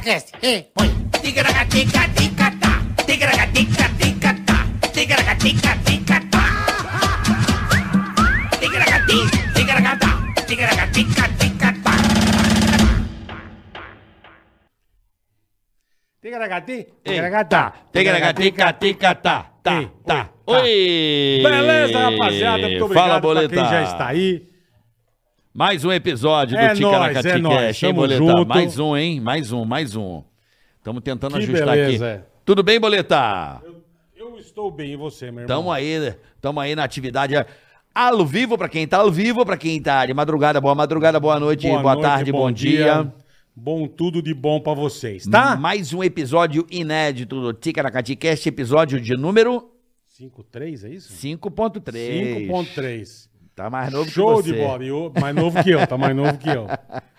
cresce. Ei, põe. Tigra-tica, tica-tá. Tigra-tica, tica-tá. Tigra-tica, tica-tá. Tigra-ti, tigra-tá. Tigra-tica, tica-tá. Tigaragati, Ei. Tá. tigaragata. Tica, tica, tá, tá, Ei, tá. oi, tá. Oi! Beleza, rapaziada. Muito obrigado pra Fala, Boleta. quem já está aí. Mais um episódio É do Ticaracati nóis, é nóis. Cash, hein, Tamo Boleta? junto. Mais um, hein? Mais um, mais um. Estamos tentando Que ajustar beleza, aqui. é. Tudo bem, Boleta? Eu estou bem, e você, meu irmão? Tamo aí, tamo aí na atividade ao vivo, pra quem tá ao vivo, pra quem tá de madrugada, boa madrugada, boa noite, boa, noite, tarde, bom, dia. Bom tudo de bom pra vocês, tá? Mais um episódio inédito do Ticaracati Cast, episódio de número 5.3, é isso? 5.3. 5.3 Tá mais novo Show que você. de bola. E o- Mais novo que eu, tá mais novo que eu.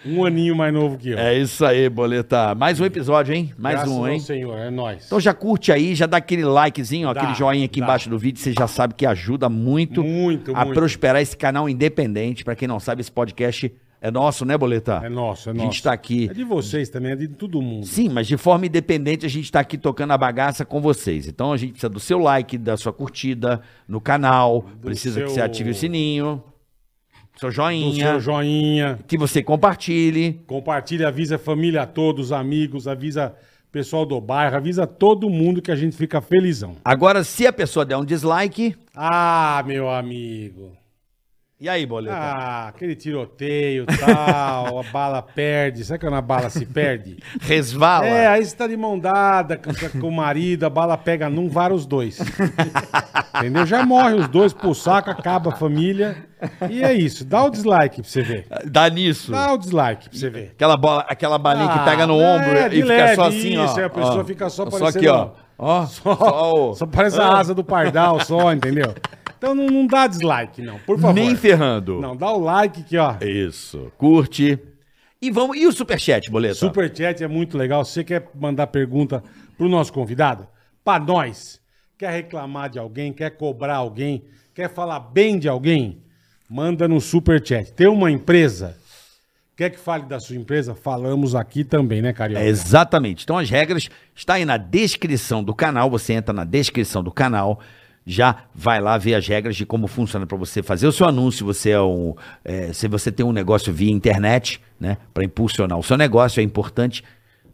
Um aninho mais novo que eu. É isso aí, Boleta. Mais um episódio, hein? Mais Graças um, ao hein? senhor, é nóis. Então já curte aí, já dá aquele likezinho, ó, Dá, aquele joinha aqui dá. embaixo do vídeo, você já sabe que ajuda muito, Muito, a muito. prosperar esse canal independente. Pra quem não sabe, esse podcast é nosso, né, Boleta? É nosso, é A nosso. gente tá aqui. É de vocês também, é de todo mundo. Sim, mas de forma independente a gente tá aqui tocando a bagaça com vocês. Então a gente precisa do seu like, da sua curtida no canal, precisa que seu- você ative o sininho, seu Do joinha, seu joinha. que você compartilhe. Compartilha, avisa a família toda, os amigos, avisa o pessoal do bairro, avisa todo mundo que a gente fica felizão. Agora, se a pessoa der um dislike, Ah, meu amigo. e aí, Boleta? Ah, aquele tiroteio e tal, a bala perde. Sabe quando a bala se perde? Resvala. É, aí você tá de mão dada com, com o marido, a bala pega num, vara os dois. Entendeu? Já morre os dois pro saco, acaba a família. E é isso. Dá o dislike pra você ver. Dá nisso. Dá o dislike pra você ver. Aquela bola, aquela balinha que Ah, pega no é, ombro e de fica leve, só assim, ó. isso, aí a pessoa ó. fica só Só parecendo- aqui, ó. Ó, só, o- Ah. Só parece a asa do pardal, só, entendeu? Então não, não dá dislike, não, por favor. Nem ferrando. Não, dá o like aqui, ó. Isso. Curte. E vamos, e o superchat, boleta? Superchat é muito legal. Você quer mandar pergunta pro nosso convidado? Pra nós. Quer reclamar de alguém? Quer cobrar alguém? Quer falar bem de alguém? Manda no superchat. Tem uma empresa? Quer que fale da sua empresa? Falamos aqui também, né, Carioca? É, exatamente. Então as regras está aí na descrição do canal. Você entra na descrição do canal, já vai lá ver as regras de como funciona para você fazer o seu anúncio. Você é um, é, se você tem um negócio via internet, né, para impulsionar o seu negócio é importante.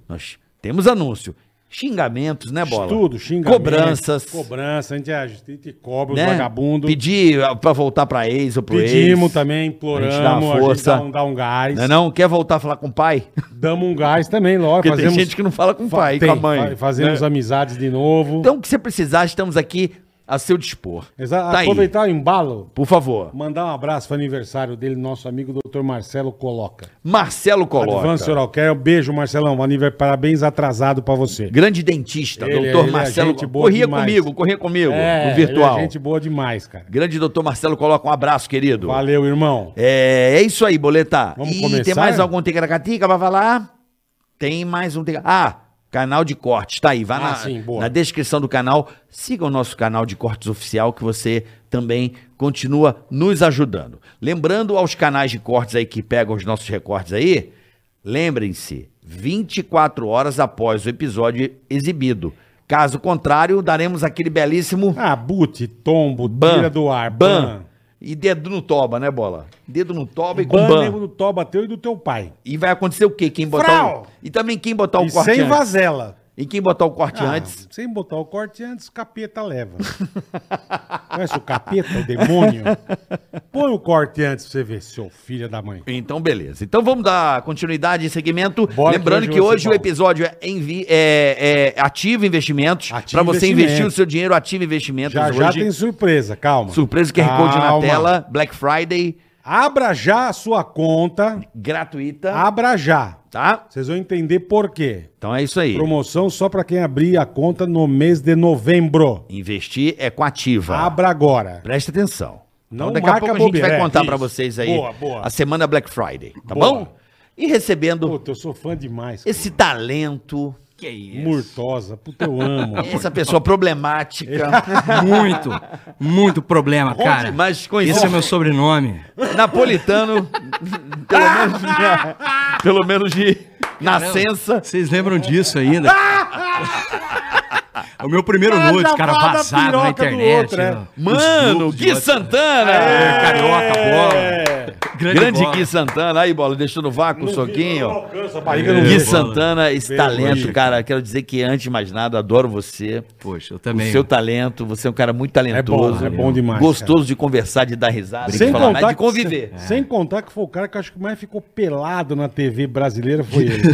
Nós temos anúncio, xingamentos, né, bola? Tudo, xingamento. cobranças, Cobrança, a gente, é, a gente cobra né? os vagabundos. Pedir para voltar para ex ou pro Pedimos ex. também, imploramos, A gente dá uma força. dá, um, dá um gás. Não, é não quer voltar a falar com o pai? Damos um gás também, Porque lógico. tem gente que não fala com o pai, Tem, com a mãe. fa- Fazemos né? amizades de novo. Então, o que você precisar, estamos aqui a seu dispor. Exa- Tá aí. aproveitar o embalo, Por favor. mandar um abraço para aniversário dele, nosso amigo Dr. Marcelo Coloca. Marcelo Advance Coloca. Oral Care, um beijo, Marcelão. Aniver... Parabéns atrasado para você. Grande dentista, Ele- doutor ele é Marcelo. gente boa corria demais. comigo, corria comigo, no ele virtual. é gente boa demais, cara. Grande doutor Marcelo Coloca, um abraço, querido. Valeu, irmão. É, é isso aí, Boleta. Vamos e tem começar? mais algum Ticaracatica pra falar? Tem mais um Tica- Ah, canal de cortes, tá aí. Vai Ah, na, sim, boa. na descrição do canal. Siga o nosso canal de cortes oficial que você também continua nos ajudando. Lembrando aos canais de cortes aí que pegam os nossos recortes aí, lembrem-se, 24 horas após o episódio exibido. Caso contrário, daremos aquele belíssimo Ah, bute, tombo, ban. tira do ar. ban. E dedo no toba, né, bola? Dedo no toba e com Ban, ban. nego do Tó bateu e do teu pai. E vai acontecer o quê? Quem botar Frau! o... E também quem botar o e corte sem antes. vazela. E quem botar o corte Ah, antes. Sem botar o corte antes, o capeta leva. Conhece o capeta, o demônio? Põe o corte antes pra você ver, seu filho da mãe. Então, beleza. Então vamos dar continuidade e segmento. Bora que Lembrando hoje que vai ser hoje o bom. episódio é, envi... é, é Ativo Investimentos. Ativo Para você Investimentos. investir o seu dinheiro, Ativo Investimentos. Já hoje. já tem surpresa, calma. Surpresa QR Code na Calma. tela. Black Friday Abra já a sua conta, gratuita. abra já. Tá? Vocês vão entender por quê. Então é isso aí. Promoção só pra quem abrir a conta no mês de novembro. Investir é com Ativa. Abra agora. Presta atenção. Não Então, daqui a marca pouco a gente bobeira. vai É, contar isso. pra vocês aí Boa, boa. a semana Black Friday, tá Boa. bom? E recebendo Puta, eu sou fã demais. esse talento, Que isso? Murtosa, puta, eu amo. essa pessoa problemática, Muito, muito problema, cara. mas Esse é conhecido meu sobrenome. Ah! napolitano, pelo menos, de- pelo menos de, né, nascença. Vocês lembram disso ainda? o meu primeiro Cada nude, cara, vada vazado piroca na do internet. outro, é. ó. Os Mano, grupos de Gui WhatsApp. Santana! É, carioca, bola. É. Grande bola. Gui Santana. Aí, bola, deixou no vácuo o soquinho. Não alcança, a barriga não Gui vê. Santana, esse Veio, talento, veio. cara. Quero dizer que, antes de mais nada, adoro você. Poxa, eu O também. seu talento, você é um cara muito talentoso. É bom, é bom demais, Gostoso de conversar, de dar risada, de Sem falar, contar, nada, de conviver. É. Que, É. sem contar que foi o cara que eu acho que mais ficou pelado na TV brasileira foi ele.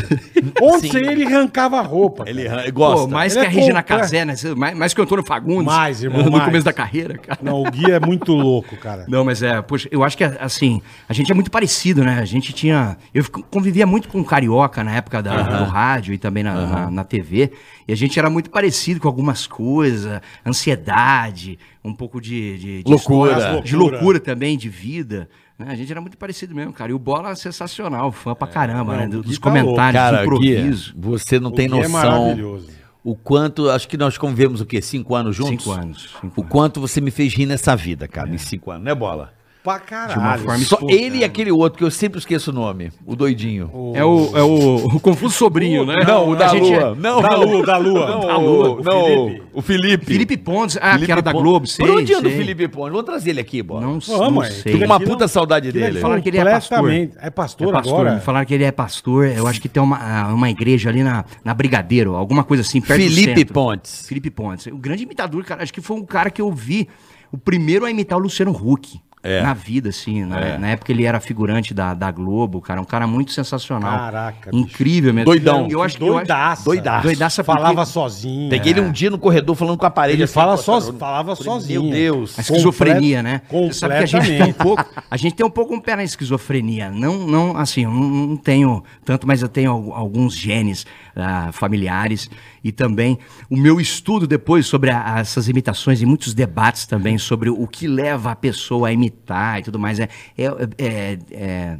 Ontem Sim. ele arrancava a roupa. cara. Ele ele Pô, gosta. mais Ele que é a Regina completo. Casé, né? Mais, mais que o Antônio Fagundes. Mais, irmão, No mais. começo da carreira, cara. Não, o Gui é muito louco, cara. Não, mas é, poxa, eu acho que assim, a gente é muito parecido, né? A gente tinha. Eu fico- convivia muito com carioca na época da, do rádio e também na, na, na TV. E a gente era muito parecido com algumas coisas, ansiedade, um pouco de. de- de Loucura. história, De Loucura. loucura também, de vida. né? A gente era muito parecido mesmo, cara. E o Bola é sensacional, fã É, pra caramba, não, né? o Do- Gui Dos tá louco. comentários, do cara, improviso. Gui, você não O tem Gui é noção maravilhoso. o quanto. Acho que nós convivemos o quê? Cinco anos juntos? Cinco anos. Cinco O quanto você me fez rir nessa vida, cara, em cinco anos, né, bola? Pra caralho. De uma forma- Só Puta, ele e aquele outro que eu sempre esqueço o nome, o doidinho. É o, é o, o Confuso Sobrinho, né? Não, o da A gente é- Lua. Não, Da não. Lua, da Lua. Não, Da o- Lua, o não, Felipe. o Felipe. Felipe Pontes, ah, que Felipe era da Pon- Globo, sei, Por onde anda o sei. Felipe Pontes? Vamos trazer ele aqui, bora. Não, Vamos, não é, sei. Tô com uma Aquilo- puta saudade aquilo é dele. Falaram que ele é pastor. completamente- É pastor, É pastor, me agora? falaram que ele é pastor. Eu acho que tem uma, ah, uma igreja ali na, na Brigadeiro, alguma coisa assim, perto Felipe do centro. Pontes. Felipe Pontes. O grande imitador, cara. Acho que foi um cara que eu vi, o primeiro a imitar o Luciano Huck. É. Na vida, assim. Na, É. na época ele era figurante da, da Globo, cara. Um cara muito sensacional. Caraca, bicho. Incrível mesmo. Doidão. Eu acho que eu acho- doidaça. Doidaça. Doidaça porque- Falava sozinho. Peguei ele um dia no corredor falando com a parede. Ele assim, fala pô, soz- tá- falava sozinho. Meu Deus. A esquizofrenia, né? Complet- Você sabe que a gente tem um completamente. pouco, a gente tem um pouco um pé na esquizofrenia. Não, não, assim, eu não, não tenho tanto, mas eu tenho al- alguns genes ah, familiares e também o meu estudo depois sobre a- a essas imitações e muitos debates também sobre o que leva a pessoa a imitar e tudo mais. É, é, é- é-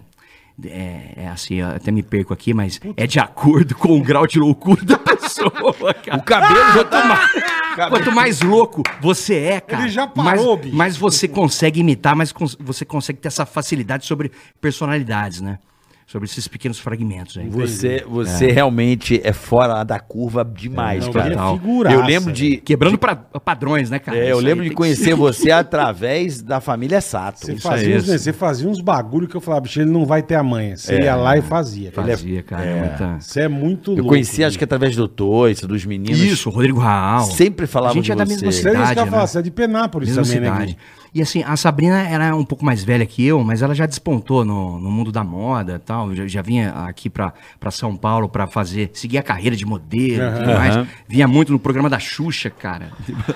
é- é assim, eu até me perco aqui, mas é de acordo com o grau de loucura da pessoa, cara. O cabelo já tá Cabelo. Quanto mais louco você é, cara. Ele já parou, mais, bicho. mais você consegue imitar, mais cons- você consegue ter essa facilidade sobre personalidades, né? Sobre esses pequenos fragmentos aí. É. Você, você realmente é fora da curva demais, Não, cara. ele é Total. figuraça, né? eu lembro de. Quebrando pra- padrões, né, cara? é, Isso eu aí lembro de tem que conhecer ser- você através da família Sato. Você Isso fazia, é uns, isso. É. você fazia uns bagulho que eu falava, bicho, ele não vai ter amanhã. Você ia lá e fazia. cara. Fazia, cara. muita- Você é muito Eu louco. conheci, bicho. acho que é através do Toys, dos meninos. Isso, o Rodrigo Raal. Sempre falava A gente de é da você. mesma Você é isso que eu cidade, ia falar, né? você é de Penápolis Mesma também, né? cidade. Gui? E assim, a Sabrina era um pouco mais velha que eu, mas ela já despontou no, no mundo da moda e tal. Já, já vinha aqui pra pra São Paulo pra fazer, seguir a carreira de modelo e tudo mais. Vinha muito no programa da Xuxa, cara.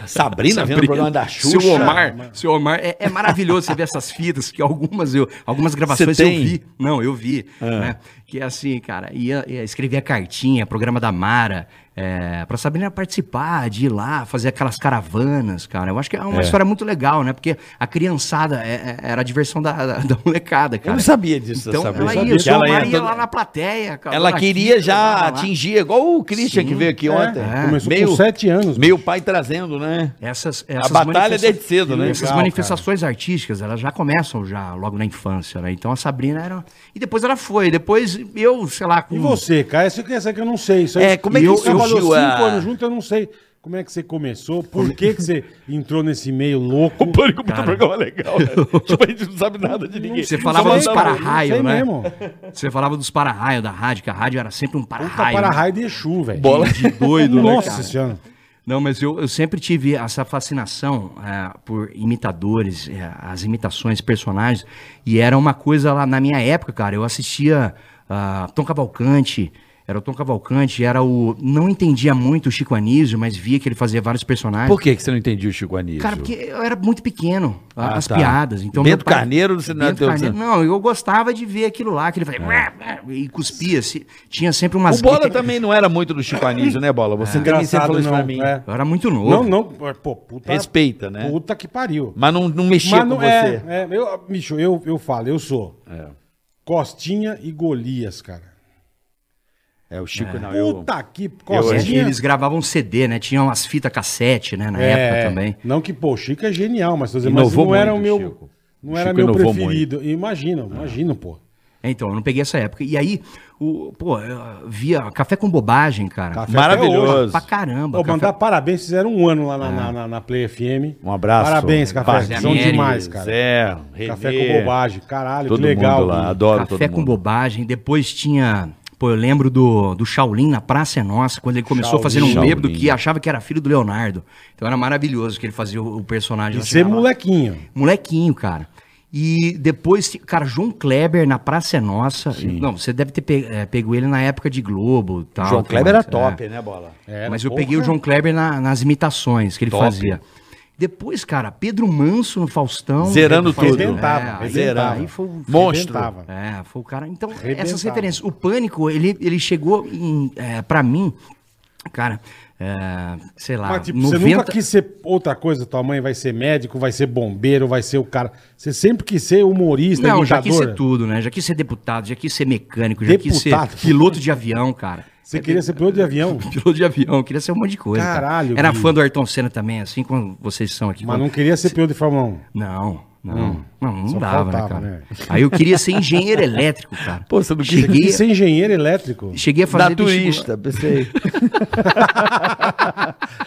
Sabrina, vendo o programa da Xuxa. Seu Omar, seu Omar é, é maravilhoso você ver essas fitas, que algumas eu, algumas gravações Você eu tem? Ah. vi. Não, eu vi. Né? Que é assim, cara, ia, ia escrevia cartinha, programa da Mara, é, pra Sabrina participar, de ir lá, fazer aquelas caravanas, cara. Eu acho que é uma história muito legal, né? Porque a criançada é- é- era a diversão da, da- da molecada, Eu cara. não sabia disso, Então Sabrina. ela Eu ia, sabia que o seu Omar ia ia toda- lá na plateia, cara. Ela lá queria aqui, já lá, lá. atingir, é igual o Christian Sim, que veio aqui ontem. é. Começou com sete anos, Meu pai trazendo, né? Essas, A essas batalha é manifesta- desde cedo, né? Essas Legal, manifestações artísticas, elas já começam já logo na infância, né? Então a Sabrina era... E depois ela foi, depois eu, sei lá... Com... E você, cara? Essa que essa que eu não sei. Isso É, como é que eu, surgiu trabalhou cinco a- anos junto, eu não sei como é que você começou, por que, que você entrou nesse meio louco. Pânico muito programa legal. né? tipo, a gente não sabe nada de ninguém. Você Só falava mandava- dos para-raio, Sei né? mesmo. Você falava dos para-raio da rádio, que a rádio era sempre um para-raio. Puta para né? raio de Exu, velho. Bola de doido, né, Nossa cara? senhora. Não, mas eu, eu sempre tive essa fascinação ah, por imitadores, eh, as imitações, personagens. E era uma coisa lá na minha época, cara. Eu assistia ah, Tom Cavalcante. Era o Tom Cavalcante, era o. Não entendia muito o Chico Anísio, mas via que ele fazia vários personagens. Por que, que você não entendia o Chico Anísio? Cara, porque eu era muito pequeno, Ah, as tá. piadas. Então Bento meu pai- Carneiro, você não é Bento teu- Carneiro- Não, eu gostava de ver aquilo lá, que ele fazia. E cuspia. se- Tinha sempre umas. O Bola tá- também não era muito do Chico Anísio, né, Bola? Você também sempre falou É. Engraçado, isso pra não. mim. é. Eu era muito novo. Não, não. é, Pô, puta, Respeita, né? Puta que pariu. Mas não, não Mas mexia com não você. é, é, eu, bicho, eu, eu falo, eu sou. Costinha e Golias, cara. É, o Chico não. Eu... Puta que É, Costinha. eles gravavam CD, né? Tinham umas fitas cassete, né? Na É. época também. Não que, pô, o Chico é genial, mas, tô dizendo, mas Inovou não era o muito, meu. Chico. Não O era Chico meu inovou preferido. Imagina, imagina, pô. É, então, eu não peguei essa época. E aí, o, pô, eu via Café com Bobagem, cara. Café Maravilhoso. até hoje. Pra caramba. Ô, Café- Ah. mandar parabéns, fizeram um ano lá na, na, na- na Play FM. Um abraço. Parabéns, Café. Parque São América, demais, cara. Zé, Café Renê, com bobagem, caralho, Todo que legal. mundo lá, cara. adoro todo Café com mundo. bobagem. Depois tinha. Pô, eu lembro do, do Shaolin na Praça é Nossa, quando ele Shaolin. começou a fazer um Shaolin. bêbado que achava que era filho do Leonardo. Então era maravilhoso que ele fazia o, o personagem. E lá, ser chegava lá. molequinho. Molequinho, cara. E depois, cara, João Kleber na Praça é Nossa. Não, você deve ter pe- eh, pego ele na época de Globo e tal. João tudo Kleber era mais, é. top, né, Bola? Era, Mas eu porra. peguei o João Kleber na- nas imitações que ele Top. fazia. Depois, cara, Pedro Manso no Faustão. Zerando Pedro tudo. Faustão. um um Arrebentava, É, aí- arrebentava. aí foi o- Monstro. Arrebentava. é, foi o cara. Então, essas Arrebentava. referências. O pânico, ele, ele chegou em, é, pra mim, cara, é, sei lá, Mas, tipo, você 90... nunca quis ser outra coisa, tua mãe vai ser médico, vai ser bombeiro, vai ser o cara. Você sempre quis ser humorista, Não, já imitador. quis ser tudo, né? Já quis ser deputado, já quis ser mecânico, já Deputado? quis ser piloto de avião, cara. Você queria ser piloto de avião, Piloto de avião, queria ser um monte de coisa. cara. Caralho, Era Gui. fã do Ayrton Senna também, assim como vocês são aqui. mas não queria ser piloto de Fórmula 1. Não, não. Não, não Só dava, faltava, né, cara? né? Aí eu queria ser engenheiro elétrico, cara. Pô, você não quis Você cheguei, quis ser engenheiro elétrico. cheguei a fazer Naturista, pensei.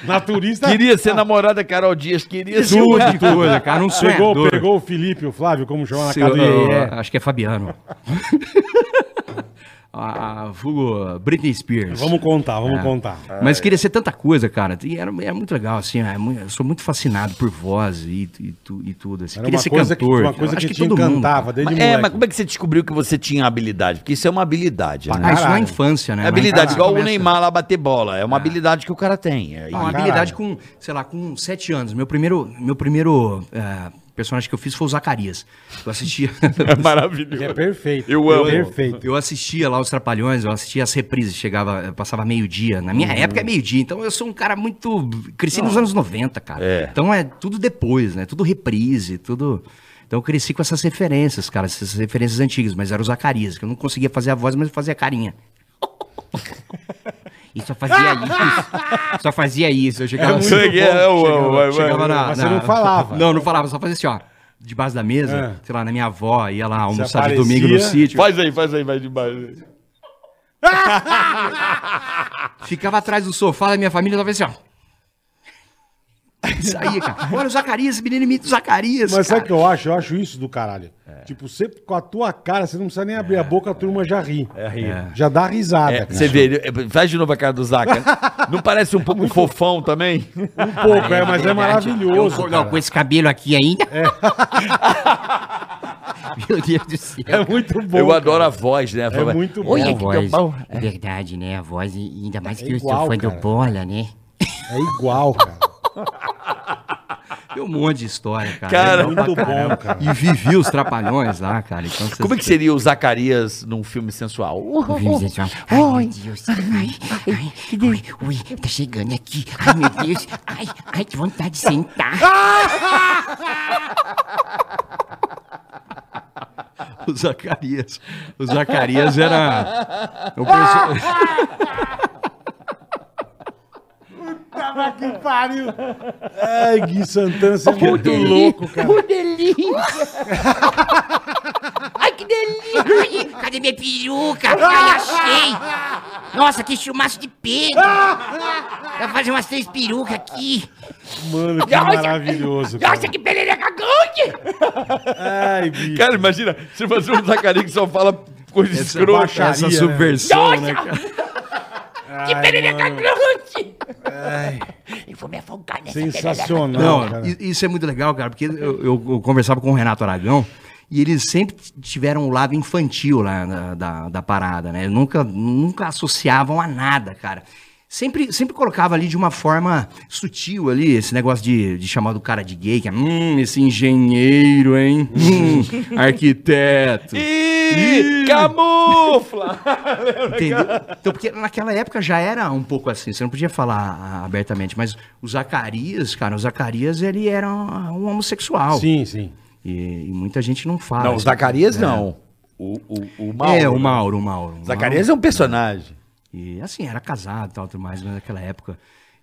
Naturista. Queria ser namorada da Carol Dias, queria ser. Tudo, tudo, cara. Um Pegou, sonhador. pegou o Felipe, o Flávio, como chama na Seu- casa do Iê. Acho que é Fabiano. a, a vulgo Britney Spears. Vamos contar, vamos contar. Mas queria ser tanta coisa, cara. E era, era muito legal, assim. é mu- eu sou muito fascinado por voz e, e, tu- e tudo. Assim. Era queria uma ser coisa, cantor. que, uma coisa Eu acho que, te todo mundo, encantava desde Mas- moleque. é, mas como é que você descobriu que você tinha habilidade? Porque isso é uma habilidade, cara. né? Ah, isso na assim, Caralho. infância, né? É Na habilidade, infância igual o começa- Neymar lá bater bola. É uma habilidade que o cara tem. É, Não, uma Ah, caralho. habilidade com, sei lá, com sete anos. Meu primeiro, meu primeiro eh, personagem que eu fiz foi o Zacarias. Eu assistia. Que maravilhoso. é perfeito. Eu amo. Perfeito. Eu assistia lá os Trapalhões, eu assistia as reprises, chegava, eh, passava meio-dia. Na Uhum. minha época é meio-dia, então eu sou um cara muito. Cresci nos anos 90, cara. É. Então é tudo depois, né? Tudo reprise, tudo. Então eu cresci com essas referências, cara, essas referências antigas, mas era o Zacarias, que eu não conseguia fazer a voz, mas eu fazia a carinha. E só fazia isso. Só fazia isso. Eu chegava, assim, É muito bom. É, ué, ué, ué. chegava na, Mas na- você não falava. Não, não falava, só fazia assim, ó. Debaixo da mesa, É. sei lá, na minha avó, ia lá almoçar de aparecia. domingo no sítio. Faz aí, faz aí, vai demais. Ficava atrás do sofá da minha família, tava assim, ó. Isso aí, cara. Olha o Zacarias, esse menino imita o Zacarias. Mas sabe cara. o que eu acho? Eu acho isso do caralho. Tipo, você, com a tua cara, você não precisa nem abrir a boca, a turma já ri. Já dá risada. É, cara. você vê, ele- é, faz de novo a cara do Zaca. Não parece um pouco fofão também? Um pouco, é, mas é verdade. maravilhoso. Eu- não, cara. É. com esse cabelo aqui ainda. Meu Deus do céu. É muito bom. eu cara. adoro a voz, né? É muito bom. Olha É que voz. teu pau. É verdade, né? A voz, e ainda mais que eu igual, sou fã cara. do Bola, né? É igual, cara. Tem um monte de história, cara. Cara, Legal pra Muito bom, caramba. cara. E vivi os trapalhões lá, cara. Então, Como é que seria o Zacarias num filme sensual? Ouvimos esse assim, som. Ai, meu Deus. Ai, ai, ui, ui, tá chegando aqui. Ai, meu Deus. Ai, ai, que vontade de sentar. O Zacarias. O Zacarias era. o perso- Tava que pariu. Ai, Gui Santana, você é muito louco, cara. Que delícia. Ai, que delícia. Ai, cadê minha peruca? Ai, achei. Nossa, que chumaço de pego. Vai fazer umas três perucas aqui. Mano, que maravilhoso, cara. Nossa, que perereca grande. Ai, bicho. Cara, imagina, você fazer um Zacarias que só fala coisa Essa escrota. baixaria, Essa né? subversão, né, cara? Que perereca grande. Eu vou me afogar nessa perereca. Sensacional, Não, cara. i- isso é muito legal, cara, porque eu, eu- eu conversava com o Renato Aragão e eles sempre t- tiveram o lado infantil lá na- da, da parada, né? Nunca, nunca associavam a nada, cara. Sempre, sempre colocava ali de uma forma sutil ali, esse negócio de, de chamar do cara de gay, que é, hum, esse engenheiro, hein? Hum, arquiteto. Ih, camufla! Entendeu? Então, porque naquela época já era um pouco assim, você não podia falar ah, abertamente, mas o Zacarias, cara, o Zacarias, ele era um um homossexual. Sim, sim. E, e muita gente não fala. Não, o Zacarias não. O, o, o Mauro. É, o Mauro, o Mauro. o Zacarias é um personagem. Mauro. E assim, era casado e tal, tudo mais, mas naquela época.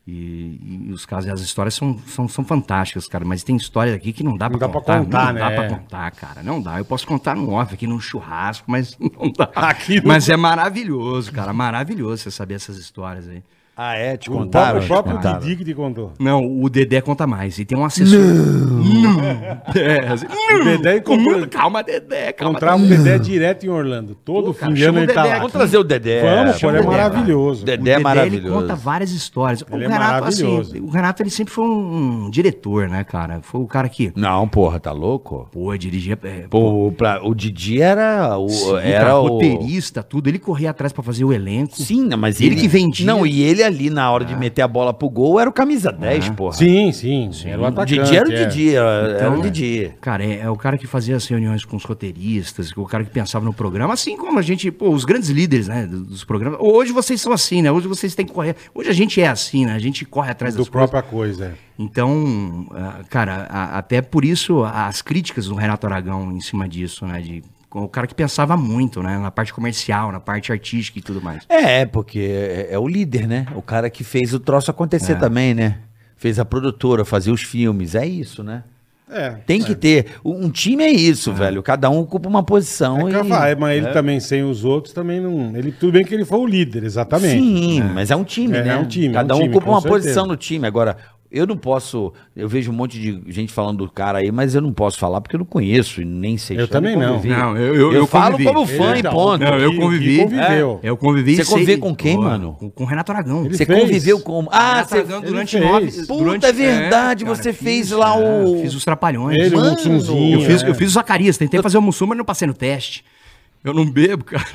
E, e os casos e as histórias são, são, são fantásticas, cara. Mas tem histórias aqui que não dá Não pra dá pra contar. contar, não né? dá pra contar, cara. Não dá. Eu posso contar no off aqui num churrasco, mas não dá. Aqui não- Mas é maravilhoso, cara. Maravilhoso você saber essas histórias aí. Ah, é? Te O contaram? próprio- Te o próprio contaram. Didi que te contou. Não, o Dedé conta mais. E tem um assessor. Não. É, assim, O Dedé encontrou- Calma, Dedé. Calma, Encontrava o Dedé direto em Orlando. Todo Pô, cara, fim de ano chama o ele tá Dedé lá. aqui. Vamos trazer o Dedé. Vamos, pô, Chama ele é o Dedé. maravilhoso. Dedé O Dedé, é ele maravilhoso. conta várias histórias. Ele o é Renato, maravilhoso. assim, o Renato, ele sempre foi um diretor, né, cara? Foi o cara que, Não, porra, tá louco? pô, dirigia... é, Pô, o, pra- o Didi era o. sim, era cara, o roteirista, tudo. Ele corria atrás pra fazer o elenco. Sim, né, mas Ele que vendia. Não, e ele ali na hora de meter a bola pro gol era o camisa 10, porra. Sim, sim, Era o O atacante. Didi era o é. Didi, era, era Então, o Didi. Cara, é, é o cara que fazia as reuniões com os roteiristas, o cara que pensava no programa, assim como a gente, pô, os grandes líderes, né, do- dos programas. Hoje vocês são assim, né? Hoje vocês têm que correr. Hoje a gente é assim, né? A gente corre atrás Do das coisas. própria coisa. é. Então, ah, cara, a- até por isso as críticas do Renato Aragão em cima disso, né? De, o cara que pensava muito, né? Na parte comercial, na parte artística e tudo mais. É, porque é, é o líder, né? O cara que fez o troço É. acontecer também, né? Fez a produtora, fazer os filmes. É isso, né? É. Tem que ter. Um um time é isso, velho. Cada um ocupa uma posição. É e- capaz, mas ele também sem os outros também não. Ele, tudo bem que ele foi o líder, exatamente. Sim, mas é um time, É, né? é um time, Cada é um um time, ocupa com uma certeza. posição no time. Agora, eu não posso. Eu vejo um monte de gente falando do cara aí, mas eu não posso falar porque eu não conheço e nem sei. Eu se também como não. vi. Não, eu- eu- eu, eu falo convivi. como fã Ele- é e não, ponto. não, eu E- convivi. e conviveu. É, eu convivi Você e convive sei- com quem, Pô, mano? Com, com o Renato Aragão. Ele Você fez. conviveu com. Ah, Ah, você. Aragão ele durante fez. nove. Puta, durante- é verdade, você fez lá o- Fiz os trapalhões. Ele, Mano, o Mussunzinho. eu, fiz, é. eu fiz o Zacarias, tentei fazer o Mussum, mas não passei no teste. Eu não bebo, cara.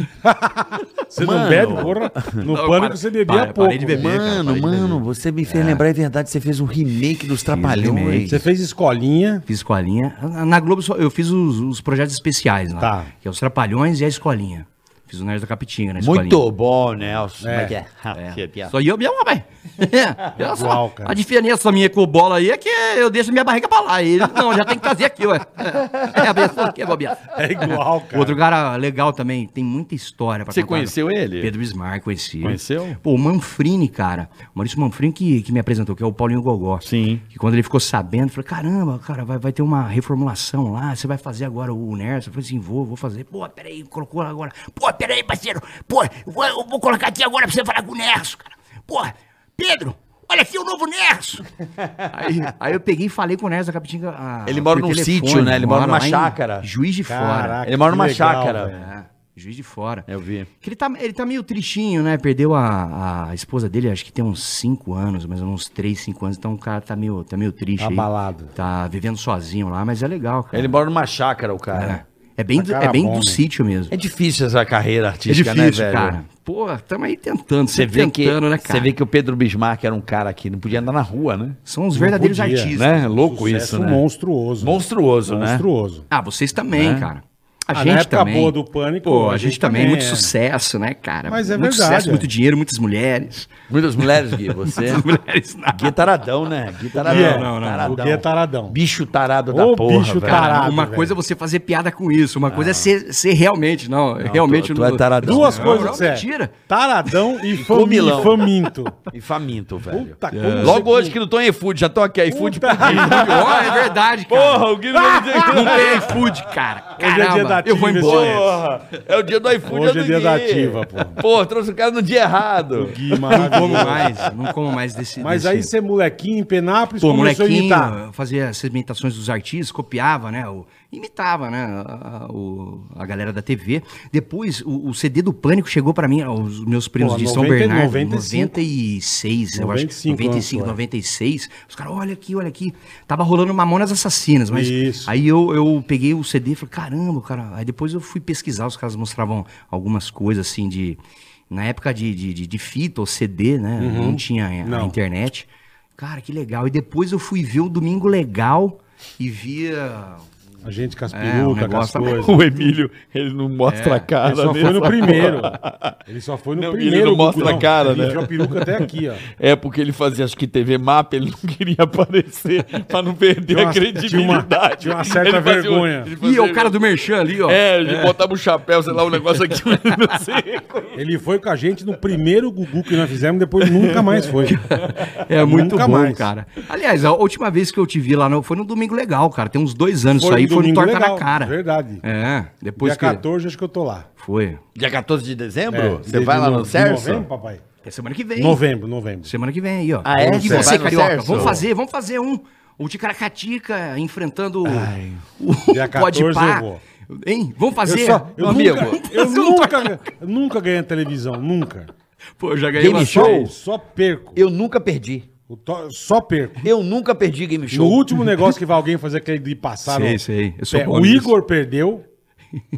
Você não Mano. bebe, porra? No Não, pânico para- você bebia para- pouco. parei de beber. cara, Mano, parei de mano, beber. você me fez lembrar, é verdade, você fez um remake dos Trapalhões. remake. Você fez escolinha. Fiz escolinha. Na- Na Globo só- eu fiz os, os projetos especiais lá. Tá. Que é os Trapalhões e a Escolinha. Fiz o Nerd da Capitinga na escolinha. Muito bom, Nelson. É. Como é que é? Sou eu mesmo, rapaz. É, eu sou- Igual, cara. a diferença minha com o bola aí é que eu deixo minha barriga pra lá. Ele, não, já tem que fazer aqui, ué. É, é a pessoa que é bobear. É igual, cara. Outro cara legal também, tem muita história pra Você contar. conheceu ele? Pedro Bismarck, conheci. Conheceu? Pô, o Manfrini, cara. O Maurício Manfrini que, que me apresentou, que é o Paulinho Gogó. Sim. Que quando ele ficou sabendo, falou, caramba, cara, vai, vai ter uma reformulação lá, você vai fazer agora o Nerds? Eu falei assim, vou, vou fazer. Pô, peraí, colocou agora. Pô, peraí, parceiro. Pô, eu vou, eu vou colocar aqui agora pra você falar com o Nerso, cara. Pô, Pedro, olha aqui o novo Nerso. Aí, aí eu peguei e falei com o Nerds da Capitinga. ah, Ele mora por num telefone, sítio, né? Ele mora numa lá em chácara. Juiz de Fora. Caraca, Ele mora que numa legal, chácara. velho. É, juiz de fora. Eu vi. Que ele, tá, ele tá meio tristinho, né? Perdeu a, a esposa dele, acho que tem uns 5 anos, mais ou menos uns 3, 5 anos. Então o cara tá meio, tá meio triste. Tá aí. abalado. Tá vivendo sozinho lá, mas é legal, cara. Ele mora numa chácara, o É, cara. é bem, Tá do, cara é bem bom, do né? É sítio mesmo. É difícil essa carreira artística, né, velho? Pô, tamo aí tentando, Você sempre vê, que, tentando, né, cara? você vê que o Pedro Bismarck era um cara que não podia andar na rua, né? São os verdadeiros podia, artistas. Né? Louco Sucesso isso, né? monstruoso. Monstruoso, né? Monstruoso. Ah, vocês também, cara. A Ah, gente na época também. boa do Pânico, Pô, a a gente gente, também, também muito é. sucesso, né, cara? Mas é muito verdade, sucesso, é. muito dinheiro, muitas mulheres. Muitas mulheres, Gui, você. Muitas mulheres na Gui é taradão, né? Gui taradão. Gui é, não, não, o Gui é taradão. Bicho tarado da Ô, porra, bicho velho. tarado. Parado, uma velho. Ah. coisa é você fazer piada com isso, uma coisa é ser, ser realmente, não, realmente... tu- tu é taradão. Duas Não, coisas não, que você é. mentira. Taradão e, fami comilão. e faminto. E faminto, velho. Puta, como É. você- Logo hoje que não tô em iFood, já tô aqui, iFood Puta Ah! pedindo. Ó, é verdade, cara. Porra, o Gui não vai dizer que Não tem iFood, cara. é dia da assim, Caramba, eu vou ativa, embora. Porra, é o dia do iFood, Hoje é do dia da Gui. ativa, pô. Porra, trouxe o cara no dia errado. Gui, Não como maravilhoso. mais, não como mais desse... Mas desse- aí você, molequinho, em Penápolis, Pô, começou a molequinho, imitar. eu fazia as imitações dos artistas, copiava, né? o- imitava, né? A, a- o- a galera da TV. Depois, o, o CD do Pânico chegou pra mim, os meus primos Pô, de São 90, Bernardo, 95. 96, eu acho. 95 95, anos, 96. Os caras, olha aqui, olha aqui. Tava rolando Mamonas Assassinas, mas Isso. aí eu, eu peguei o CD e falei, caramba, cara. Aí depois eu fui pesquisar, os caras mostravam algumas coisas assim de. Na época de, de, de- de fita ou CD, né? Não tinha a Uhum. Não. internet. Cara, que legal. E depois eu fui ver o Domingo Legal e via A gente com as um perucas, com as negócio- coisas. O Emílio, ele não mostra a cara. Ele só foi mesmo. no primeiro. Ele só foi no Não, e ele primeiro. não mostra Gugu, a cara, ele né? enfiou a peruca até aqui, ó. É porque ele fazia, acho que TV Mapa, ele não queria aparecer pra não perder Tinha uma- a tinha uma- credibilidade. tinha uma certa Ele fazia- vergonha. ele E fazia- é o cara do Merchan ali, ó. É, ele botava o chapéu, sei lá, um negócio aqui, mas não sei. Ele foi com a gente no primeiro Gugu que nós fizemos, depois nunca mais foi. É muito Nunca bom, mais. cara. Aliás, a última vez que eu te vi lá no- foi no Domingo Legal, cara. Tem uns dois anos isso um aí, foi no domingo Torta legal, na Cara. Verdade. É, depois Dia que... 14, acho que eu tô lá. Foi. Dia 14 de dezembro? É, você vai de lá no- no de Celso? Novembro, papai? É semana que vem. Novembro, novembro. Semana que vem aí, ó. Ah, é? E Você vai você, no Carioca? Cerso? Vamos fazer, vamos fazer um. O Ticaracatica enfrentando o- dia o 14 eu Podpah. vou. Hein? Vamos fazer? Eu, só, eu, Ô, nunca, amigo. eu tá- nunca, eu nunca ganhei na televisão, nunca. Pô, eu já ganhei Game uma show? vez. Só perco. Eu nunca perdi. O to- Só perco. Eu nunca perdi game No show. último negócio que vai alguém fazer aquele de passar. Sei, no- sei. Eu sou Pé, bom o nisso. Igor perdeu.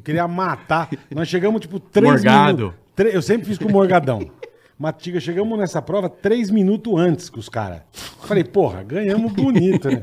Queria matar. Nós chegamos, tipo, três Morgado. minutos. tre- Eu sempre fiz com o Morgadão. Matiga, chegamos nessa prova três minutos antes que os caras. Falei, porra, ganhamos bonito, né?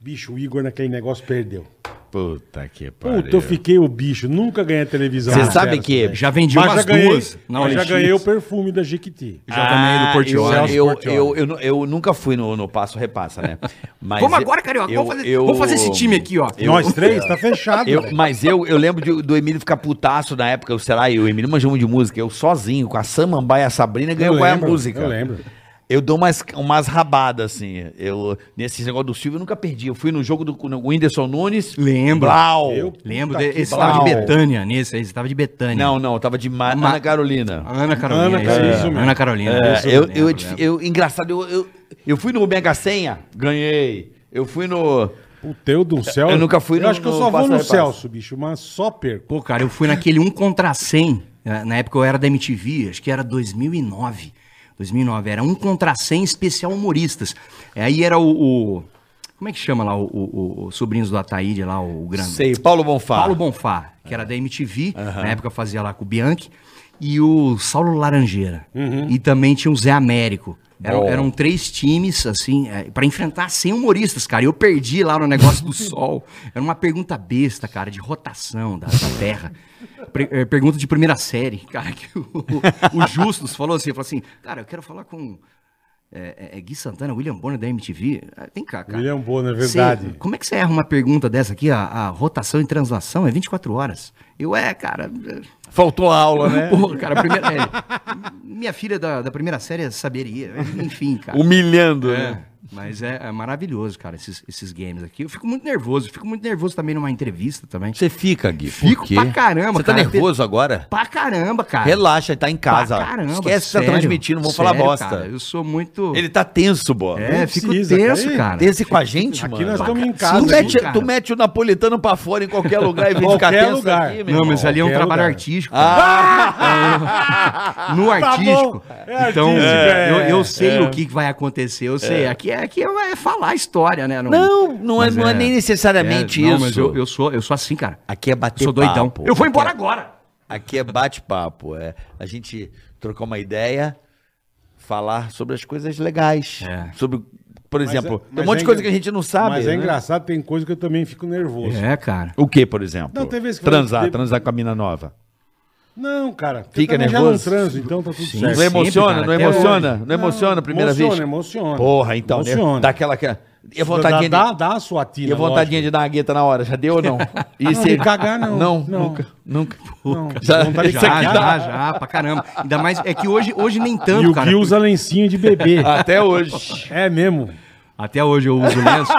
Bicho, o Igor naquele negócio perdeu. Puta que pariu. Puta, eu fiquei o bicho. Nunca ganhei a televisão. Você na sabe Celso, que velho. Já vendi Mas já umas ganhei, duas. na mas já OLX. ganhei o Ah, perfume da Jequiti. Já também do Portioli. Ah, eu- Eu, Portioli. eu, eu, nu- eu nunca fui no, no Passo Repassa, né? Mas Vamos eu- agora, Carioca. eu- vamos, fazer, eu- vamos fazer esse time aqui, ó. eu- Nós três, tá fechado. Eu- velho. mas eu, eu lembro de- do Emílio ficar putaço na época, eu, sei lá, e o Emílio manjou muito de música. Eu sozinho, com a Samambaia e a Sabrina, ganhou qual é a lembro, música. eu lembro. Eu dou umas, umas rabadas, assim. Eu, nesse negócio do Silvio, eu nunca perdi. Eu fui no jogo do no Whindersson Nunes. Lembro. Blau. Eu- Lembro, Puta de, que esse tava de pau. Betânia, nesse aí, esse tava de Betânia. Não, não, eu tava de Ma- Ma- Ana Carolina. Ana Carolina. Ana isso aí. Carolina. Ana Carolina. É, isso eu, lembro, eu, lembro. eu- engraçado, eu, eu, eu fui no Mega Senha, ganhei. Eu fui no. O teu do céu. Eu nunca fui Eu no- acho que eu no só vou Passa no Repasso. Celso, bicho, mas só perco. Pô, cara, eu fui naquele 1 contra 100. eh, Na época eu era da MTV, acho que era 2009. 2009, era 1 contra 100 especial humoristas. Aí era o... o- como é que chama lá o, o, o- o sobrinhos do Ataíde lá, o, o grande? Sei, Paulo Bonfá. Paulo Bonfá, que era da MTV, na época fazia lá com o Bianchi, e o Saulo Laranjeira. E também tinha o Zé Américo. Era- Uhum. Bom. eram três times, assim, é, pra enfrentar 100 humoristas, cara. E eu perdi lá no negócio do sol. Era uma pergunta besta, cara, de rotação da, da Terra. Pre- é, pergunta de primeira série, cara, que o, o Justus falou assim, falou assim, cara, eu quero falar com... é, é, é Gui Santana, William Bonner da MTV. Ah, Vem cá, cara. William Bonner, Cê- verdade. como é que você erra uma pergunta dessa aqui? A, a rotação e translação é 24 horas. Eu, é, cara. Faltou a aula, né? Porra, cara, a primeira- é, minha filha da, da primeira série é saberia. Enfim, cara. Humilhando, É, né? mas é, é maravilhoso, cara, esses, esses games aqui. Eu fico muito nervoso. Fico muito nervoso também numa entrevista também. Você fica, Gui. por Fico quê? pra caramba, Você tá cara. nervoso agora? Pra caramba, cara. Relaxa, ele tá em casa. Pra caramba, Esquece que tá sério, transmitindo, não vou sério, falar bosta. cara, eu sou muito. Ele tá tenso, bó. É, fico precisa, cara. tenso, Ih, cara. tá Tenso com a gente, Aqui mano. nós estamos em casa. Tu Sim, mete, cara. tu mete o napolitano pra fora em qualquer lugar e vem ficar Qualquer tenso lugar. aqui, meu Não, irmão. mas ali é um qualquer trabalho lugar. artístico. Ah! cara. É, no artístico. Tá bom. É então, artístico, é, eu, eu é. sei o que que vai acontecer. Eu sei. Aqui, é, aqui é é falar a história, né? Não, não é, mas não é nem necessariamente é, isso. Não, mas eu, eu sou, eu sou assim, cara. Aqui é Eu bater sou doidão. papo. Eu vou embora Aqui agora. é, aqui é bate-papo. É a gente trocar uma ideia, falar sobre as coisas legais. É. Sobre, por Mas exemplo, é- tem mas um monte é de coisa engra- que a gente não sabe. Mas é né? engraçado, tem coisa que eu também fico nervoso. É, cara. O que, por exemplo? Não, tem vezes que- transar, tem- transar com a mina nova. Não, cara. porque Fica eu também nervoso? Já não transo, então tá tudo Sim. certo. Não sempre, emociona, É cara, não até emociona, hoje. não emociona a primeira emociona, vez. Emociona, Porra, então, né? Emociona. Dá aquela que e a Dá, vontadinha dá, de, dá a sua tina, e a vontadinha de dar uma gueta na hora, já deu ou não? E Não, se- de cagar, não. Não, Não. nunca, nunca. Não, Já- vontade de isso Já, aqui já, cagar. dá. já, pra caramba. Ainda mais, é que hoje, hoje nem tanto, E o cara. Gui usa lencinho de bebê. Até hoje. É mesmo. Até hoje eu uso lenço.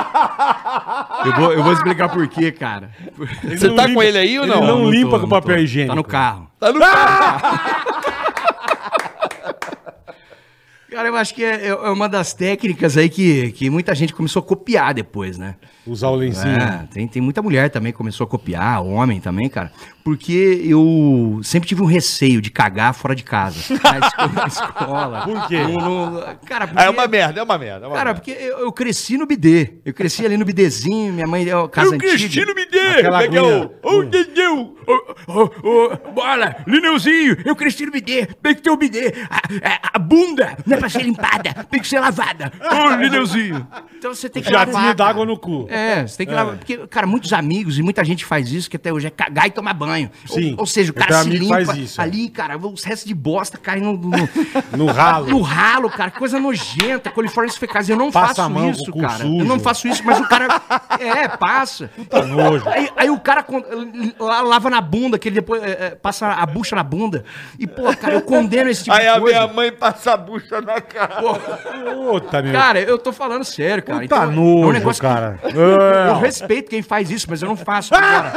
eu, vou, eu vou explicar por quê, cara. Você não tá limpa- com ele aí ou ele não? não limpa tô, com tô. papel higiênico. Tá no carro. Tá no- Cara, eu acho que é, é uma das técnicas aí que, que muita gente começou a copiar depois, né? Usar o lencinho. É, tem, tem muita mulher também que começou a copiar, homem também, cara. Porque eu sempre tive um receio de cagar fora de casa. Na esco- na escola. Por quê? No, no- cara, porque, Ah, é uma merda, é uma merda. É uma cara, merda. porque eu, eu cresci no bidê. Eu cresci ali no bidêzinho, minha mãe... ó, Casa Eu, antiga. Cristino, me dê! Aquela Como é que é o- aguinha. Hum. Ô, Dedeu! Ô, ô, ô, bola, Lineuzinho, eu cresci no bidê, tem que ter o bidê, é, a, a- a bunda, né? pra ser limpada, tem que ser lavada. Olha, Deusinho. Então você tem que Jatinho d'água no cu. É, você tem que lavar. Porque, cara, muitos amigos e muita gente faz isso, que até hoje é cagar e tomar banho. Sim. Ou, ou seja, o Eu tenho cara se amigo que limpa faz isso, é. ali, cara, os restos de bosta caem no, no, No ralo. no ralo, cara. Coisa nojenta, coliformes fecais. Eu não Passa a faço mão com isso, o cu cara. sujo. Eu não faço isso, mas o cara. É, passa. Puta tá nojo. Aí, aí o cara con- la- lava na bunda, que ele depois é, é, passa a bucha na bunda. E, pô, cara, eu condeno esse tipo Aí de a coisa. minha mãe passa a bucha na cara. Puta, meu. Cara, eu tô falando sério, cara. Puta Então, é um Tá nojo, negócio que- é cara. Ah, Eu respeito quem faz isso, mas eu não faço, cara.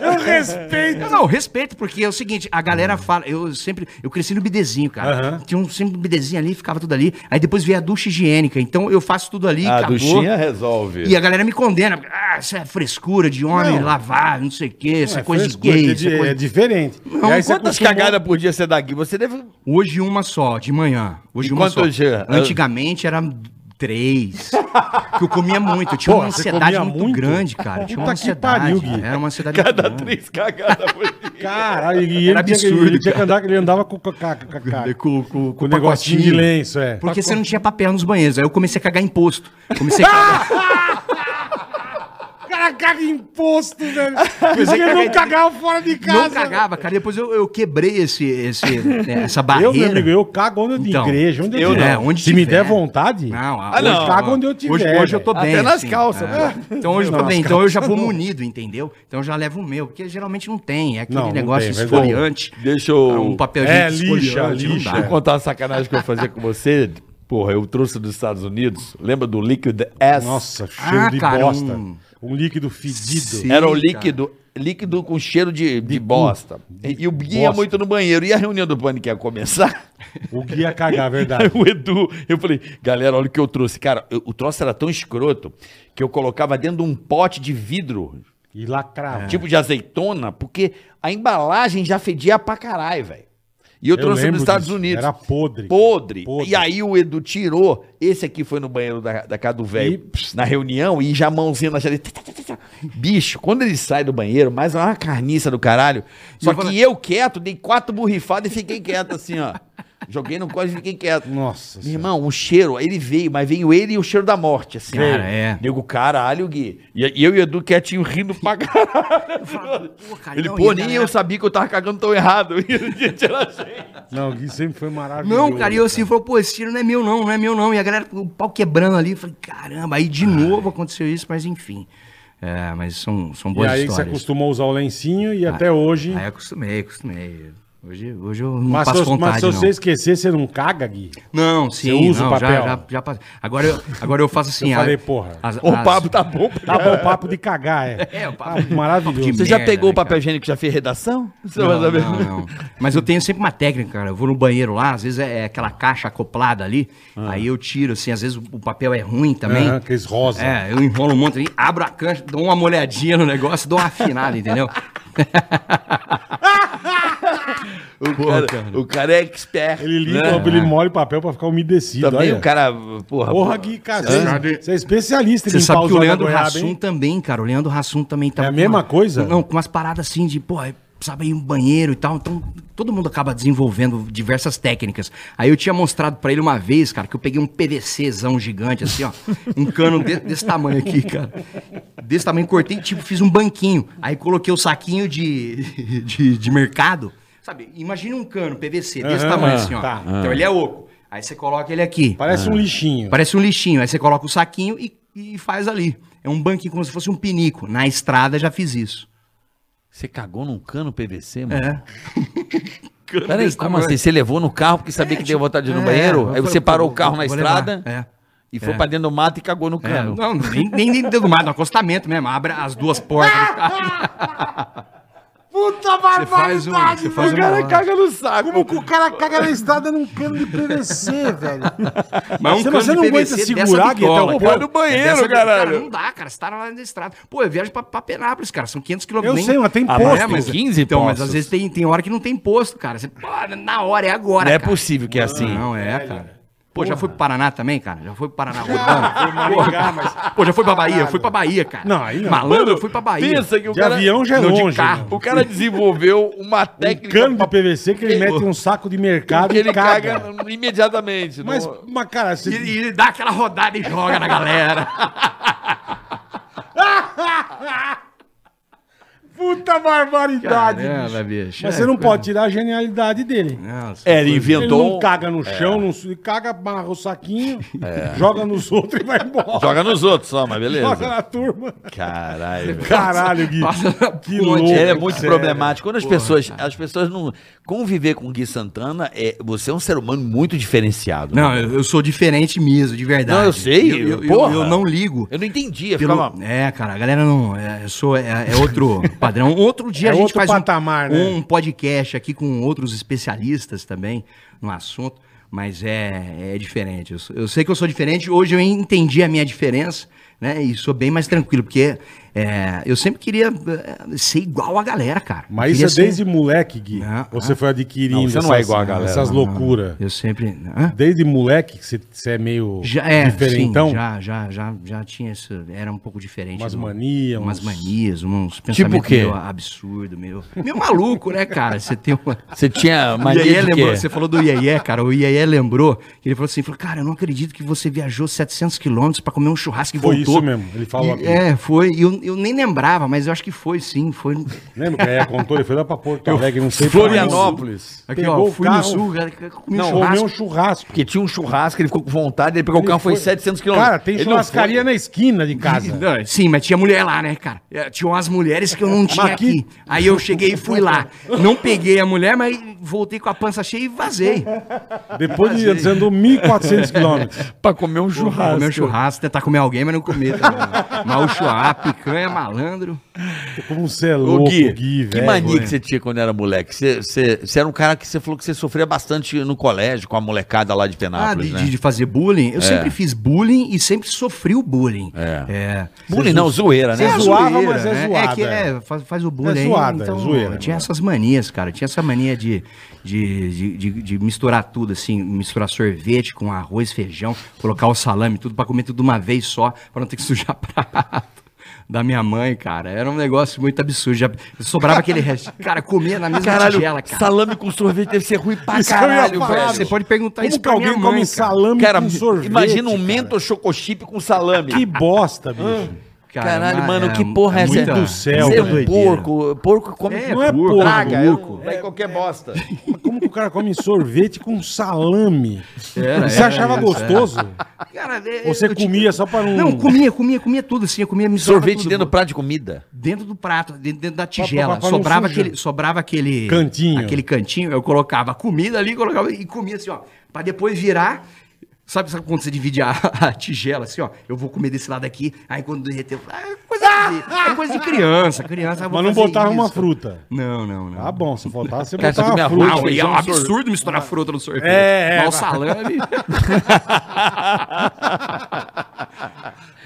Eu respeito. Eu não, respeito, porque é o seguinte, a galera fala, eu sempre, eu cresci no bidezinho, cara. Hum. Aham. Tinha um sempre um bidezinho ali, ficava tudo ali. Aí depois veio a ducha higiênica, então eu faço tudo Ah, ali, A acabou. duchinha resolve. E a galera me condena. Ah, isso é frescura de homem, lavar, não sei o quê, isso é, É coisa de frescura, gay. é, isso é di- coisa- é diferente. Não, E aí você Quantas acostumou- cagadas por dia você dá aqui? Você deve. Hoje uma só, de manhã. Hoje E uma quanto só. hoje é? Antigamente era três. que eu comia muito. Eu tinha Pô, uma você ansiedade comia muito, muito? grande, cara. Eu tinha uma Puta que pariu, ansiedade. Gui. era uma ansiedade Cada muito grande. três cagadas por dia. Caralho, e ele, Era tinha, que- absurdo, ele tinha que andar, ele andava com, com, com, com, Com, com, com o negocinho de lenço, é. Porque você não tinha papel nos banheiros. Aí eu comecei a cagar imposto. Comecei a cagar. O cara caga imposto, velho. Porque ele não cagava fora de casa. não cagava, cara. Depois eu, eu quebrei esse, esse, né, essa barreira. Eu, meu amigo, eu cago onde eu de Então, igreja, onde eu, eu tiver. não, onde Se me der tiver. vontade, Não, eu ah, não. cago onde eu tiver. Hoje, hoje eu tô Até bem. nas calças, é. né? Então hoje eu tô Nas bem. Então eu já vou munido, entendeu? Então eu já levo o meu, porque geralmente não tem. É aquele Não, não negócio tem, verdade. esfoliante. Deixa eu- Um papelzinho É, lixa, esfoliante, não lixa. dá. Deixa eu contar uma sacanagem que eu vou fazer com você. Porra, eu trouxe dos Estados Unidos. Lembra do Liquid S? Nossa, cheiro Ah, de cara, bosta. um- Um líquido fedido. Sim. Era o cara. líquido, líquido com cheiro de, de bosta. E, e o Gui ia bosta. muito no banheiro. E a reunião do pânico ia começar. O Gui ia cagar, é Aí verdade. o Edu, eu falei, galera, olha o que eu trouxe. Cara, eu- o troço era tão escroto que eu colocava dentro de um pote de vidro, E lacrava. É. tipo de azeitona, porque a embalagem já fedia pra caralho, velho. E eu, Eu trouxe lembro dos Estados disso. Unidos. Era podre. Podre. Podre. E aí o Edu tirou. Esse aqui foi no banheiro da, da casa do E, velho, pss, na reunião, e já a mãozinha na janela. tá, tá, tá, tá, tá. Bicho, quando ele sai do banheiro, mais uma carniça do caralho. Só Eu vou- que eu quieto, dei quatro borrifadas e fiquei quieto assim, ó. Joguei no código e fiquei quieto. Nossa Meu irmão, o cheiro, ele veio, mas veio ele e o cheiro da morte, assim. Cara, é. Digo, caralho, Gui. E e eu e o Edu quietinho rindo pra caralho. falava, pô, cara, ele, não, e pô, a nem galera- eu sabia que eu tava cagando tão errado. E ele ia tirar jeito. Não, o Gui sempre foi maravilhoso. Não, cara, e eu assim, falou, pô, esse tiro não é meu não, não é meu não. E a galera, o pau quebrando ali, eu falei, caramba, aí de novo aconteceu isso, mas enfim. É, mas são, são E boas aí você histórias. acostumou a usar o lencinho e até hoje. Ah, Aí acostumei, acostumei. Hoje, hoje eu não Mas se, passo eu- vontade, mas se não. você esquecer, você não caga, Gui? Não, sim, usa o não, já- papel? Já, já, passo. Agora eu, agora eu faço assim. Eu falei, a- porra. as- O as- papo tá bom. Tá bom o papo de cagar, é. É, o papo- Papo maravilhoso. papo de Você já merda, pegou né, o papel cara? higiênico que já fez redação? Você Não, vai saber. não, não. Mas eu tenho sempre uma técnica, cara. Eu vou no banheiro lá, às vezes é aquela caixa acoplada ali, aí eu tiro, assim, às vezes o- o papel é ruim também. Ah. Aham, aqueles rosa. É, eu enrolo um monte ali, abro a cancha, dou uma molhadinha no negócio, dou uma afinada, entendeu? O, Pô, cara, cara. o cara é expert. Ele né? limpa, ele molha o papel pra ficar umedecido. Também olha. o cara, porra. Porra, Gui, cara, você, sabe- você é especialista Você sabe que o os olhos da Leandro goiaba, Hassum hein? também, cara. O Leandro Hassum também tá. É a mesma coisa? Não, com umas paradas assim de, pô, sabe ir no banheiro e tal. Então, todo mundo acaba desenvolvendo diversas técnicas. Aí eu tinha mostrado pra ele uma vez, cara, que eu peguei um PVCzão gigante, assim, ó. um cano de- desse tamanho aqui, cara. Desse tamanho, cortei, tipo, fiz um banquinho. Aí coloquei o saquinho de, de, de mercado. Sabe, imagina um cano PVC desse Aham, tamanho, assim, ó. tá. Então ele é oco. Aí você coloca ele aqui. Parece um lixinho. Parece um lixinho. Aí você coloca o saquinho e, e faz ali. É um banquinho como se fosse um pinico. Na estrada já fiz isso. Você cagou num cano PVC, mano? É. Peraí, como assim? Você levou no carro porque sabia que deu vontade de ir no É, banheiro? eu Aí você falei, parou o vou- carro vou na levar. estrada É. e foi pra dentro do mato e cagou no É, cano. não, nem, nem, nem dentro do mato, no acostamento mesmo. Abre as duas portas. do carro. Puta Você faz um. Você faz um. caga no saco. Como que o cara caga na estrada num cano de PVC, velho? Mas é um Você- você não aguenta segurar, Gui, até o- Guilherme? Vai no banheiro, caralho. não dá, cara. Você tá lá na estrada. Pô, eu viajo pra, pra Penápolis, cara. São 500 Eu quilômetros. nem- sei, mas tem Ah, posto. é, mas- tem 15 Então, mas postos. às vezes tem, tem hora que não tem posto, cara. Você, pô, na hora, é agora, Não é cara. possível que é assim. Não, é, cara. Pô, já fui pro Paraná também, cara? Já fui pro Paraná rodando. Maringá, Porra. mas- Pô, já fui pra Bahia, eu fui pra Bahia, cara. Não, aí não. Malandro, eu fui pra Bahia. Pensa que o De cara... avião já é Não, de longe. carro. né? O cara desenvolveu uma Um técnica cano de pra- PVC que ele mete um saco de mercado tá que ele e caga. caga, imediatamente. não- Mas, mas, cara, E, você... e dá aquela rodada e joga na galera. puta barbaridade. bicho. bicho. Mas você não pode tirar a genialidade dele. Nossa. É, ele Ele não inventou... É. caga no chão, não su- ele caga, amarra o saquinho, joga nos outros e vai embora. Joga nos outros só, Joga mas beleza. na turma. Caralho, velho. Caralho, Gui. Passa na Que ponte. louco. Ele é muito sério. problemático. Quando as pessoas, as pessoas não conviver com o Gui Santana, é, você é um ser humano muito diferenciado. né? Não, eu, eu sou diferente mesmo, de verdade. Não, eu sei, Eu, eu- eu- porra. eu não ligo. eu não entendia, Pelo- ficava É, cara, a galera não. É, eu sou, é, é outro padrão. Outro dia É a gente outro faz patamar, um, né? um podcast aqui com outros especialistas também no assunto, mas é, é diferente. Eu, sou- eu sei que eu sou diferente, hoje eu entendi a minha diferença, né? E sou bem mais tranquilo, porque é, eu sempre queria é, ser igual a galera, cara. Eu Mas queria isso ser- é desde moleque, Gui. Ah, Você foi adquirindo Não, você não é igual a galera. essas loucuras. Eu sempre. Hã? Desde moleque que você- você é meio Já é, diferentão. sim, já, já, já, já tinha isso, era um pouco diferente. Umas do- manias, Umas uns- Tipo manias, uns pensamentos o quê? meio absurdo, meio, meio maluco, né, cara? Você tem uma... Você tinha O Iê mania de é? lembrou, quê? você falou do Iê, cara, o Iê lembrou, que ele falou assim, falou, cara, eu não acredito que você viajou 700 quilômetros pra comer um churrasco e Foi voltou. isso mesmo, ele falou E- aqui. É, foi, e eu, eu nem lembrava, mas eu acho que foi sim, foi... um, Lembra que aí contou? Ele foi lá pra Porto Alegre, não sei pra Florianópolis. Aqui, Pegou ó, o fui carro. no sul, cara, comi onde. Comeu um churrasco. um churrasco. Porque tinha um churrasco, ele ficou com vontade, ele pegou o carro, foi, 700 quilômetros. Cara, tem Ele não churrascaria foi. na esquina de casa. Não, sim, mas tinha mulher lá, né, cara? É, Tinha umas mulheres que eu não tinha Mas que- aqui. Aí eu cheguei e fui lá. Não peguei a mulher, mas voltei com a pança cheia e vazei. Depois de você andou 1.400 quilômetros. Pra comer um churrasco. Comer um churrasco, tentar comer alguém, mas não comer. também. Mas o churrasco, a picanha, malandro. Como você é Ô, louco, Gui, Gui, que velho. né? mania que você tinha quando era moleque? Você, você- você era um cara que você falou que você sofria bastante no colégio com a molecada lá de Ah, Penápolis, de, né? de- de fazer bullying? Eu sempre fiz bullying e sempre sofri o bullying. É. é. Bullying não, zoeira, né? Você É zoava, zoeira, mas é né? zoada, É que é. é, faz, faz o bullying. aí, zoada, é então, zoeira, eu tinha essas manias, cara. Eu tinha essa mania de, de, de, de- de misturar tudo, assim, misturar sorvete com arroz, feijão, colocar o salame, tudo pra comer tudo de uma vez só, pra não ter que sujar prato. Da minha mãe, cara. Era um negócio muito absurdo. Já sobrava aquele resto. Cara, comia na mesma Caralho, tigela, cara. salame com sorvete deve ser ruim pra Isso que eu ia caralho, falar, velho. Você pode perguntar Como isso que pra minha alguém mãe, come cara. salame Cara, com sorvento? imagina um cara? mento chocochip com salame. Que bosta, bicho. Cara, Caralho, mas- mano, é, que porra é essa? muita- Meu Deus do céu, Você é um velho. porco, porco come É, Não é porco, porco. praga, é maluco. um- é qualquer bosta. Mas Como que o cara come sorvete com salame? Era, você era achava isso, gostoso? Cara, é- Ou você eu tinha- comia só pra não... Não, comia, comia, comia tudo assim, eu comia misturava Sorvete tudo, dentro do pô. prato de comida. dentro do prato, dentro, dentro da pra- tigela. um pra não sobrava, sujar. aquele, sobrava aquele Cantinho. aquele cantinho, eu colocava a comida ali, colocava e comia assim, ó, Pra depois virar. Sabe, sabe quando você divide a, a tigela assim, ó, eu vou comer desse lado aqui, aí quando derreter, ah, é coisa de, é coisa de criança, criança, eu vou Mas não fazer botava isso. uma fruta. Não, não, não. Tá bom, se faltasse, você Cara, você botava uma come arroz, fruta. Então, Não, e é feijão, um sorvete. absurdo misturar fruta no sorvete. Ah. É, é, Mal mas- salame.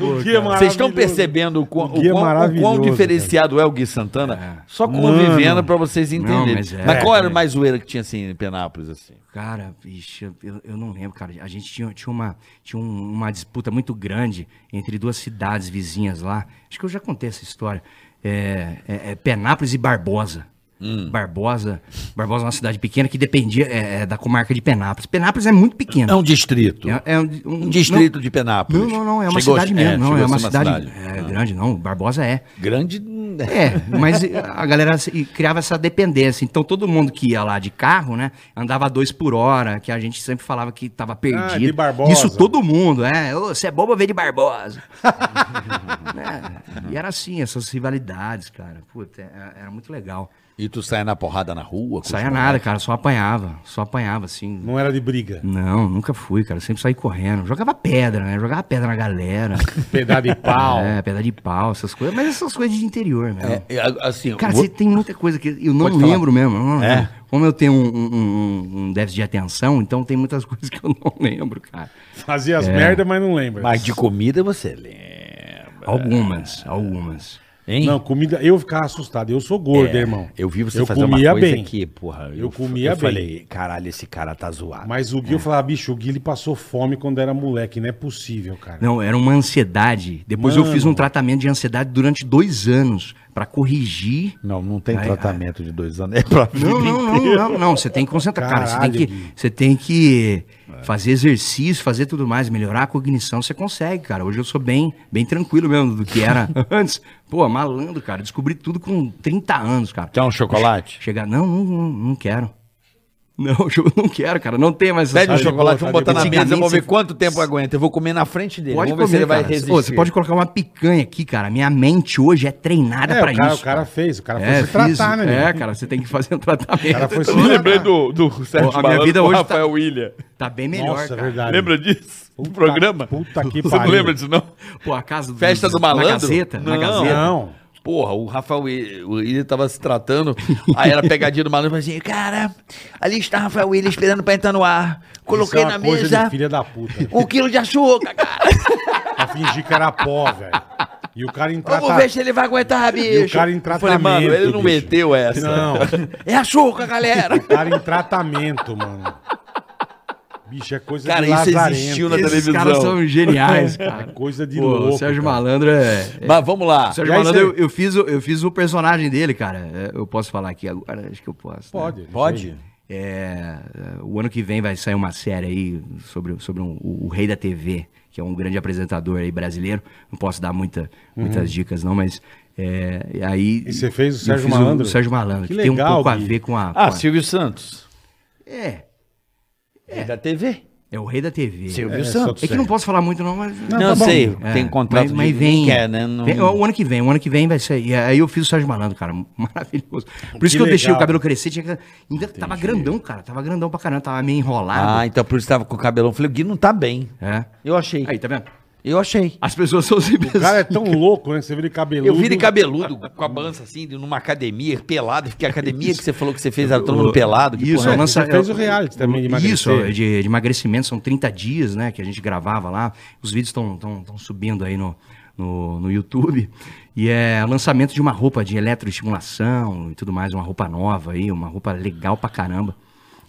O que é Vocês estão maravilhoso. percebendo o quão, O o Gui é quão- o quão maravilhoso, diferenciado é o Gui Santana? Só convivendo pra vocês entenderem. mas, mas é, qual era é. mais zoeira que tinha assim em Penápolis? Assim? Cara, vixe, eu- eu, eu não lembro, cara. A gente tinha, tinha, uma, tinha um- uma disputa muito grande entre duas cidades vizinhas lá. Acho que eu já contei essa história. É, é- é Penápolis e Barbosa. Hum. Barbosa. Barbosa é uma cidade pequena que dependia é, é, da comarca de Penápolis. Penápolis é muito É pequena. um distrito. É- é Um distrito não- de Penápolis. Não, não, não. É uma Chegou a- cidade é, mesmo. não, chegou é a uma ser uma cidade, cidade. Ah. é, grande, não. Barbosa é. Grande. né? É, mas a galera se- criava essa dependência. Então todo mundo que ia lá de carro, né, andava a dois por hora, que a gente sempre falava que tava perdido. Ah, de Barbosa. Isso todo mundo, é. Ô, Você é bobo, vem de Barbosa. É, E era assim, essas rivalidades, cara. Puta, é- era muito legal. E tu saia na porrada na rua? com os Saía moleques? nada, cara, só apanhava. Só apanhava, assim. Não era de briga. Não, nunca fui, cara. Sempre saí correndo. Jogava pedra, né? Jogava pedra na galera. Pedaço de pau. É, pedra de pau, essas coisas. Mas essas coisas de interior, mesmo. É, é, a- assim, Cara, vou- você tem muita coisa que eu não Pode falar. lembro mesmo. eu não É? lembro. Como eu tenho um, um- um- um déficit de atenção, então tem muitas coisas que eu não lembro, cara. É. Fazia as merdas, merda, mas não lembra. mas de comida você lembra. Algumas, algumas. um, Hein? Não, comida. Eu ficava assustado. Eu sou gordo, É, irmão. Eu vi você eu fazer uma comia coisa bem. que, porra. Eu comia eu bem. falei, caralho, esse cara tá zoado. Mas o Gui, eu falava, bicho, o Gui ele passou fome quando era moleque. Não é possível, cara. Não, era uma ansiedade. Depois eu Mano. fiz um tratamento de ansiedade durante dois anos pra corrigir. Não, não tem Ai, tratamento de dois anos. É pra vida Não, não, não, inteira. não, não. Você tem que concentrar, cara. Você tem Caralho, que, Gui. você tem que É. fazer exercício, fazer tudo mais, melhorar a cognição. Você consegue, cara. Hoje eu sou bem, bem tranquilo mesmo do que era antes. Pô, malandro, cara. Descobri tudo com 30 anos, cara. Quer um chocolate? Chegar, não, não, não, não quero. Não, eu não quero, cara. Não tem mais. essa Pede um Sabe saúde. chocolate, botar vamos botar na depois. mesa, vamos ver Antigamente você- quanto tempo aguenta. Eu vou comer na frente dele. Pode vamos ver comer, se ele vai cara. resistir. Ô, você pode colocar uma picanha aqui, cara. Minha mente hoje é treinada É, pra o cara, isso. o cara fez, o cara foi É, se tratar, fiz- né? meu? é, cara, você tem que fazer um tratamento. O cara foi se Eu me tratar. lembrei do, do Sérgio minha Malandro vida com o hoje tá- Rafael William. Tá bem melhor, Nossa, é cara. verdade. Lembra disso? Puta- do programa? puta que Você não pariu. lembra disso, não? Pô, a casa do Festa do Malandro? Na Gazeta, na Não. Gazeta. Não. Porra, o Rafael Willi- o Willi tava se tratando, aí era pegadinha do malandro, e assim, cara, ali está Rafael Willi esperando pra entrar no ar. Coloquei Isso é na uma coisa mesa de filha da puta. um quilo de açúcar, cara. Pra fingir que era pó, velho. E o cara em Vamos trata- ver se ele vai aguentar, bicho. E o cara em Eu Falei, mano, ele não tratamento, bicho. meteu essa. Não. É açúcar, galera. O cara em tratamento, mano. Bicho, é coisa Cara, de isso lazarento. existiu na Esses televisão. caras são geniais, cara. É coisa de Pô, louco. o Sérgio cara. Malandro é... é- Mas vamos lá. O Sérgio E aí, Malandro, eu, você- eu fiz, o- eu fiz o personagem dele, cara. É, Eu posso falar aqui agora? Acho que eu posso. né? Pode. Pode? isso É, o ano que vem vai sair uma série aí sobre, sobre um- o, o Rei da TV, que é um grande apresentador aí brasileiro. Não posso dar muita, muitas dicas, não, mas. é, e aí, E você fez o eu Sérgio fiz Malandro? O Sérgio Malandro, Que que, tem legal, um pouco a Gui. ver com a. com Ah, a- Silvio Santos. É, É. Da TV. é o Rei da TV. Silvio aí. É, só Santos. do É que não posso falar muito, não, mas. Não, tá bom. sei, É, tem um contrato mas, mas de vem, quer, né? Não- vem- O ano que vem, o ano que vem vai ser. E aí eu fiz o Sérgio Malandro, cara, maravilhoso. Por isso que, eu legal. deixei o cabelo crescer, tinha que- ainda tava grandão, cara, tava grandão pra caramba, tava meio enrolado. Ah, então por isso tava com o cabelão. Eu Falei, o Gui não tá bem. É. Eu achei. Aí, tá vendo? Eu achei. As pessoas são sempre O cara é tão louco, né? Você vira ele cabeludo. Eu vi ele cabeludo, com a bança assim, de- numa academia, pelado, porque a academia que você falou que você fez era todo mundo pelado. que Isso, porra a é né? essa? nossa- Você fez o reality também de emagrecer. Isso, de, de emagrecimento, são 30 dias, né, que a gente gravava lá. Os vídeos estão subindo aí no, no, no YouTube. E é lançamento de uma roupa de eletroestimulação e tudo mais, uma roupa nova aí, uma roupa legal pra caramba.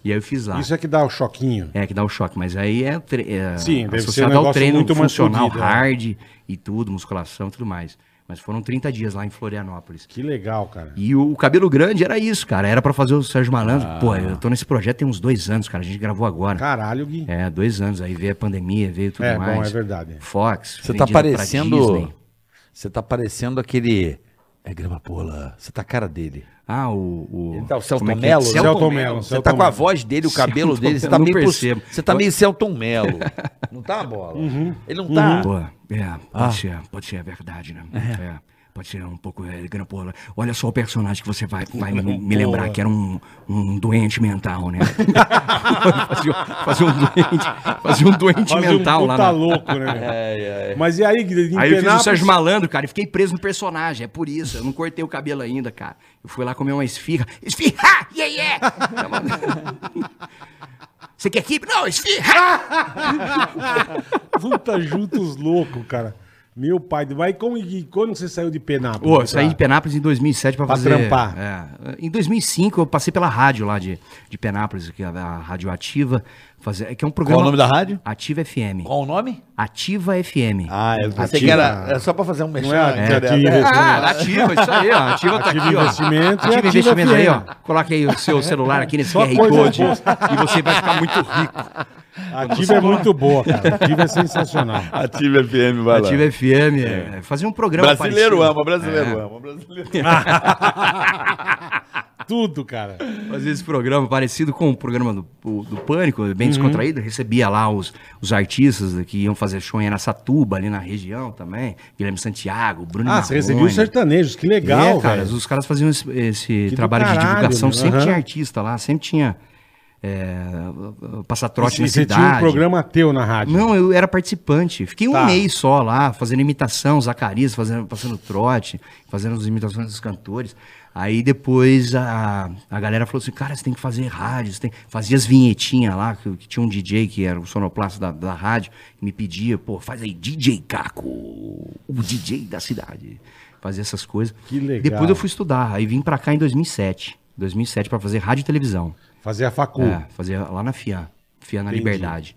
E aí eu fiz lá. Isso é que dá o choquinho. É, que dá o choque, mas aí é, tre- é Sim, deve ser um associado ao negócio treino muito mais funcional, fudido, é. hard e tudo, musculação e tudo mais. Mas foram 30 dias lá em Florianópolis. Que legal, cara. E o cabelo grande era isso, cara. Era pra fazer o Sérgio Malandro. Pô, eu tô nesse projeto tem uns dois anos, cara. A gente gravou agora. Caralho, Gui. É, dois anos. Aí veio a pandemia, veio tudo É, bom, mais. é verdade. Fox. Você tá vendido pra parecendo. Disney. Você tá parecendo aquele. É grama pola. Você tá a cara dele. Ah, o. o... Ele tá o Celton como é que é? Mello? Celton- Celton Mello. Mello, Você Celton tá com a Mello. voz dele, o cabelo Celton dele. Você Mello, tá eu não meio. pro- percebo. Você tá meio Celton Mello. Não tá, bola? Ele não tá. Pô, é, pode, Ah. ser, pode ser, é verdade, né? É. Pode ser um pouco é, grampola. Olha só o personagem que você vai, vai me, me lembrar, que era um, um doente mental, né? fazer, um doente, fazia um doente Faz um mental lá. puta na- louco, né? Mas e aí, Gui? Em Aí eu fiz o Penápolis- Sérgio Malandro, cara, e fiquei preso no personagem, é por isso. Eu não cortei o cabelo ainda, cara. Eu fui lá comer uma esfirra. Esfirra! Yeah, yeah! Você quer que... Não, esfirra! Puta, juntos loucos, cara. Meu pai. do- Mas como, e quando você saiu de Penápolis? Pô, eu saí de Penápolis em 2007 pra Pra fazer... trampar. É. Em 2005 eu passei pela rádio lá de, de Penápolis, que é a Rádio Ativa, fazer, que é um programa... Qual o nome da rádio? Ativa FM. Qual o nome? Ativa FM. Ah, eu pensei Ativa. que era. Era só pra fazer um merchan. Não é, é, né? que- Ah, ativa, isso aí, ó. Ativa tá Ativa aqui, ó. investimento e Ativa ativa investimento aí, ó. FM. Coloque aí o seu celular aqui nesse Só QR coisa Code boa. e você vai ficar muito rico. A Ativa é muito boa, cara. A Ativa é sensacional. Ative FM, vai lá. Tá. Ativa FM, é. fazer um programa é. Brasileiro parecido. ama, brasileiro É. ama, brasileiro Ah, Tudo, cara. Fazer esse programa parecido com o programa do, o- do Pânico, bem Uhum. descontraído. Recebia lá os, os artistas que iam fazer show em Aracatuba, ali na região também. Guilherme Santiago, Bruno Ah, você recebeu os Marrone. sertanejos. Que legal, é, cara, velho. os caras faziam esse, esse do trabalho de caralho, divulgação. meu, Sempre aham. tinha artista lá, sempre tinha é, passatrote E na você cidade. tinha um programa teu na rádio. Não, eu era participante. Fiquei um Tá. mês só lá, fazendo imitação, Zacarias, fazendo, passando trote, fazendo as imitações dos cantores. Aí depois a, a galera falou assim, cara, você tem que fazer rádio, você tem... fazia as vinhetinhas lá, que, que tinha um DJ que era o sonoplasta da, da rádio, que me pedia, pô, faz aí DJ Caco, o DJ da cidade. fazer essas coisas. Que legal. Depois eu fui estudar, aí vim pra cá em 2007. 2007 pra fazer rádio e televisão. Fazer a facu. É, fazia lá na FIAN, FIAN na Entendi. Uhum. Liberdade.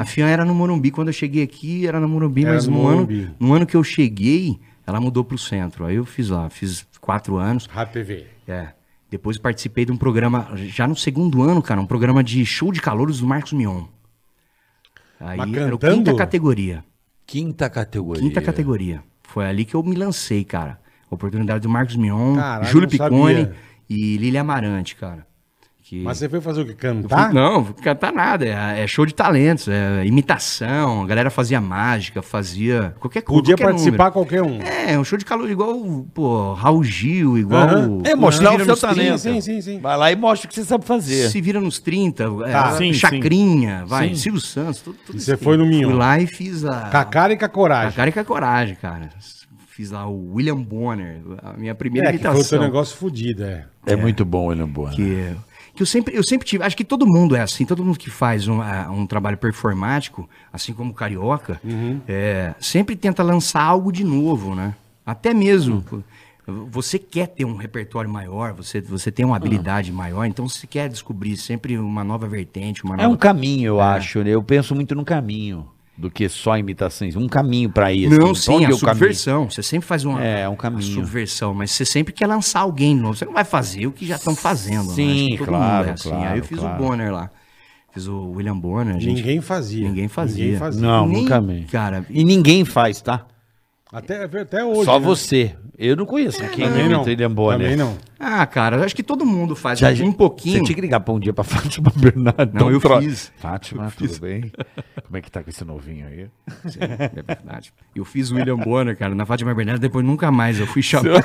A FIAN era no Morumbi, quando eu cheguei aqui era no Morumbi, Era mas no no, Morumbi. Ano, no ano que eu cheguei, ela mudou pro centro. Aí eu fiz lá, fiz quatro anos. Rádio TV. É. Depois eu participei de um programa, já no segundo ano, cara, um programa de show de calouros do Marcos Mion. Aí Mas era o cantando? quinta categoria. Quinta categoria. Quinta categoria. Foi ali que eu me lancei, cara. Oportunidade do Marcos Mion, Caralho, Júlio não Piccone sabia. e Lilia Amarante, cara. Que... Mas você foi fazer o quê? Eu Cantar? falei, não, vou cantar nada. É, é show de talentos, é imitação. A galera fazia mágica, fazia qualquer coisa. Podia participar qualquer um. É, um show de calor igual, pô, Raul Gil, igual. Aham. o- É mostrar o Vira seu nos trinta, talento. sim, sim, sim. Vai lá e mostra o que você sabe fazer. Se vira nos 30, é, É. Tá. sim, Chacrinha, vai, Sim. Silvio Santos, tudo, tudo E isso você aqui. foi no Minho. Fui lá e fiz a. Com a cara e com a a coragem. cara e com a coragem, cara. Fiz lá o William Bonner, a minha primeira É, que foi o seu imitação. negócio fudido, é. É, muito bom, William Bonner. que, que eu sempre eu sempre tive acho que todo mundo é assim todo mundo que faz um, ah, um trabalho performático assim como o carioca Uhum. é, sempre tenta lançar algo de novo né até mesmo Uhum. pô, você quer ter um repertório maior você você tem uma habilidade Ah. maior então você quer descobrir sempre uma nova vertente uma nova É um caminho, eu acho, né? Eu penso muito no caminho do que só imitações. Um caminho pra isso. não, Pra Então, sim, onde a eu caminho? subversão. Você sempre faz uma, É, é um a caminho. subversão, mas você sempre quer lançar alguém novo. Você não vai fazer o que já estão fazendo. né? Sim, Acho que claro, claro, Aí eu fiz claro. o Bonner lá. Fiz o William Bonner. a gente- Ninguém fazia. Ninguém fazia. Ninguém fazia. Não, Nem- nunca amei. Cara, E ninguém faz, tá? Até, até hoje. só né? você. Eu não conheço quem Também imita não. William Bonner. Também não. ah, cara, eu acho que todo mundo faz né? Já- um pouquinho. Você tinha que ligar pra um dia pra Fátima Bernardo. Não, eu Tro- fiz. um Fátima, tudo bem? Como é que tá com esse novinho aí? Sim, é verdade. Eu fiz o William Bonner, cara, na Fátima Bernardes, depois nunca mais eu fui chamado.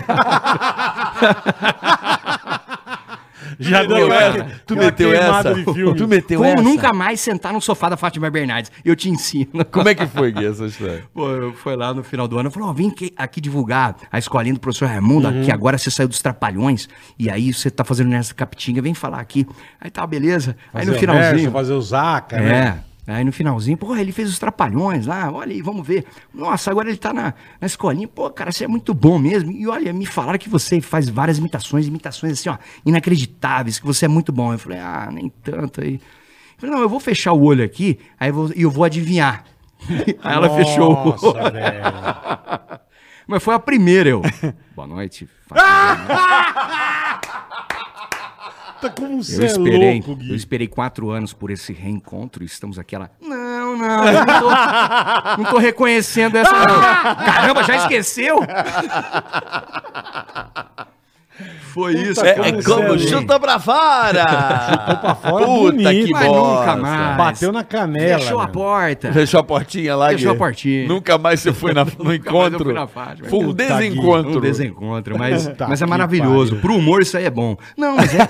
Já deu essa? Tu Aquela meteu queimada essa? de filme. Tu meteu Como essa? nunca mais sentar no sofá da Fátima Bernardes? Eu te ensino. Como é que foi, Gui, essa história? Pô, eu fui lá no final do ano, eu falei, ó, vim aqui, aqui divulgar a escolinha do professor Raimundo, Uhum. que agora você saiu dos trapalhões, e aí você tá fazendo nessa capitinga, vem falar aqui. Aí tá, beleza. Fazer Aí no o verso, finalzinho. fazer o Zaca, né? É. Aí no finalzinho, porra, ele fez os trapalhões lá, olha aí, vamos ver. Nossa, agora ele tá na, na escolinha, pô, cara, você é muito bom mesmo. E olha, me falaram que você faz várias imitações, imitações assim, ó, inacreditáveis, que você é muito bom. Eu falei, ah, nem tanto aí. Eu falei, não, eu vou fechar o olho aqui, aí eu vou- e eu vou adivinhar. aí ela fechou o olho. Nossa, velho. Mas foi a primeira, eu. Boa noite. Fátima. Tá como você eu é esperei. louco, Gui. eu esperei quatro anos por esse reencontro e estamos aqui. Ela. Não, não, eu não tô, não tô reconhecendo essa. não. Caramba, já esqueceu? foi isso. Puta, É, como é você como é chuta. Chuta pra fora! Chutou pra fora Puta bonito. que Mas bosta. nunca mais. Bateu na canela. Fechou a né? porta. Fechou a portinha lá, Fechou Gui? a portinha. Nunca mais você foi na- no mais eu encontro. fui na Fátima. Foi um Puta, desencontro. Um desencontro, mas, Tá mas é que maravilhoso. pariu. Pro humor isso aí é bom. Não, mas é.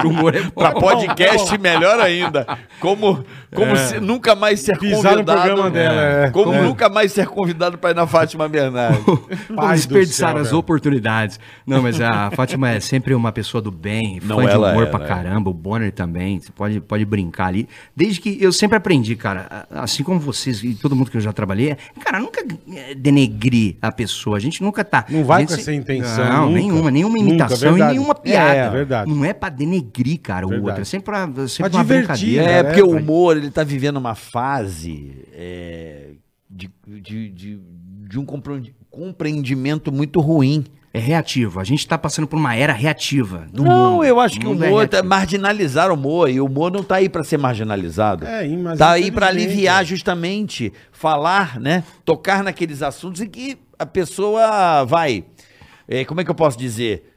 Pro humor é bom. Pra podcast, melhor ainda. Como, como se- nunca mais ser Pisar no convidado. programa dela, é. Como É. nunca mais ser convidado pra ir na Fátima Bernardes. Pai Pai desperdiçar do céu, as velho. oportunidades. Não, mas a Fátima é sempre uma pessoa do bem, Não, fã de ela humor é, ela pra é. caramba, o Bonner também, você pode, pode brincar ali. Desde que eu sempre aprendi, cara, a- assim como vocês e todo mundo que eu já trabalhei, é, cara, nunca eh, denegrir a pessoa, a gente nunca tá... Não vai a gente com se- essa intenção, Não, nunca. nenhuma, nenhuma Nunca, imitação e verdade. nenhuma É, piada. verdade. Não é pra denegrir, cara, o Verdade. outro, é sempre, pra, sempre Pra uma divertir, brincadeira. né? É, É, porque o vai. humor, ele tá vivendo uma fase é, de, de, de, de um compre- compreendimento muito ruim. É reativo, a gente tá passando por uma era reativa do não, mundo. eu acho que o mundo é humor, tá, reativo. marginalizar o humor, e o humor não tá aí pra ser marginalizado. É, e- mas tá aí pra infelizmente, é. né? aliviar justamente, falar, né, tocar naqueles assuntos em que a pessoa vai, eh, como é que eu posso dizer?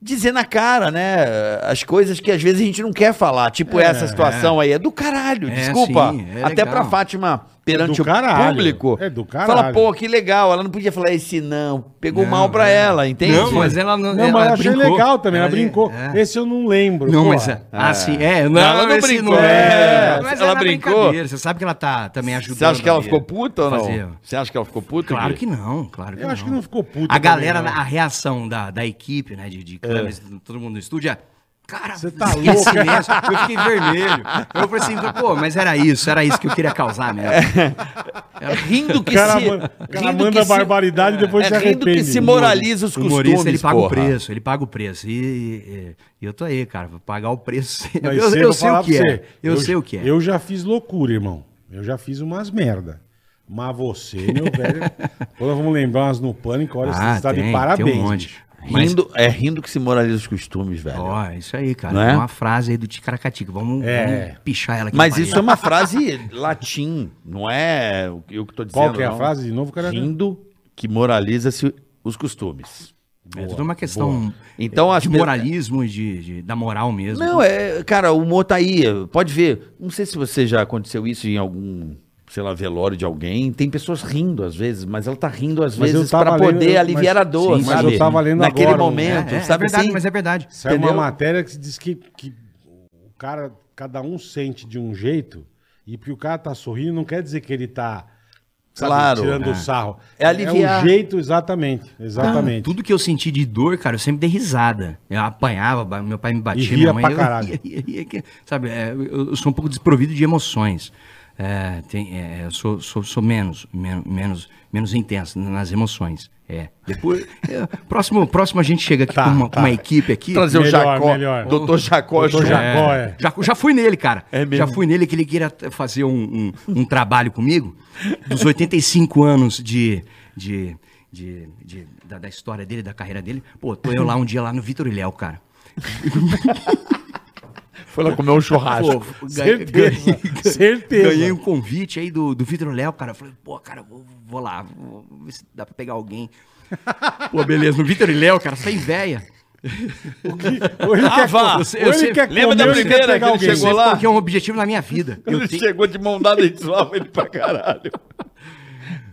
Dizer na cara, né, as coisas que às vezes a gente não quer falar, tipo essa situação aí, é do caralho, É, desculpa, sim, é até legal. pra Fátima perante do o caralho, público, é do fala, caralho. pô, que legal, ela não podia falar esse não, pegou Não, mal pra é. ela, entende? Não, mas ela não. Não, ela mas eu achei brincou. legal também. Ela, li- brincou. é. Esse eu não lembro. Não, porra. mas. é- Ah, sim. É, não, ela não esse brincou, é. é. Mas Ela é na brincou. brincadeira, Você sabe que ela tá também ajudando. Você acha que ela ali. ficou puta ou não? Fazer. Você acha que ela ficou puta? Claro Gui? que não, claro que Eu não. acho que não ficou puta A também, galera, não. a reação da, da equipe, né, de, de câmeras, todo mundo no estúdio é. cara, Você tá fiquei louco. em silêncio, eu fiquei vermelho. Eu falei assim, pô, mas era isso, era isso que eu queria causar mesmo. É, Rindo O que cara, se. man- o cara rindo manda que se- barbaridade e depois é, se rindo arrepende. que se moraliza os O humorista, costumes, ele paga o porra. preço, ele paga o preço. E, e- e eu tô aí, cara, vou pagar o preço. Mas eu cê, eu vou sei falar o que pra é, você, eu, sei o que é. Eu já fiz loucura, irmão. Eu já fiz umas merda. Mas você, meu velho, quando vamos lembrar umas no pânico, olha, Ah, você está tem, de tem parabéns. um monte. bicho. Mas- Rindo, É rindo que se moraliza os costumes, velho. Ó, isso aí, cara. Não é? É uma frase aí do Ticaracatica. Vamos, É. vamos pichar ela aqui. Mas na isso é parede. uma frase latim, não é o que eu que tô dizendo. Qual que é a não. frase de novo, cara? Rindo que moraliza-se os costumes. É tudo uma questão Então, de acho que- moralismo, e de, de- da moral mesmo. Não, é, cara, o humor tá aí, pode ver. Não sei se você já aconteceu isso em algum, sei lá, velório de alguém. Tem pessoas rindo às vezes, mas ela tá rindo às Mas eu vezes tava para lendo- poder mas- aliviar a dor, sim, mas sabe? eu tava lendo Naquele agora um- momento, É, é, é sabe verdade, assim? mas é verdade. Saiu uma Entendeu? matéria que diz que, que o cara, cada um sente de um jeito, e porque o cara tá sorrindo não quer dizer que ele tá sabe, Claro. tirando É. o sarro. É É aliviar. um jeito, exatamente. Exatamente. Cara, tudo que eu senti de dor, cara, eu sempre dei risada. Eu apanhava, ba- meu pai me batia, E ria minha mãe. pra eu caralho. ria, ria, ria, que- sabe, é, eu, eu sou um pouco desprovido de emoções. É, tem- é, eu sou, sou- sou menos, men- menos, menos intenso nas emoções. É. Depois, é, próximo, próximo a gente chega aqui Tá, com, uma, com tá. uma equipe aqui. Trazer o Melhor, Jacó, melhor. doutor Jacó, Doutor Jacó. Jacó. É, já, já fui nele, cara. É Já fui nele que ele queria t- fazer um, um- um trabalho comigo. Dos 85 anos de. de, de, de- da, da história dele, da carreira dele. Pô, tô eu lá um dia lá no Vitor e Léo, cara. Foi lá comer um churrasco. Pô, ganhei- Certeza, ganhei- ganhei- certeza. Ganhei um convite aí do, do Vitor Léo, cara. Eu Falei, pô, cara, vou, vou lá, vou ver se dá pra pegar alguém. Pô, beleza, no Vitor e Léo, cara, sem véia. Ou ele Ah, quer, vá. ou ele Você- quer lembra comer, da ou ele quer primeira pegar que ele alguém. chegou lá? Porque é um objetivo na minha vida. Eu Ele chegou de mão dada e zoava ele pra caralho.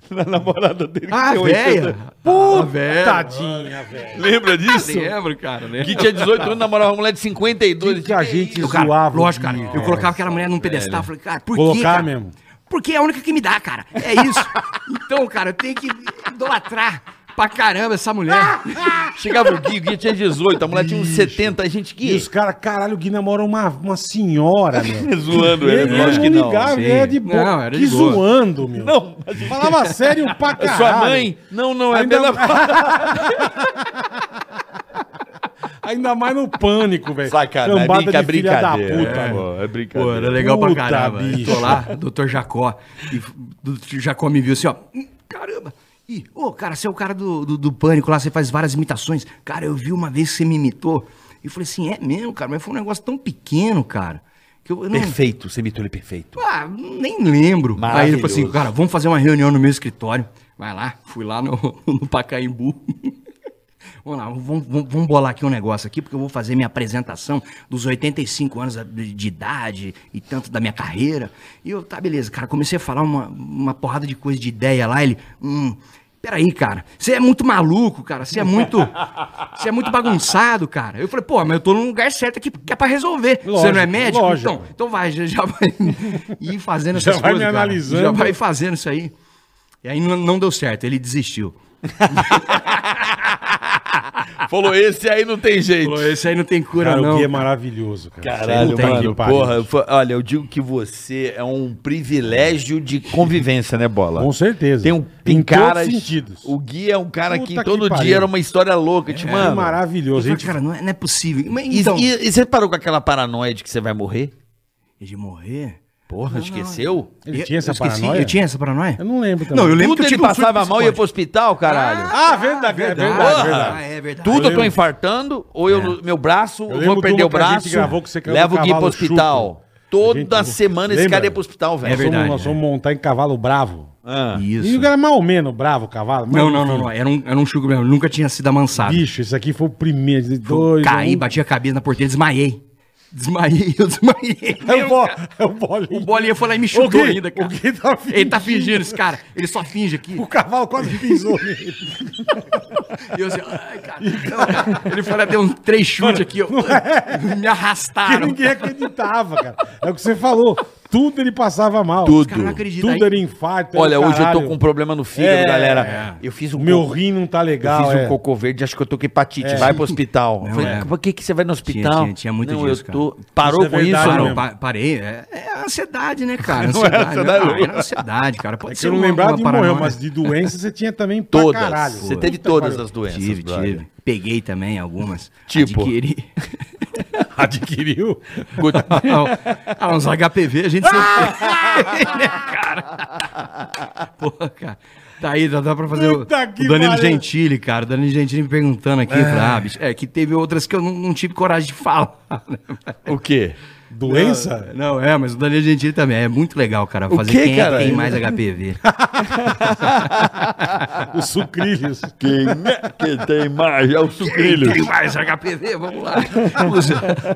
Na namorada dele. que Ah, tem 80. véia! Puta, É. velho! Tadinha, velho. Lembra disso? Lembro, cara, né? Que tinha 18 anos, namorava uma mulher de 52. Que a gente Eu, cara, zoava. lógico, cara. de- Eu colocava aquela mulher num pedestal. Falei, cara, por Colocar quê? cara? mesmo. Porque é a única que me dá, cara. É isso. então, cara, eu tenho que idolatrar pra caramba essa mulher. Chegava o Gui, o Gui tinha 18, a mulher tinha uns 70, a gente E que os caras, caralho, o Gui namora uma, uma senhora, meu. zoando ele, Ele É, lógico não que não. ligava, sim. ele era de boa. Não, era que de boa. zoando, meu. Não, Falava sério pra É caralho. sua mãe? Não, não, é Ainda- dela. Ainda mais no pânico, velho. Sacanagem, Cambada brinca- de filha da brincadeira. puta, É, mano. pô, é Pô, brincadeira. era legal pra Puta, caramba. Eu bicho. Tô lá, doutor Jacó. E o doutor Jacó me viu assim, ó. "Hum, Caramba! Ih, ô, cara, você é o cara do, do, do pânico lá, você faz várias imitações. Cara, eu vi uma vez que você me imitou. E eu falei assim, é mesmo, cara, mas foi um negócio tão pequeno, cara. Que eu, eu não, Perfeito, você imitou ele perfeito. Ah, nem lembro. Aí ele falou assim, cara, vamos fazer uma reunião no meu escritório. Vai lá, fui lá no, no Pacaembu. vamos lá, vamos, vamos- vamos bolar aqui um negócio aqui, porque eu vou fazer minha apresentação dos 85 anos de de idade e tanto da minha carreira. E eu, tá, beleza, cara, comecei a falar uma, uma porrada de coisa de ideia lá, ele. Hum, Peraí, cara, você é muito maluco, cara. Você é muito. Você é muito bagunçado, cara. Eu falei, pô, mas eu tô num lugar certo aqui que é pra resolver. você não é Lógico, médico? lógico. Então, então vai, já, já vai ir fazendo Já essas vai coisas, me cara. analisando. Já vai fazendo isso aí. E aí não, não deu certo, ele desistiu. Falou, esse aí não tem jeito. Falou, esse aí não tem cura, Cara, o não. Gui é maravilhoso, cara. Caralho, Puta que mano, pariu. porra. Foi- Olha, eu digo que você é um privilégio de convivência, né, Bola? Com certeza. Tem um Em tem caras, todos os sentidos. O Gui é um cara Puta que todo que pariu. dia era uma história louca, te É mano. maravilhoso. Eu A falei, gente cara, não é, não é possível. Mas, E, então, e- e você parou com aquela paranoia de que você vai morrer? E de morrer? Porra, esqueceu? Ele Eu- tinha essa eu esqueci, paranoia? Eu tinha essa paranoia? Eu não lembro também. Não, eu lembro Tudo que eu ele tive um surto passava mal e ia pro psicótico. hospital, caralho. Ah, verdade, é verdade, Porra! verdade. É. Ah, é verdade. Tudo eu tô infartando, ou eu, meu braço, eu lembro vou de perder uma o que a gente braço, gravou que você caiu do levo o Gui pro cavalo hospital. chuto. Toda A gente- semana esse Lembra? cara ia pro hospital, velho. um É Nós verdade, fomos, nós é. fomos montar em cavalo bravo. Ah. Isso. E o cara é mais ou menos bravo, o cavalo. mas Não, não, enfim. não, não. Era um, era um chugo mesmo. Nunca tinha sido amansado. Bicho, esse aqui foi o primeiro. de Dois, Caí, um... bati a cabeça na porteira, desmaiei. Desmaiei, eu desmaiei. É o, bo... é o bolinho. O bolinha foi lá e me chutou O Gui- ainda, cara. o Gui tá fingindo. Ele tá fingindo, esse cara. Ele só finge aqui. O cavalo quase pisou nele. E eu assim, ai, cara. Não. Ele foi lá, deu uns três chutes aqui, ó. Me Que arrastaram. é? ninguém acreditava, cara. É o que você falou. Tudo ele passava mal. Tudo. Cara, não acredita. Tudo Aí, era infarto. era Olha, o hoje eu tô caralho. com um problema no fígado, É, galera. Eu fiz um Meu co- rim não tá Eu legal. fiz é. um cocô verde, acho que eu tô com hepatite. Vai pro hospital. Não, Eu falei, é. por que, que você vai no hospital? tinha- tinha muito não, disso, eu tô... Parou Isso é com verdade isso ou Parou, mesmo. não? pa- parei. É, é ansiedade, né, cara? Ansiedade. ansiedade, né? não. Ah, era ansiedade, cara. Pode É que ser eu não uma- lembrava uma de morrer, paranoia. mas de doença você tinha também pra Todas. caralho. Você teve Puta todas pariu. as doenças. Tive, brother. tive. Peguei também algumas. Tipo? Adquiri. Adquiriu. ah, uns HPV, a gente sempre Ah! tem, né, cara? Porra, cara. Tá aí, dá, dá pra fazer o, o Puta que Danilo pariu. Gentili, cara. O Danilo Gentili me perguntando aqui, ah, bicho, é que teve outras que eu não, não tive coragem de falar. né? O quê? Doença? Não, é, mas o Danilo Gentili também. É muito legal, cara, fazer quê, quem é cara? que tem mais HPV. Os sucrilhos. Quem, é que tem mais é o sucrilho. Tem mais HPV, vamos lá.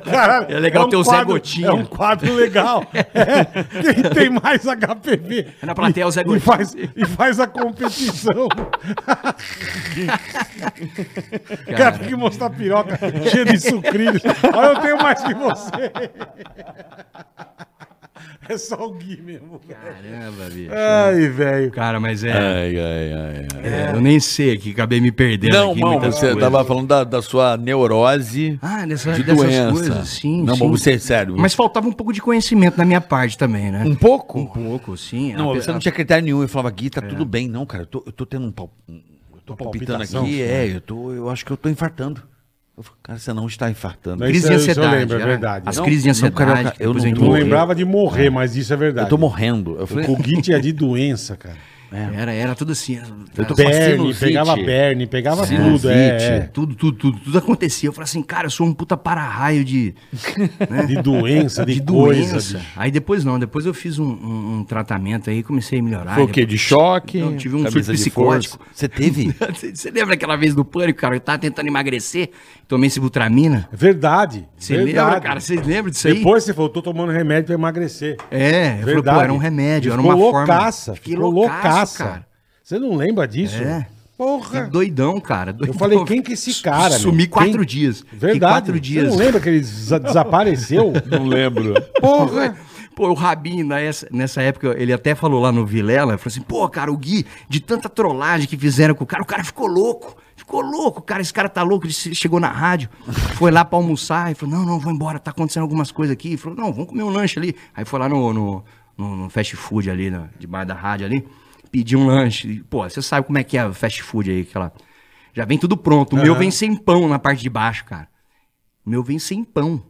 Caralho, É legal ter o Zé quadro- Gotinha. É um quadro legal. É, quem tem mais HPV? É na plateia, o Zé E Gotinha. faz, e faz a competição. O cara tem que mostrar a piroca cheia de sucrilhos. Olha, eu tenho mais que você. É só o Gui mesmo. velho. Caramba, bicho. Ai, velho. É, Cara, mas é, Ai, ai, ai, ai. é, Eu nem sei aqui, acabei me perdendo. Não, aqui, não, muitas você coisas. tava falando da, da sua neurose Ah, dessa, de dessas doença. coisas, sim. não, sim. mas você, sério. Mas faltava um pouco de conhecimento da minha parte também, né? um pouco? Um pouco, sim. Não, é. A você pessoa- não tinha critério nenhum. Eu falava, Gui, tá tudo bem. Não, cara, eu tô, eu tô tendo um pal... Eu tô palpitando palpitação. aqui. É, eu, tô, eu acho que eu tô infartando. Eu falei, cara, você não está infartando. Mas- Crise de Isso eu- isso eu ansiedade. lembro, é era- verdade. As Não, crises de não, cara, ansiedade. eu que depois não a gente tô Não morreu. lembrava de morrer, mas isso é verdade. Eu tô morrendo. Eu falei, O Gui tinha de doença, cara. Era, era tudo assim. Eu tô com uma Berne, sinusite. pegava berne, pegava tudo. Sinusite. É, Tudo, tudo, tudo, tudo acontecia. Eu falei assim, cara, eu sou um puta para-raio de, é. De doença, de, né? de coisa. doença. bicho. Aí depois não, depois eu fiz um, um- um tratamento aí, comecei a melhorar. Foi o quê? Depois- De choque? Não, eu tive um surto Camisa de psicótico. Você teve? Você você lembra aquela vez do pânico, cara? Eu tava tentando emagrecer, tomei sibutramina. É Verdade. Você verdade. lembra, cara? Vocês lembram disso aí? Depois você falou, tô tomando remédio pra emagrecer. É, eu falei, Verdade. pô, era um remédio, era Ficou uma loucaça, forma. Ficou loucaça, cara. Você não lembra disso? É. Porra. Doidão, cara. doidão. falei, quem que é esse cara, meu? Sumi quatro Quem- dias. Fiquei Verdade. quatro dias. Você não lembra que ele desa- desapareceu? Não lembro. Porra. Pô, o Rabinho, nessa, nessa época, ele até falou lá no Vilela, falou assim, pô, cara, o Gui, de tanta trollagem que fizeram com o cara, o cara ficou louco. Ficou louco, cara, esse cara tá louco. Ele se- chegou na rádio, foi lá pra almoçar e falou, não, não, vou embora, tá acontecendo algumas coisas aqui. Ele falou, não, vamos comer um lanche ali. Aí foi lá no, no, no- no fast food ali, na- debaixo da rádio ali, pedir um lanche. E, pô, você sabe como é que é o fast food aí, aquela... Já vem tudo pronto. O meu vem sem pão na parte de baixo, cara. O meu vem sem pão.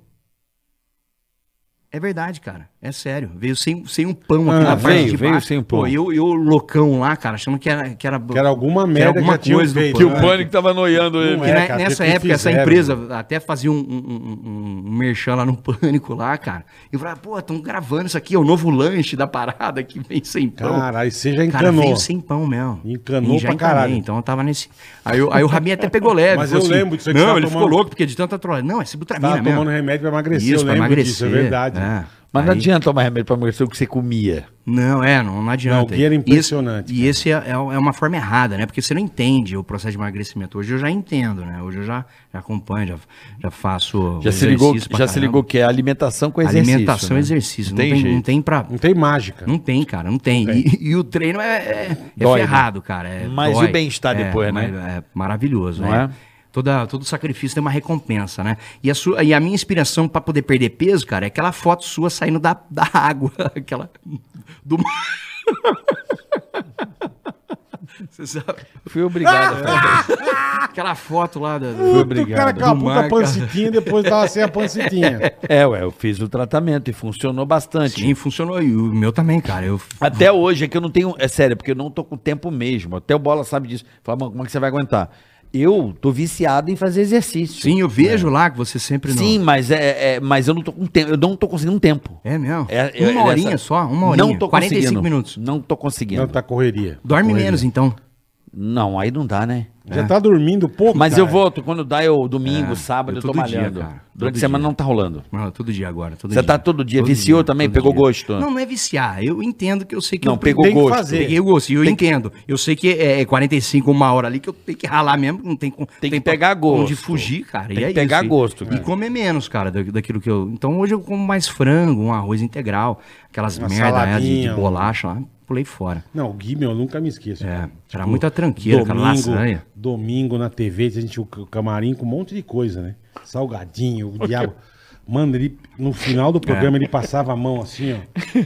É verdade, cara. É sério. Veio sem, sem um pão Ah, aqui na parte veio, de veio baixo. sem pão. Pô, eu, eu loucão lá, cara, achando que era... Que era, um Que era alguma merda alguma que já tinham coisa do feito. né? Que o Não, pânico tava noiando ele. Não Que é, na- cara, nessa que- que época, essa fizeram, empresa até fazia um, um, um- um merchan lá no Pânico lá, cara. E falava, pô, estão gravando isso aqui, é o novo lanche da parada que vem sem pão. Caralho, você já Cara, encanou. veio sem pão mesmo. Encanou E já pra encanei, caralho. Então eu tava nesse. Aí, eu- aí o Rabinho até pegou leve. Mas falou assim, eu lembro disso aí que você Não, tava ele ficou tomando- louco porque de tanta trollagem. Não, é sibutramina Tava mesmo. tomando um remédio pra emagrecer, eu Isso, pra lembro emagrecer. disso, é verdade. é. Mas não Aí- adianta tomar remédio pra emagrecer o que você comia. Não, é, não, não adianta. Não, o Gui era impressionante, E, e esse é, é- é uma forma errada, né? Porque você não entende o processo de emagrecimento. Hoje eu já entendo, né? Hoje eu já, já acompanho, já, já faço. Já se ligou, exercício pra já se caramba. ligou que é alimentação com exercício. Alimentação, é né? exercício. Tem não, tem, jeito. não tem pra. Não tem mágica. Não tem, cara, não tem. E, e o treino é, é, é Dói, né? ferrado, cara. é- Mas dói. e o bem-estar É, depois, né? mas É maravilhoso, Não né? é? Toda, todo sacrifício tem uma recompensa, né? E a, sua, e a minha inspiração pra poder perder peso, cara, é aquela foto sua saindo da, da água, aquela do mar. Você sabe? Fui obrigado. a fazer. Aquela foto lá da. Puta, obrigado. O cara com a Do puta mar, cara. pancitinha e depois tava sem a pancitinha. É, ué, eu fiz o tratamento e funcionou bastante. Sim, funcionou. E o meu também, cara. Eu Até hoje é que eu não tenho. É sério, porque eu não tô com tempo mesmo. Até o Bola sabe disso. Fala, mano, como é que você vai aguentar? Eu tô viciado em fazer exercício. Sim, eu vejo lá que você sempre Sim, mas, é, é- mas eu não tô com tempo. Eu não tô conseguindo um tempo. É mesmo? É- é- uma é horinha essa- só? Uma horinha? Não tô 45 conseguindo. minutos. Não tô conseguindo. Não, tá correria. Dorme Correria. menos, então. Não, aí não dá, né? Já tá dormindo pouco. Mas cara. eu volto, quando dá, eu domingo, É, sábado, eu eu tô todo dia, malhando. cara, Durante todo a semana dia. não tá rolando. Mano, todo dia agora. todo Você dia. tá todo dia, viciou também, pegou gosto? Não, não é viciar. Eu entendo que eu sei que Não, eu pegou tem que gosto. fazer. Peguei o gosto, e eu entendo. Eu sei que é 45, uma hora ali que eu tenho que ralar mesmo, que não tem como. Tem que pegar gosto. Onde fugir, cara. Tem e que é pegar isso. E- gosto, E cara. comer menos, cara, da- daquilo que eu. Então hoje eu como mais frango, um arroz integral, aquelas Uma merda né, de, de saladinha, um- bolacha lá, pulei fora. Não, o Gui, meu, eu nunca me esqueço. É, cara. era muita tranqueira, cara, lasanha. domingo na TV, a gente o c- camarim com um monte de coisa, né? Salgadinho, o diabo. Mano, ele, no final do programa ele passava a mão assim, ó.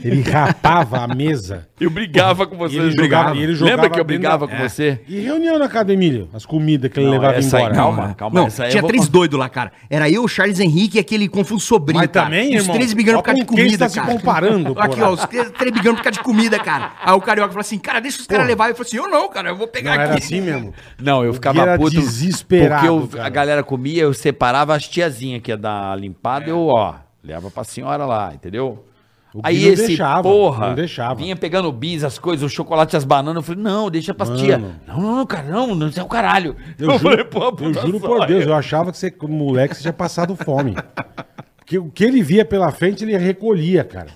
Ele rapava a mesa. Eu brigava com você. Ele Emílio. jogava- ele jogava Lembra que eu dentro brigava da- É. É. com você? E reunião na casa do Emílio? As comidas que ele levava essa aí embora. não, Calma, Não, né? calma, Não, essa aí eu tinha vou três contar. doidos lá, cara. Era eu, o Charles Henrique e aquele Confuso Sobrinho. Mas cara. também, Os irmão, três brigando ó por causa de com quem comida, você tá se cara. comparando, porra. Aqui, ó, os três, três brigando por causa de comida, cara. Aí o carioca falou assim, cara, deixa os caras Porra. levar. Eu falei assim, eu não, cara, eu vou Não, pegar era aqui. assim mesmo. Não, eu O ficava Gui era puto. desesperado, Porque eu- cara. a galera comia, eu separava as tiazinhas que ia dar a limpada, eu, ó, leva pra senhora lá, entendeu? O Gui Aí não esse deixava, porra não deixava. vinha pegando bis, as coisas, o chocolate, as bananas. Eu falei, não, deixa pra Mano. tia. Não, não, não, cara, não, não é o caralho. Eu, juro, falei, pô, puta eu juro por sorte. Deus, eu achava que você, como moleque, você tinha passado fome. Porque o que ele via pela frente, ele recolhia, cara.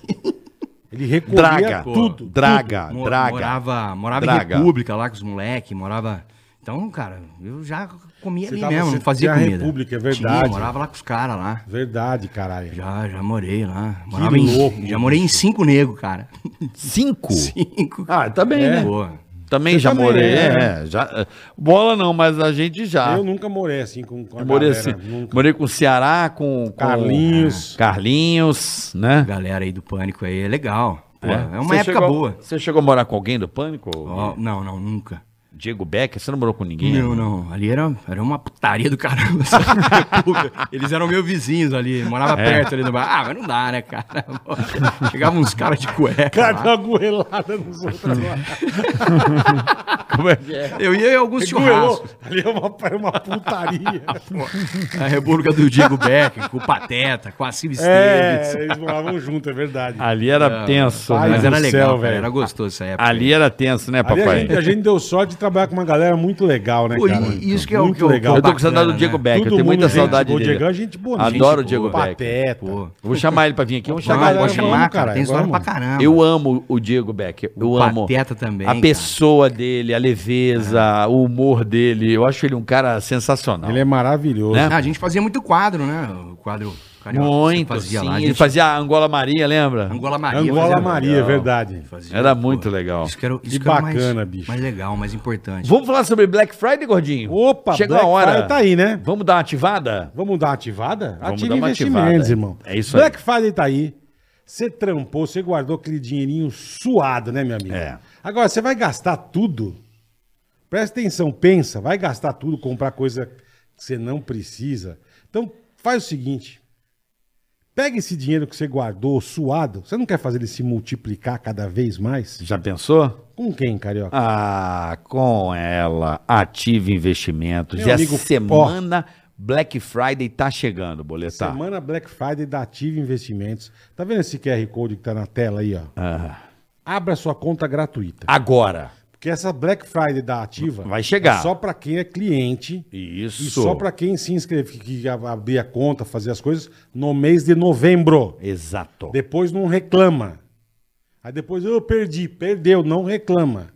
Ele recolhia Draga, tudo. draga, assim, Mo- draga. Morava, morava Draga. em República lá com os moleques, morava. Então, cara, eu já comia Você ali tava- mesmo, você não fazia tinha comida. República, é verdade. morava lá com os caras lá. Verdade, caralho. Já, já morei lá. Morava em- louco, já morei em cinco negros, cara. Cinco? Cinco. Ah, também, É. né? Boa. Também Você já também, morei. né? É, já, é. bola não, mas a gente já. Eu nunca morei assim com, com a Ah. Eu morei, galera, assim, nunca. morei com o Ceará, com, com Carlinhos. Carlinhos, né? Galera aí do pânico aí é legal. Pô, é. uma Você época chegou- boa. Você chegou a morar com alguém do Pânico? Ó, não, não, nunca. Diego Becker? Você não morou com ninguém? Não, não. Ali era, era uma putaria do caramba. sabe? República. Eles eram meus vizinhos ali, morava perto ali do bar. Ah, mas não dá, né, cara? Chegavam uns caras de cueca. Cara, lá. deu uma goelada nos outros agora. Como é que é? Eu ia em alguns Goelou. churrascos. Ali é uma, é uma putaria. A República do Diego Becker, com o Pateta, com a Silvia Esteves. é, eles moravam junto, é verdade. Ali era tenso, Ai, Mas é do né? era céu, legal, cara. velho. Era gostoso essa época. Ali era tenso, né, Ali papai? a gente, é a gente deu sorte de trabalhar com uma galera muito legal, né, Pô, cara? e isso que é o muito que eu- legal. Eu tô com Bacana, saudade do né? Diego Becker, eu Todo tenho muita mundo, gente saudade boa, dele. Diego é gente boa, Adoro gente o Diego boa. Becker. Pateta. Pô. Vou chamar ele pra vir aqui, vamos Não, chamar ele. galera pode é bom, chamar, cara. cara, Tem história vamos. pra caramba. Eu amo o Diego Becker. Eu O amo. Pateta também, A cara. pessoa dele, a leveza, o humor dele. Eu acho ele um cara sensacional. Ele é maravilhoso. Né? Ah, a gente fazia muito quadro, né? O quadro carioca que você Muito, fazia sim. lá. a Ele gente- fazia a Angola Maria, lembra? Angola Maria. Angola fazia- Maria, é verdade. Fazia, Era pô. muito legal. Isso que era, Que isso que era bacana, mais, bicho. mais legal, mais importante. Vamos falar sobre Black Friday, gordinho? Opa, Chegou Black a hora. Friday tá aí, né? Vamos dar uma ativada? Vamos dar uma ativada? Vamos Ative dar uma investimentos, ativada. irmão. É isso Black Friday tá aí. Você trampou, você guardou aquele dinheirinho suado, né, meu amigo? É. Agora, você vai gastar tudo? Presta atenção, pensa. Vai gastar tudo, comprar coisa que você não precisa. Então, faz o seguinte. Pega esse dinheiro que você guardou suado. Você não quer fazer ele se multiplicar cada vez mais? Já pensou? Com quem, Carioca? Ah, com ela, Ative Investimentos. Meu e a amigo, semana Black Friday tá chegando, boletar. Semana Black Friday da Ativa Investimentos. Tá vendo esse QR Code que tá na tela aí, ó? Ah, Abra sua conta gratuita. agora. Porque essa Black Friday da Ativa Vai chegar. é só pra quem é cliente Isso. e só pra quem se inscreve, que, que a- abrir a conta, fazer as coisas no mês de novembro. Exato. Depois não reclama. Aí depois eu perdi, perdeu, não reclama.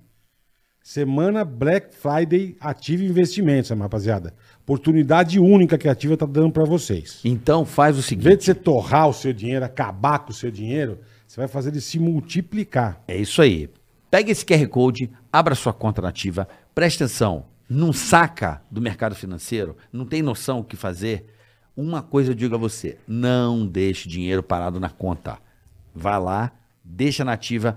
Semana Black Friday Ativa Investimentos, rapaziada. Oportunidade única que a Ativa tá dando pra vocês. Então faz o Em vez seguinte. de você torrar o seu dinheiro, acabar com o seu dinheiro, você vai fazer ele se multiplicar. É isso aí. Pega esse QR Code, abra sua conta nativa, preste atenção, não saca do mercado financeiro, não tem noção o que fazer. Uma coisa eu digo a você: não deixe dinheiro parado na conta. Vá lá, deixa nativa.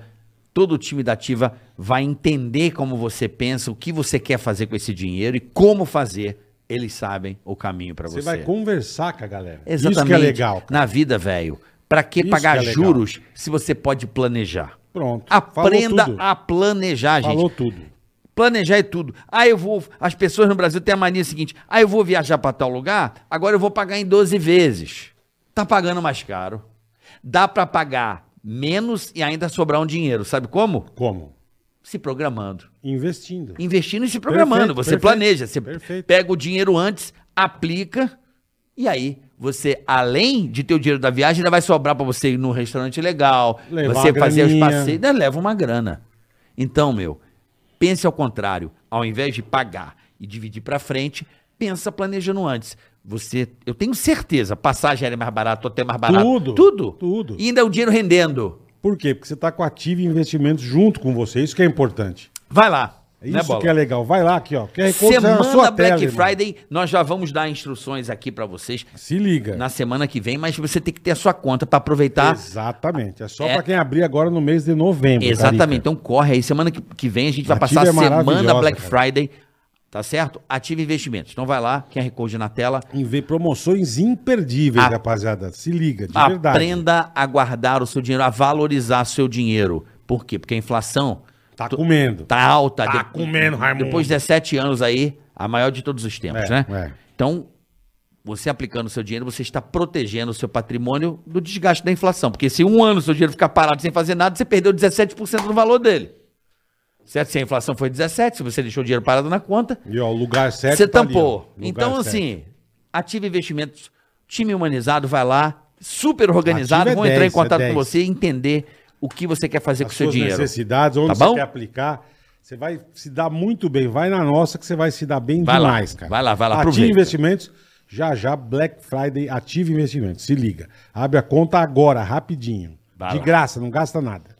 Todo o time da Ativa vai entender como você pensa, o que você quer fazer com esse dinheiro e como fazer. Eles sabem o caminho para Você você. vai conversar com a galera. Exatamente. Isso que é legal. cara. Na vida, velho, para que Isso pagar que é legal. juros se você pode planejar? Pronto. Aprenda Falou tudo. a planejar, gente. Falou tudo. Planejar é tudo. Ah, eu vou. As pessoas no Brasil têm a mania seguinte: ah, eu vou viajar para tal lugar, agora eu vou pagar em 12 vezes. Tá pagando mais caro. Dá para pagar menos e ainda sobrar um dinheiro. Sabe como? Como? se programando. Investindo. Investindo e se Perfeito, programando. você perfeito, planeja, você perfeito. pega o dinheiro antes, aplica e aí você, além de ter o dinheiro da viagem, ainda vai sobrar pra você ir num restaurante legal, Levar você uma fazer os graninha. passeios, ainda leva uma grana. Então, meu, pense ao contrário. Ao invés de pagar e dividir pra frente, pensa planejando antes. Você, eu tenho certeza, passagem era mais barato, hotel é mais barato. Tudo, Tudo. tudo. E ainda é o dinheiro rendendo. Por quê? Porque você tá com ativo e investimentos junto com você. Isso que é importante. Vai lá. É né, isso Bola? que é legal. Vai lá aqui, ó. QR Code tá na Semana sua Black tela, irmão. Friday, nós já vamos dar instruções aqui pra vocês Se liga. na semana que vem, mas você tem que ter a sua conta pra aproveitar. Exatamente. É só É. pra quem abrir agora no mês de novembro. tá, Exatamente. Carica. Então corre aí. Semana que, que vem a gente vai Ativa passar a é maravilhosa, semana Black cara. Friday, tá certo? Ative investimentos. Então vai lá, QR Code na tela. Em ver promoções imperdíveis, A- rapaziada. Se liga, de verdade. Ah. Aprenda a guardar o seu dinheiro, a valorizar o seu dinheiro. Por quê? Porque a inflação Tá comendo. tá alta. Tá comendo, Raimundo. Depois de 17 anos aí, a maior de todos os tempos, É, né? é. Então, você aplicando o seu dinheiro, você está protegendo o seu patrimônio do desgaste da inflação. Porque se um ano o seu dinheiro ficar parado sem fazer nada, você perdeu 17% do valor dele. Certo? Se a inflação foi 17%, se você deixou o dinheiro parado na conta, E ó, o lugar certo. você tá ali, ó. tampou. Lugar então, certo. assim, ativa investimentos, time humanizado, vai lá, super organizado, Ativa é vão entrar 10, em contato é 10. com você e entender o que você quer fazer as com o seu suas dinheiro. necessidades, onde Tá você bom? quer aplicar. Você vai se dar muito bem. Vai na nossa que você vai se dar bem Vai lá, demais, cara. vai lá, vai lá, Ative aproveita. Investimentos, já já, Black Friday, Ative Investimentos. Se liga. Abre a conta agora, rapidinho. Vai de lá. graça, não gasta nada.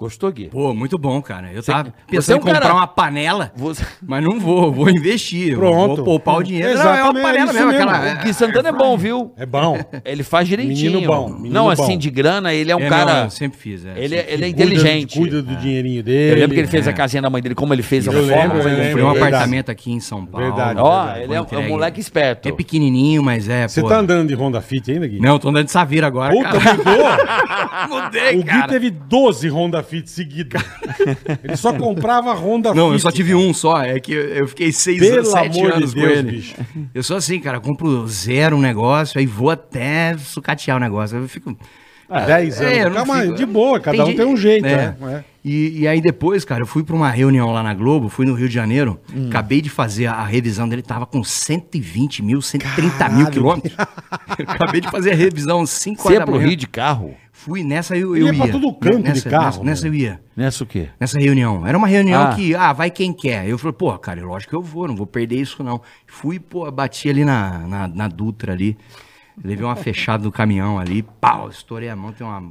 Gostou, Gui? Pô, muito bom, cara. Eu Você- tava você é pensando um em comprar cara- uma panela, Você- mas não vou, vou investir. eu Pronto. Vou poupar o dinheiro. Exatamente, é isso mesmo. O Gui Santana é bom, viu? É bom. Ele faz direitinho. Menino bom, menino não, assim, bom. assim, de grana, ele é um É, cara. não, eu sempre fiz, é, ele, é- ele sempre é Cuida do- inteligente. É. Cuida do dinheirinho eu dele. é. lembro que ele fez a casinha da mãe dele, como ele fez a Eu reforma. lembro, eu como ele Foi lembro. um fez. é Verdade. apartamento aqui em São Paulo. Verdade. Ó, Verdade, ele é, foi é um entregue. moleque esperto. É pequenininho, mas é, Você pô. tá andando de Honda Fit ainda, Gui? Não, eu tô andando de Saveiro agora, Puta, cara. mudou. Mudei, O Gui teve 12 Honda Fit seguidas. Ele só comprava Honda Fit. Não, eu só tive um só. É que eu- eu fiquei seis Pelo anos, sete amor de anos com Deus, ele. bicho. Eu sou assim, cara. Compro zero um negócio, aí vou até sucatear o negócio. Eu fico... Ah, 10 anos. É, eu não Calma, fico- de boa, cada um gente- tem um jeito. É. né? E, e aí depois, cara, eu fui pra uma reunião lá na Globo, fui no Rio de Janeiro, Hum. acabei de fazer a, a revisão dele, tava com 120 mil, 130 mil quilômetros. acabei de fazer a revisão 5 Você horas ia da pro manhã. Rio de carro? Fui, nessa eu, Ele eu ia pra todo canto de nessa, carro, Nessa, nessa eu ia. Nessa o quê? Nessa reunião. Era uma reunião Ah. que, ah, vai quem quer. Eu falei, pô, cara, lógico que eu vou, não vou perder isso não. Fui, pô, bati ali na, na, na Dutra ali. Levei uma fechada do caminhão ali, pau, estourei a mão, tem uma.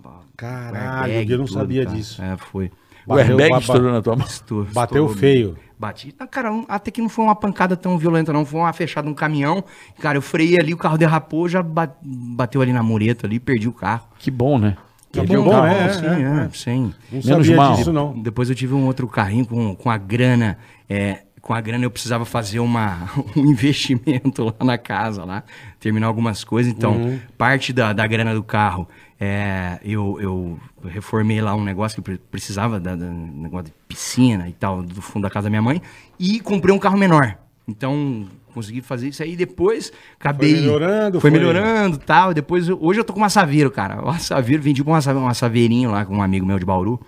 Caralho, airbag eu não e sabia disso. É, foi. O airbag ba- estourou na tua mão. Estou- Bateu estou- feio. Bati. Ah, Cara, um- até que não foi uma pancada tão violenta, não. Foi uma fechada, um caminhão. Cara, eu freiei ali, o carro derrapou, já ba- bateu ali na mureta ali, perdi o carro. Que bom, né? Tá Perdi bom, o carro, é, é, sim, é. é, sim. Não Menos sabia mal. disso, não. Depois eu tive um outro carrinho com, com a grana. é, com a grana eu precisava fazer uma, um investimento lá na casa, lá, terminar algumas coisas. Então, parte da, da grana do carro, é, eu, eu reformei lá um negócio que pre- precisava, da, da- um negócio de piscina e tal, do fundo da casa da minha mãe, e comprei um carro menor. Então, consegui fazer isso aí. Depois, acabei. melhorando, Foi foi- melhorando e tal. Depois, eu- hoje eu tô com uma Saveiro, cara. Uma Saveiro, vendi pra uma, Save- uma Saveirinho lá com um amigo meu de Bauru.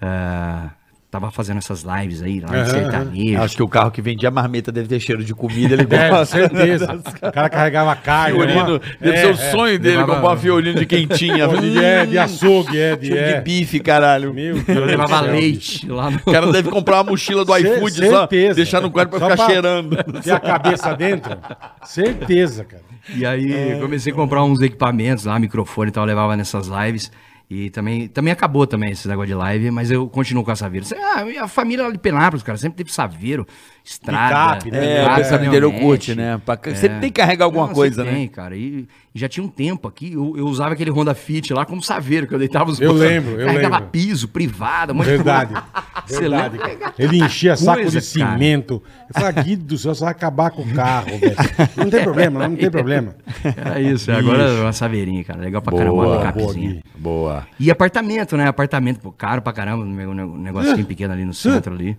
Ah, tava fazendo essas lives aí, lá Aham, de sertanejo. Acho que o carro que vendia marmita deve ter cheiro de comida, ele É, com gosta. certeza. O cara carregava carne. Violino, né? deve É, ser o é. sonho dele Levava- comprar um violino de quentinha. De, é, de açougue, é, de, Cheio é. de bife, caralho. Meu Deus. Eu do levava céu, leite lá no... O cara deve comprar uma mochila do Ce- iFood só, certeza. deixar no quarto pra Só ficar pra- cheirando. bicho. Ter a cabeça dentro? Certeza, cara. E aí É. comecei a comprar uns equipamentos lá, microfone e tal, eu levava nessas lives. E também, também acabou também esse negócio de live, mas eu continuo com a Saveiro. Se- Ah, minha família lá de Penápolis, cara, sempre teve Saveiro, estrada. Picape, né? É, Ah, o Picape, pensamento dele eu caminhonete. curte, né? Pra- Sempre tem que carregar alguma É. Não, coisa, você né? Tem, cara. E, e já tinha um tempo aqui, eu, eu usava aquele Honda Fit lá como saveiro, que eu deitava os Eu botões, lembro, eu carregava lembro. piso, privada, um monte de Verdade. coisa. Você Verdade, lembra? cara. Ele enchia Coisa, saco de cara. cimento. Eu falava, Guido do céu, você vai acabar com o carro, velho. Não tem problema, não tem problema. Era isso, agora é uma saveirinha, cara. Legal pra caramba, uma picapezinha. Gui. Boa. E apartamento, né? Apartamento, pô, É. caro pra caramba, um negocinho pequeno ali no centro ali.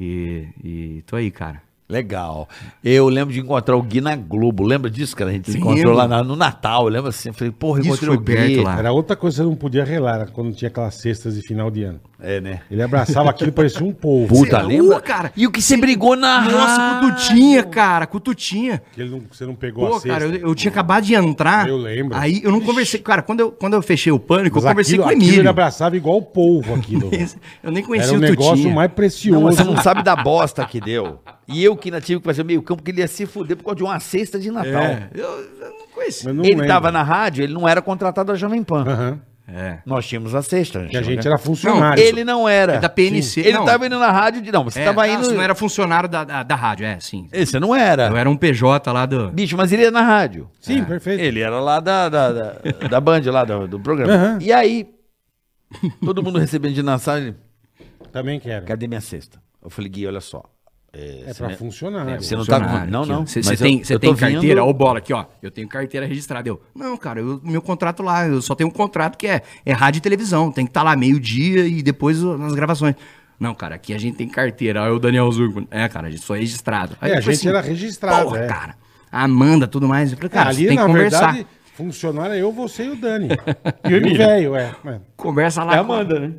E, e tô aí, cara. Legal. Eu lembro de encontrar o Gui na Globo. Lembra disso, cara? A gente se Lembro. encontrou lá na- no Natal. Eu lembro assim. Eu falei, porra, Isso encontrei foi o Gui. perto lá. Era outra coisa que você não podia relar era quando tinha aquelas cestas de final de ano. É, né? Ele abraçava aquilo parecia um polvo. Puta, Você- lembra? Uh, cara. E o que você brigou na Nossa, com Tutinha, cara, com Tutinha. Que ele não- você não pegou a Pô, cesta. cara, eu, eu tinha acabado de entrar. Eu lembro. Aí eu não conversei. Cara, quando eu, quando eu fechei o pânico, Mas eu conversei aquilo- com o aquilo Ele Emílio. abraçava igual o polvo aquilo. velho. Eu nem conhecia Era um o negócio Tutinha. mais Não, mas precioso. você não sabe da bosta que deu. E eu que ainda tive que fazer meio campo, que ele ia se fuder por causa de uma cesta de Natal. É, eu, eu não conhecia. Eu não ele lembro. tava na rádio, ele não era contratado da Jovem Pan. Aham. É. Nós tínhamos a cesta. Que a tinha, gente né? era funcionário. Ele não era. É da PNC, Ele não. tava indo na rádio de... Não, você É, tava ah, indo... você não era funcionário da, da, da rádio, é, sim. Esse não era. Eu era um PJ lá do. Bicho, mas ele ia na rádio. Sim, perfeito. Ele era lá da, da, da, da Band, lá do, do programa. Aham. E aí, todo mundo recebendo de Natal, ele... Também quero. Cadê minha cesta? Eu falei, Gui, olha só. É né? pra funcionário. Você não tá com... funcionário Não, aqui, não. ó. Você mas você eu- tem, você eu tem tô vindo- carteira? Ô, bola aqui, ó. Eu tenho carteira registrada. Eu, não, cara, eu, meu contrato lá, eu só tenho um contrato que é, é rádio e televisão. Tem que estar lá meio-dia e depois o- nas gravações. Não, cara, aqui a gente tem carteira. Aí o Daniel Zurgo. É, cara, a gente só é registrado. Aí É, eu a falei assim, gente era registrado, Porra, é. cara. A Amanda, tudo mais. Eu falei, cara, você Ali, tem que na conversar. verdade, funcionário é eu, você e o Dani. e o velho, é. é. Conversa lá. com- né?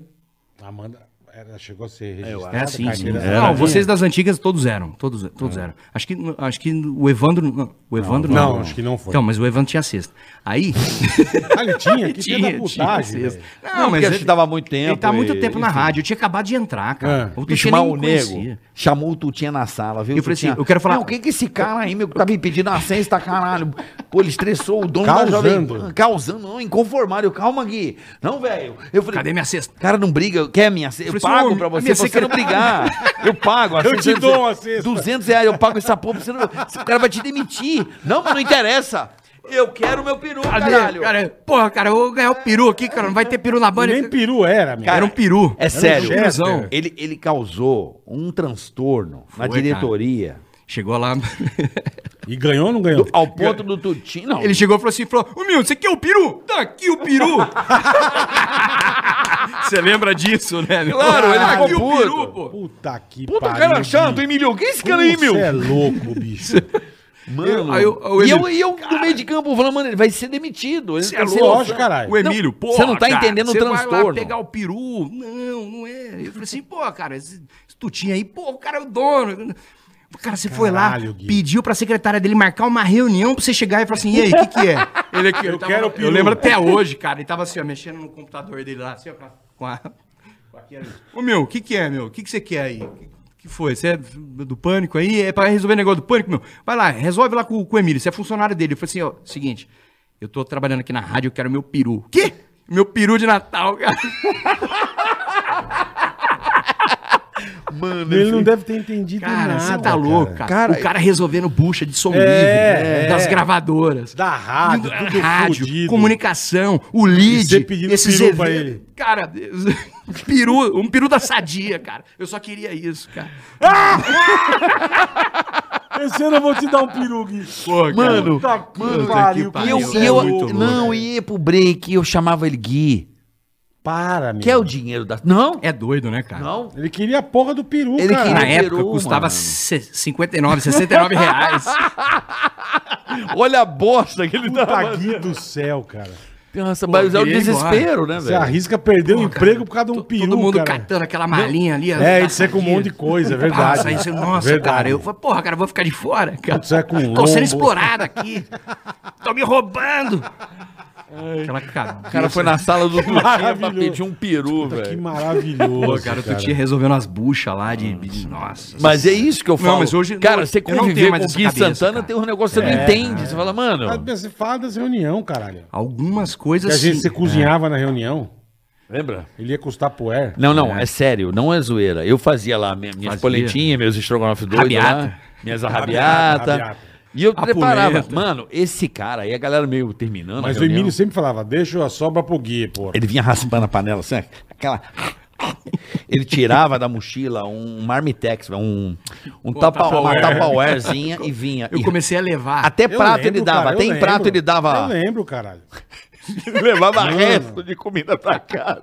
A Amanda era- chegou a ser registrada. É assim, sim. carteira- É. Não, vocês das antigas todos eram, todos, todos eram. Acho que, acho que o Evandro, não, o Evandro Não, acho que não foi. Então, mas o Evandro tinha sexta. Aí, Ah, ele tinha, que tinha, da putagem. sexta. velho. Não, Não, mas porque ele, ele tava há muito tempo. ele tá há muito e- tempo na rádio, eu tinha acabado de entrar, cara. É. O Bicho, Tutinha mas nem o me nego conhecia. chamou o Tutinha na sala, viu? Eu falei assim, Tutinha, eu quero falar- Não, o que que esse cara aí, meu, que tá me pedindo a cesta, caralho? Pô, ele estressou o dono da Jovem Causando. Pan. Causando. Não, inconformado. Eu, calma, Gui. Não, velho. Eu falei... Cadê minha cesta? Cara, não briga, quer minha cesta? Eu Eu falei assim, pago ô, pra minha você, pra você não secretária. brigar. Eu pago. a Eu te cesta, dou uma cesta. 200 reais, eu pago essa porra, pra você não... O cara vai te demitir. Não, mas não interessa. Eu quero meu peru, Cadê? caralho. Cara, porra, cara, eu vou ganhar o peru aqui, cara, não vai ter peru na E banda. Nem peru era, meu. Cara, Era um peru. É sério. Chester. Ele, ele causou um transtorno na Foi, diretoria. Chegou lá, E ganhou ou não ganhou? Ao ponto do Tutinho. Não. ele chegou e falou assim, falou, ô meu, você quer o peru? Tá aqui o peru. Você lembra disso, né? meu? Claro, ele Tá ficou aqui o puto. peru, pô. Puta que Puta cara chato, hein, Emílio? Quem é esse cara aí, meu? Você é louco, bicho. Mano. Aí eu- aí o e eu, Emílio- e eu no meio de campo falando, mano, ele vai ser demitido. Ele Cê tá é sem louco, noção. Lógico, caralho. O Emílio, Não, pô. você não tá entendendo o Você vai transtorno. lá pegar o peru. Não, não é. Eu falei assim, pô, cara, esse, esse tutinho aí, pô, o cara é o dono. Cara, você foi lá, Caralho, Gui. pediu pra secretária dele marcar uma reunião pra você chegar e falar assim, e aí, o que que é? Ele aqui, Eu quero o peru. Eu lembro até hoje, cara, ele tava assim, ó, mexendo no computador dele lá, assim, ó, com a... Com a, com aquela- Ô, meu, o que que é, meu? O que que você quer aí? O que- que foi? Você é do pânico aí? É pra resolver negócio do pânico, meu? Vai lá, resolve lá com, com o Emílio, você é funcionário dele. Eu falei assim, ó, seguinte, eu tô trabalhando aqui na rádio, eu quero meu peru. Quê? Meu peru de Natal, cara. Mano, ele não deve ter entendido Cara, nada. você tá louco, cara. Cara, O cara resolvendo bucha de som livre, né? É, das é. gravadoras. Da rádio, tudo é, é rádio, fudido. comunicação, o lead. E você pedindo peru pra ele. Cara, peru, um peru da sadia, cara. Eu só queria isso, cara. Esse ano eu vou te dar um peru, Gui. Mano, Puta que que pariu. E pariu. eu, Isso e é eu, muito louco, não, e ia pro break, e eu chamava ele Gui. Para, meu. Quer é o dinheiro da. Não? É doido, né, cara? Não. Ele queria a porra do peru, Ele cara. queria- Na Peru, época mano. custava se- 59, 69 reais. Olha a bosta que ele tá. Puta Gui do céu, cara. Nossa, mas é o queria ir embora. desespero, né, Você velho? arrisca perder o emprego por causa de um To- peru, Todo mundo cara. catando aquela malinha ali. É, isso é com um monte de coisa, é verdade. Nossa, isso, nossa Verdade. cara. Eu falei, porra, cara, eu vou ficar de fora, cara. Putz, é com Tô lombo. sendo explorado aqui. Tô me roubando. Aquela cabeça. O cara foi na sala do Tutinha pra Maravilhoso. pedir um peru, Puta, que velho. maravilhoso. Pô, cara, tu tinha resolvendo as buchas lá de. de- nossa. Mas é isso que eu falo. Não, mas hoje- cara, não, você eu não conviver tenho com mais o essa Gui cabeça, Santana cara. É. Tá tem um negócio que você não entende. Você fala, mano. Ah, Você fala das reunião, caralho. Algumas Que coisas. às vezes sim. você cozinhava na reunião, Lembra? ele ia custar poer. Não, não, é. sério, não é zoeira. Eu fazia lá minha- minhas Fazia. polentinhas, meus estrogonofe doidos lá, Rabiata. minhas Rabiata, arrabiatas. rabiata. E eu A preparava. polenta. Mano, esse cara aí, a galera meio terminando. a Mas o reunião, Emílio sempre falava, deixa a sobra pro Gui, pô. Ele vinha raspando a panela, assim, aquela. Ele tirava da mochila um marmitex, um, um tapa, uma Tupperware. tapawarezinha e vinha. Eu E- comecei a levar. Até prato lembro, ele dava, cara, eu até em lembro. prato ele dava. Eu lembro, caralho. Levava Mano. resto de comida pra casa.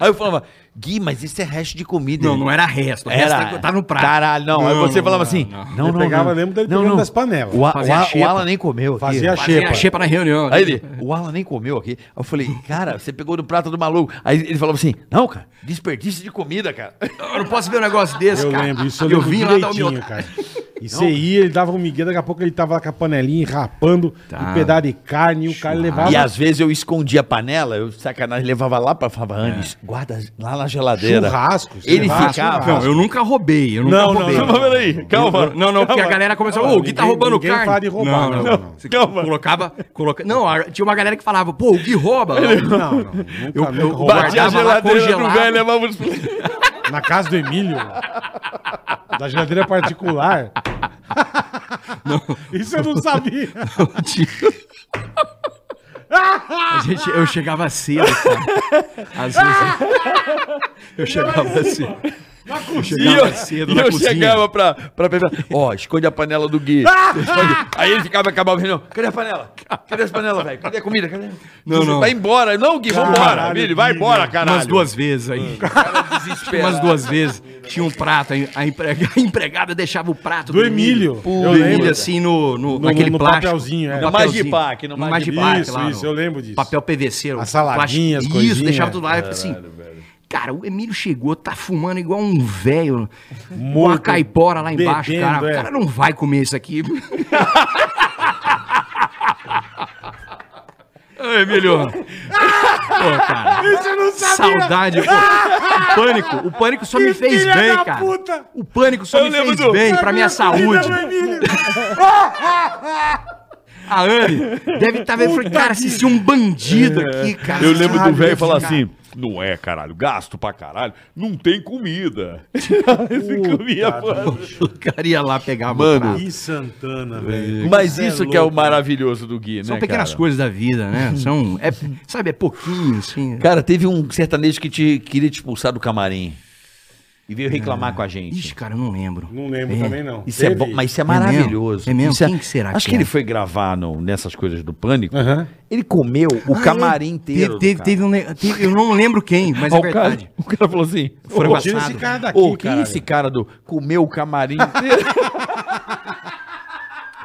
Aí eu falava, Gui, mas isso é resto de comida. Não, não era resto. O resto tá- tá no prato. Caralho, não. Aí você falava assim, não, não, Ele não. pegava, lembro dele pegando das panelas. O, a- Fazia o a- a xepa. o Alan nem comeu. aqui. Fazia a Fazia xepa. xepa na reunião. Aí ele, o Alan nem comeu aqui. Aí eu falei, cara, você pegou do prato do maluco. Aí ele falava assim, não, cara, desperdício de comida, cara. Eu não posso ver um negócio desse, Eu cara. lembro isso, eu lembro vim lá dar o meu... direitinho, cara. E você ia, ele dava um migué, daqui a pouco ele tava lá com a panelinha enrapando, e pedaço de carne, e o cara levava Tá. E às vezes eu escondia a panela, eu sacanagem levava lá pra falava, Anis, É. guarda lá na geladeira. churrasco. Ele churrasco, ficava- Não, eu nunca roubei. Eu nunca Não, não, roubei. não. Calma, peraí. Calma. Não, não, porque a galera começou, ô, o Gui tá Ninguém- roubando ninguém carne. fala de roubar, não, não, não, não. não. Você Colocava, coloca... Não, a- tinha uma galera que falava, pô, o Gui rouba. Não, não. Nunca, Eu- nunca eu roubava. Batia a Guardava lá geladeira do congelado. velho, levava os... Você Na casa do Emílio. da geladeira particular. Isso eu não sabia. A gente, eu chegava cedo, cara. Às vezes... Eu chegava cedo. assim, Eu E chegava eu, cedo e na eu cozinha. chegava pra, pra pegar. Ó, esconde a panela do Gui. Ah! Esconde. Aí ele ficava acabava a reunião. Cadê a panela? Cadê as panelas, velho? Cadê a comida? Cadê? Não, não. Vai embora. Não, Gui, vambora. Caralho, Billy, vai Gui, embora, caralho. Umas duas vezes Hum. aí. Desesperado. Umas duas vezes. Tinha um prato, aí a, empregada, a empregada deixava o prato Do Emílio. Do Eu lembro. Emílio, assim, no, no, naquele no plástico. papelzinho, é. No No papelzinho. Magipac, no No Magipac, Isso, lá no isso, eu lembro disso. Papel PVC. o As saladinhas, plástico. coisinha. Isso, deixava tudo lá. Eu falei assim, cara, o Emílio chegou, tá fumando igual um velho. Com Morto, a caipora lá embaixo, bebendo, cara. é. O cara não vai comer isso aqui. Ô, Emílio. Pô, cara. Isso eu não Saudade, pô. O pânico, o pânico só me Que fez filha bem, da cara. puta! O pânico só Eu me lembro fez do- bem pra minha saúde. Vida do Emílio. A Anne deve estar vendo, falei, cara, assisti um bandido É. aqui, cara. Eu lembro do Sabe, velho falar cara. assim: não é, caralho, gasto pra caralho, não tem comida. Esse comia, mano. O cara ia lá pegar Mano, né, mano. Ih, Santana, velho. Mas Você isso que é o louco. maravilhoso do Gui, né? São pequenas cara? coisas da vida, né? São, é, sabe, é pouquinho, assim. Cara, teve um sertanejo que te queria te expulsar do camarim. E veio Ah. reclamar com a gente. Ixi, cara, eu não lembro. Não lembro É. também, não. Isso é Teve? bom, mas isso é É mesmo? maravilhoso. É mesmo? Isso Quem que será Acho que, que é? ele foi gravar no- nessas coisas do pânico. Aham. Ele comeu o Ah, camarim é. inteiro. Teve, do teve, cara. teve um, ne- teve- eu não lembro quem, mas Ó, é o, cara, verdade. o cara falou assim: Frango Pô, tira assado. esse cara daqui, Ô, quem é caralho. esse cara do comeu o camarim inteiro?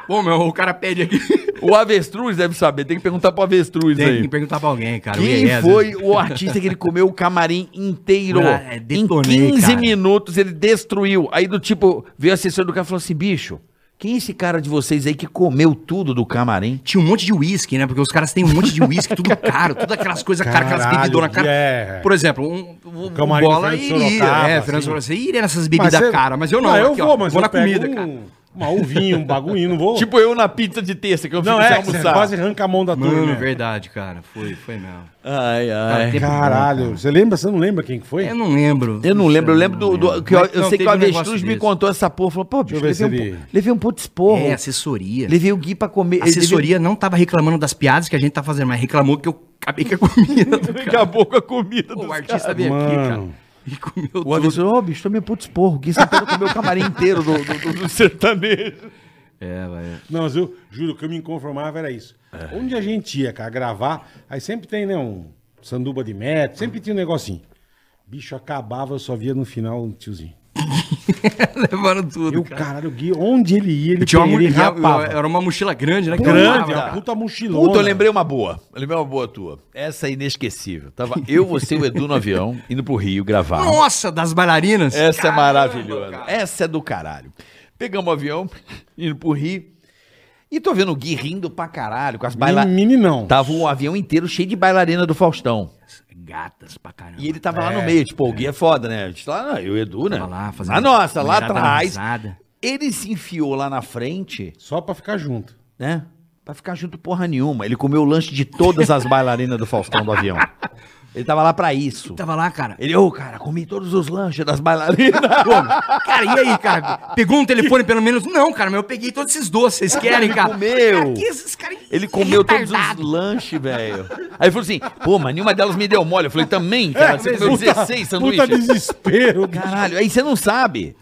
Pô, meu, o cara pede aqui. O avestruz deve saber, tem que perguntar pro avestruz Tem que aí. perguntar pra alguém, cara. o Quem IES, foi o artista que ele comeu o camarim inteiro? Ah, é, em detonei, 15 cara. minutos ele destruiu. Aí do tipo, veio a assessor do cara e falou assim: bicho, quem é esse cara de vocês aí que comeu tudo do camarim? Tinha um monte de uísque, né? Porque os caras têm um monte de uísque, tudo caro, tudo aquelas coisas caras, aquelas Caralho, bebidonas caras. é. Por exemplo, um, um, um Camarim do bola Fernando e Sorocaba, é, assim. Fernando Sorocaba. Você iria nessas Mas bebidas você- Ah, caras, mas eu não. eu aqui, ó, vou, mas vou eu na pego comida, cara. um, uma uvinha, um bagulho, não vou. Tipo eu na pizza de terça, que eu não, fico é, sem que você almoçar. quase arranca a mão da turma. Mano, né? verdade, cara. Foi, foi mesmo. Ai, ai. Tempo Caralho, você lembra? Você não lembra quem que foi? Eu não lembro. Eu não lembro, eu lembro do. do- que eu, eu sei que um um o avestruz me contou. contou essa porra. Falou, pô, bicho, Deixa eu ver levei, se um, ele- po- levei um pouco de esporro. É, assessoria. Levei o Gui pra comer. A assessoria não tava reclamando das piadas que a gente tá fazendo, mas reclamou que eu acabei com a comida. do Daqui cara. a pouco a comida Pô, dos o caras. artista veio aqui, cara. Mano. E comeu O tudo. avestruz, ô, bicho, tomei um pouco de esporro. O Gui Santana comeu o camarim inteiro do. do- do- Do sertanejo. É, vai. Não, mas eu juro que eu me inconformava era isso. Onde a gente ia, cara, gravar, aí sempre tem, né, um sanduba de metro, sempre tinha um negocinho. Bicho, acabava, eu só via no final um tiozinho. Levando tudo, Eu, cara. caralho, o Gui, onde ele ia, ele, Eu tinha uma, pe- ele mochila- rapava. eu- era uma mochila grande, né? que eu Grande, arrumava, a cara. puta mochilona. Puta, eu lembrei uma boa. Eu Lembrei uma boa tua. Essa é inesquecível. Tava eu, você e o Edu no avião, indo pro Rio gravar. Nossa, das bailarinas. Essa é maravilhosa. Essa é do caralho. Pegamos o avião, indo pro Rio. E tô vendo o Gui rindo pra caralho, com as bailarinas. Mini, não. Tava o avião inteiro cheio de bailarina do Faustão. Gatas pra caramba. E ele tava lá no meio, tipo, o Gui é foda, né? A gente lá, não, eu e o Edu, né? Tava lá fazendo na nossa, lá mulherada atrás. arrasada. Ele se enfiou lá na frente, Só pra ficar junto. né? Pra ficar junto porra nenhuma. Ele comeu o lanche de todas as bailarinas do Faustão do avião. Ele tava lá pra isso. Tava lá, cara. Ele, ô, cara, comi todos os lanches das bailarinas. Pô, cara, e aí, cara? Pegou um telefone pelo menos? Não, cara, mas eu peguei todos esses doces. Vocês querem, cara? comeu. Cara, que esses caras- Ele comeu todos os Retardado. lanches, velho. Aí ele falou assim, pô, mas nenhuma delas me deu mole. Eu falei, também, cara, É, você comeu 16 É, Puta sanduíches. desespero. bicho. Caralho, aí você não sabe.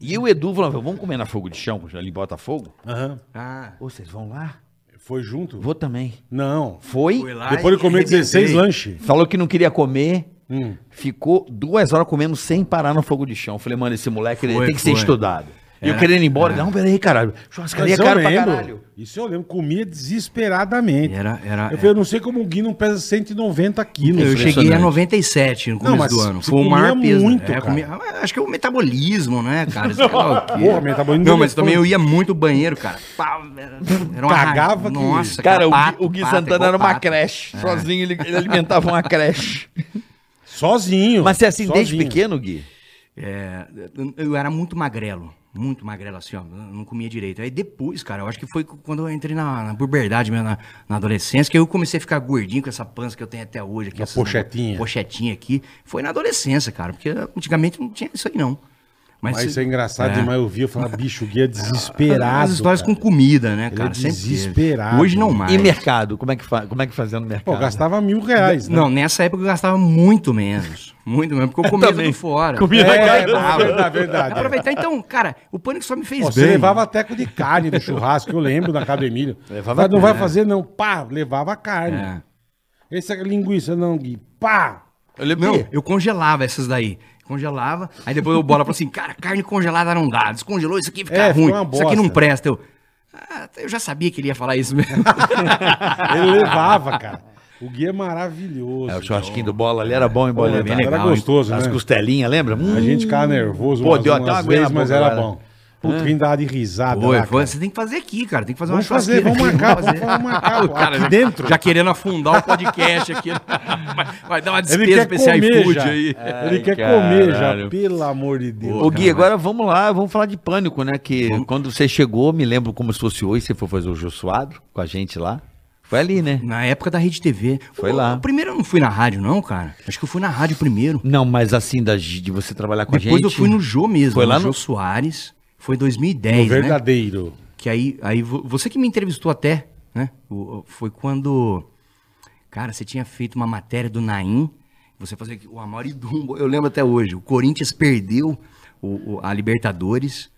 E eu e o Edu falou, vamos comer na fogo de chão, ali em Botafogo? Aham. Ah, Ô, vocês vão lá? Foi junto? Vou também. Não. Foi. Foi lá Depois e de comer arrebentei. 16 lanches. Falou que não queria comer. Hum. Ficou duas horas comendo sem parar no fogo de chão. Falei, mano, esse moleque ele Foi, tem que ser foi. estudado. E eu querendo ir embora. Não, peraí, caralho. Churrascaria é Mas eu caro pra lembro. caralho. Isso eu lembro. Comia desesperadamente. Era- era- é. eu falei, eu não sei como o Gui não pesa 190 quilos. Ah, Eu velho. cheguei a 97 no começo mas do ano. você Foi o maior comia peso. muito, É, eu comia- acho que é o metabolismo, né, cara? Sei lá o quê. Porra, metabolismo Não, mas dele é também todo. eu ia muito ao banheiro, cara. Pá, era- era uma Cagava que- Nossa, é Cara, o Gui, pato, o Gui pato, é Santana igual era uma pato. creche. Sozinho ele, ele alimentava uma creche. Sozinho. Mas você é assim desde sozinho. pequeno, Gui? É, eu- eu era muito magrelo, muito magrelo assim, ó, eu não comia direito. Aí depois, cara, eu acho que foi quando eu entrei na, na puberdade mesmo, na, na adolescência, que eu comecei a ficar gordinho com essa pança que eu tenho até hoje aqui. Uma essas- pochetinha. Pochetinha aqui. Foi na adolescência, cara, porque antigamente não tinha isso aí não. Mas isso é engraçado É. demais. Eu vi, eu falava, bicho, o Gui é As desesperado. histórias cara. com comida, né, é cara? sempre teve. desesperado. Hoje não mais. né? E mercado? Como é que, fa... Como é que fazia no Pô, mercado? eu gastava mil reais, né? Não, nessa época eu gastava muito menos. Muito menos, porque eu comia tudo fora. É, Comia na é, casa. é verdade, verdade. Aproveitar, então, cara, o pânico só me fez Pô, bem. Você levava teco de carne do churrasco, eu lembro, na casa do Emílio. Levava né? Mas não vai fazer, não. Pá, levava carne. É. Esse é linguiça, não, Gui. Pá! Eu lembro Não, que- eu congelava essas daí. Congelava, aí depois o bola falou assim: cara, carne congelada não dá. Descongelou, isso aqui fica É, ruim. ficou uma Isso aqui não bosta. presta. Eu, "Ah, eu já sabia que ele ia falar isso mesmo. Ele levava, cara. O Gui é maravilhoso. É, o churrasquinho do bola ali era bom, hein, bola? Pô, Lembra? era legal, gostoso, As né? costelinhas, lembra? A Hum. gente ficava nervoso Pô, deu até uma umas aguinha na vezes, mas boca, né? era cara. bom. Puta, vim dar de risada Foi, lá, foi. cara. Você tem que fazer aqui, cara. Tem que fazer Vamos uma fazer, churrasqueira vamos aqui, marcar, fazer. Ah, vamos marcar. O cara Aqui já, dentro. já querendo afundar o podcast aqui. né? Vai, vai dar uma Ele despesa quer pra esse comer iFood já. É. aí. É, Ele Ai, quer comer já, caralho. pelo amor de Deus. Ô, Gui, agora vamos lá, vamos falar de pânico, né? Que quando você chegou, me lembro como se fosse hoje, você foi fazer o Jô Suado com a gente lá. Foi ali, né? Na época da Rede TV. Foi lá. O primeiro eu não fui na rádio, não, cara. Acho que eu fui na rádio primeiro. Não, mas assim, da- de você trabalhar com a Depois gente. eu fui no Jô mesmo. Foi lá no no- Jô Soares. Foi 2010, O né? verdadeiro. Que aí, aí vo- você que me entrevistou até, né? O- o- foi quando. Cara, você tinha feito uma matéria do Naim, você fazia o Amaury Dumbo, eu lembro até hoje. O Corinthians perdeu o- o- a Libertadores,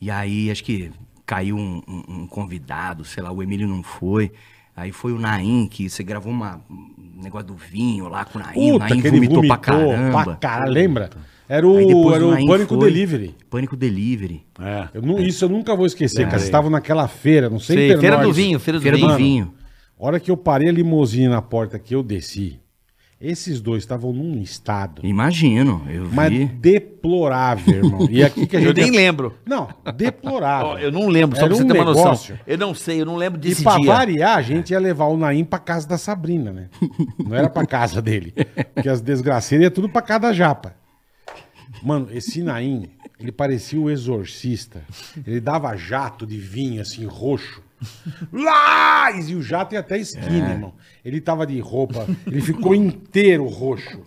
e aí acho que caiu um, um- um convidado, sei lá, o Emílio não foi. Aí foi o Naim que você gravou uma- um negócio do vinho lá com o Naim, o Puta, Naim que ele vomitou vomitou pra caramba. pra caralho, lembra? Era o, Aí depois era o Naim Pânico foi. Delivery. Pânico Delivery. É. Eu não- isso eu nunca vou esquecer, cara. Vocês estavam naquela feira, não sei Sei, Internorte. Feira do Vinho, Feira do É. Feira do Vinho. Vinho. hora que eu parei a limusine na porta que eu desci, esses dois estavam num estado Imagino, eu mas vi. d deplorável, irmão. E aqui que a Eu gente é nem lembro. Não, deplorável. Ó, eu não lembro, só Era pra você um ter uma negócio. noção. Eu não sei, eu não lembro E desse pra dia. variar, a gente ia levar o Naim pra casa da Sabrina, né? Não era pra casa dele. Porque as desgraceiras iam tudo pra casa da japa. Mano, esse Naim, ele parecia o exorcista. Ele dava jato de vinho, assim, roxo. Lás! E o jato ia até esquina, irmão. Ele tava de roupa, ele ficou inteiro roxo.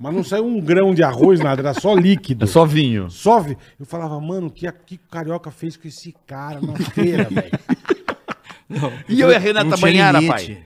Mas não saiu um grão de arroz, nada, era só líquido. Só vinho. Só vi. Eu falava, mano, o que, a- que o carioca fez com esse cara na feira, velho? E eu e a Renata Então, Não tinha Banhara, limite. pai.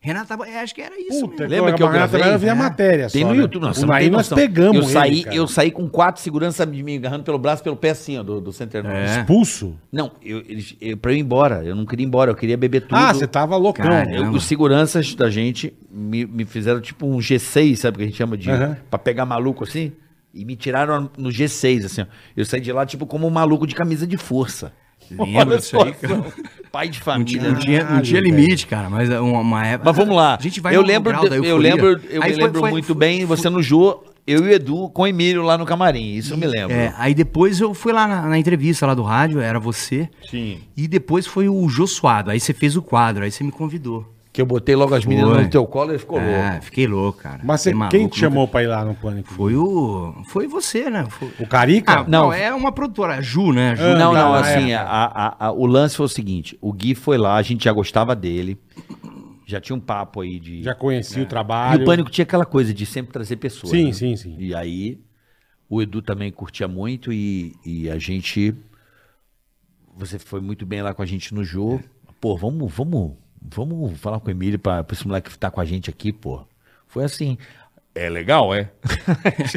Renata Banhara, acho que era isso Puta, mesmo. Lembra que eu Renata gravei? Eu vi a É. matéria Tem só, no né? YouTube, nossa, O não Naí tem nós noção. pegamos eu ele, saí, cara. Eu saí com quatro seguranças de mim, agarrando pelo braço, pelo pé assim, ó, do, do Center Norte. É. Expulso? Não, eu, eles, eu, pra eu ir embora, eu não queria ir embora, eu queria beber tudo. Ah, tá você tava loucão. Cara, Eu- os seguranças da gente me, me fizeram tipo um G6, sabe o que a gente chama de. Aham. Pra pegar maluco assim. E me tiraram no G6, assim. ó. Eu saí de lá, tipo, como um maluco de camisa de força. Lembra disso aí, cara. Pai de Não tinha, família. não tinha- não Caralho, tinha limite, cara, mas é uma, uma época. Mas vamos lá. A gente vai eu no lembro, grau de- da eu euforia. lembro, eu Aí me foi- lembro foi- muito bem, você no Jô, eu e o Edu com o Emílio lá no camarim. Isso eu me lembro. É, aí depois eu fui lá na, na entrevista lá do rádio, era você. Sim. E depois foi o Jô Suado. Aí você fez o quadro, aí você me convidou. Que eu botei logo as meninas Foi. no teu colo e ficou louco. É, fiquei louco, cara. Mas você- Fiquei maluco, quem te nunca- chamou pra ir lá no Pânico? Foi o. Foi você, né? Foi- O Carica? Ah, não, é uma produtora, a Ju, né? A Ju, Não, não, na assim, época. a- a- a- o lance foi o seguinte: o Gui foi lá, a gente já gostava dele, já tinha um papo aí de. Já conheci o É. e trabalho. o pânico tinha aquela coisa de sempre trazer pessoas. Sim, né? sim, sim. E aí, o Edu também curtia muito e, e a gente. Você foi muito bem lá com a gente no jogo. É. Pô, vamos, vamos, vamos falar com o Emílio pra, pra esse moleque que tá com a gente aqui, pô. Foi assim. É legal, é?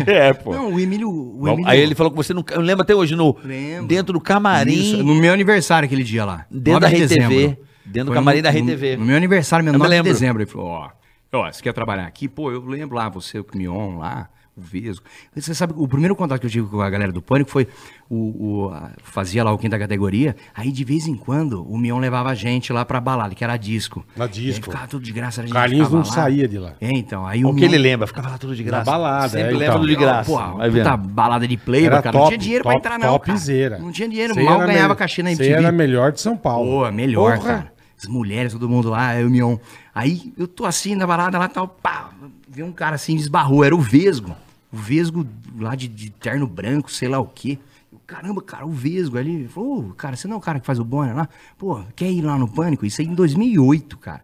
é, pô. Não, o Emílio. O Vamos- Emílio Aí ele falou com você, no, eu lembro até hoje, no, Lembro. dentro do camarim. Isso, no meu aniversário aquele dia lá. Dentro 9 da de RedeTV, dezembro. Dentro do Foi camarim no- da RTV. No meu aniversário, meu Eu me 9 de lembro. dezembro. Ele falou, ó, ó, você quer trabalhar aqui? Pô, eu lembro lá, você, o Mion lá, o Vesgo. E Você sabe, o primeiro contato que eu tive com a galera do Pânico foi, o, o- a- fazia lá o quinta categoria, aí de vez em quando o Mion levava a gente lá pra balada, que era disco. Na E aí disco. ficava tudo de graça. A gente Carlinhos ficava não saía de lá. É, então, aí O que Mion- ele lembra? Ficava lá tudo de graça. balada, Sempre é, lembra então. tudo de graça. Porra, Vai puta vendo. balada de playboy, Era cara. não tinha dinheiro pra entrar, não. cara. Topzera. Não tinha dinheiro, Você mal era ganhava melhor- caixinha na você MTV. era melhor de São Paulo. Pô, melhor, Porra. cara. As mulheres, todo mundo lá, eu e o Mion. Aí eu tô assim na balada lá, tal, pá, vi um cara assim, esbarrou, era o Vesgo. O Vesgo lá de, de terno branco, sei lá o quê. Eu, Caramba, cara, o Vesgo ali. Ele Falou, "Ô, cara, você não é o cara que faz o Bonner lá? Pô, quer ir lá no Pânico? Isso aí em 2008, cara.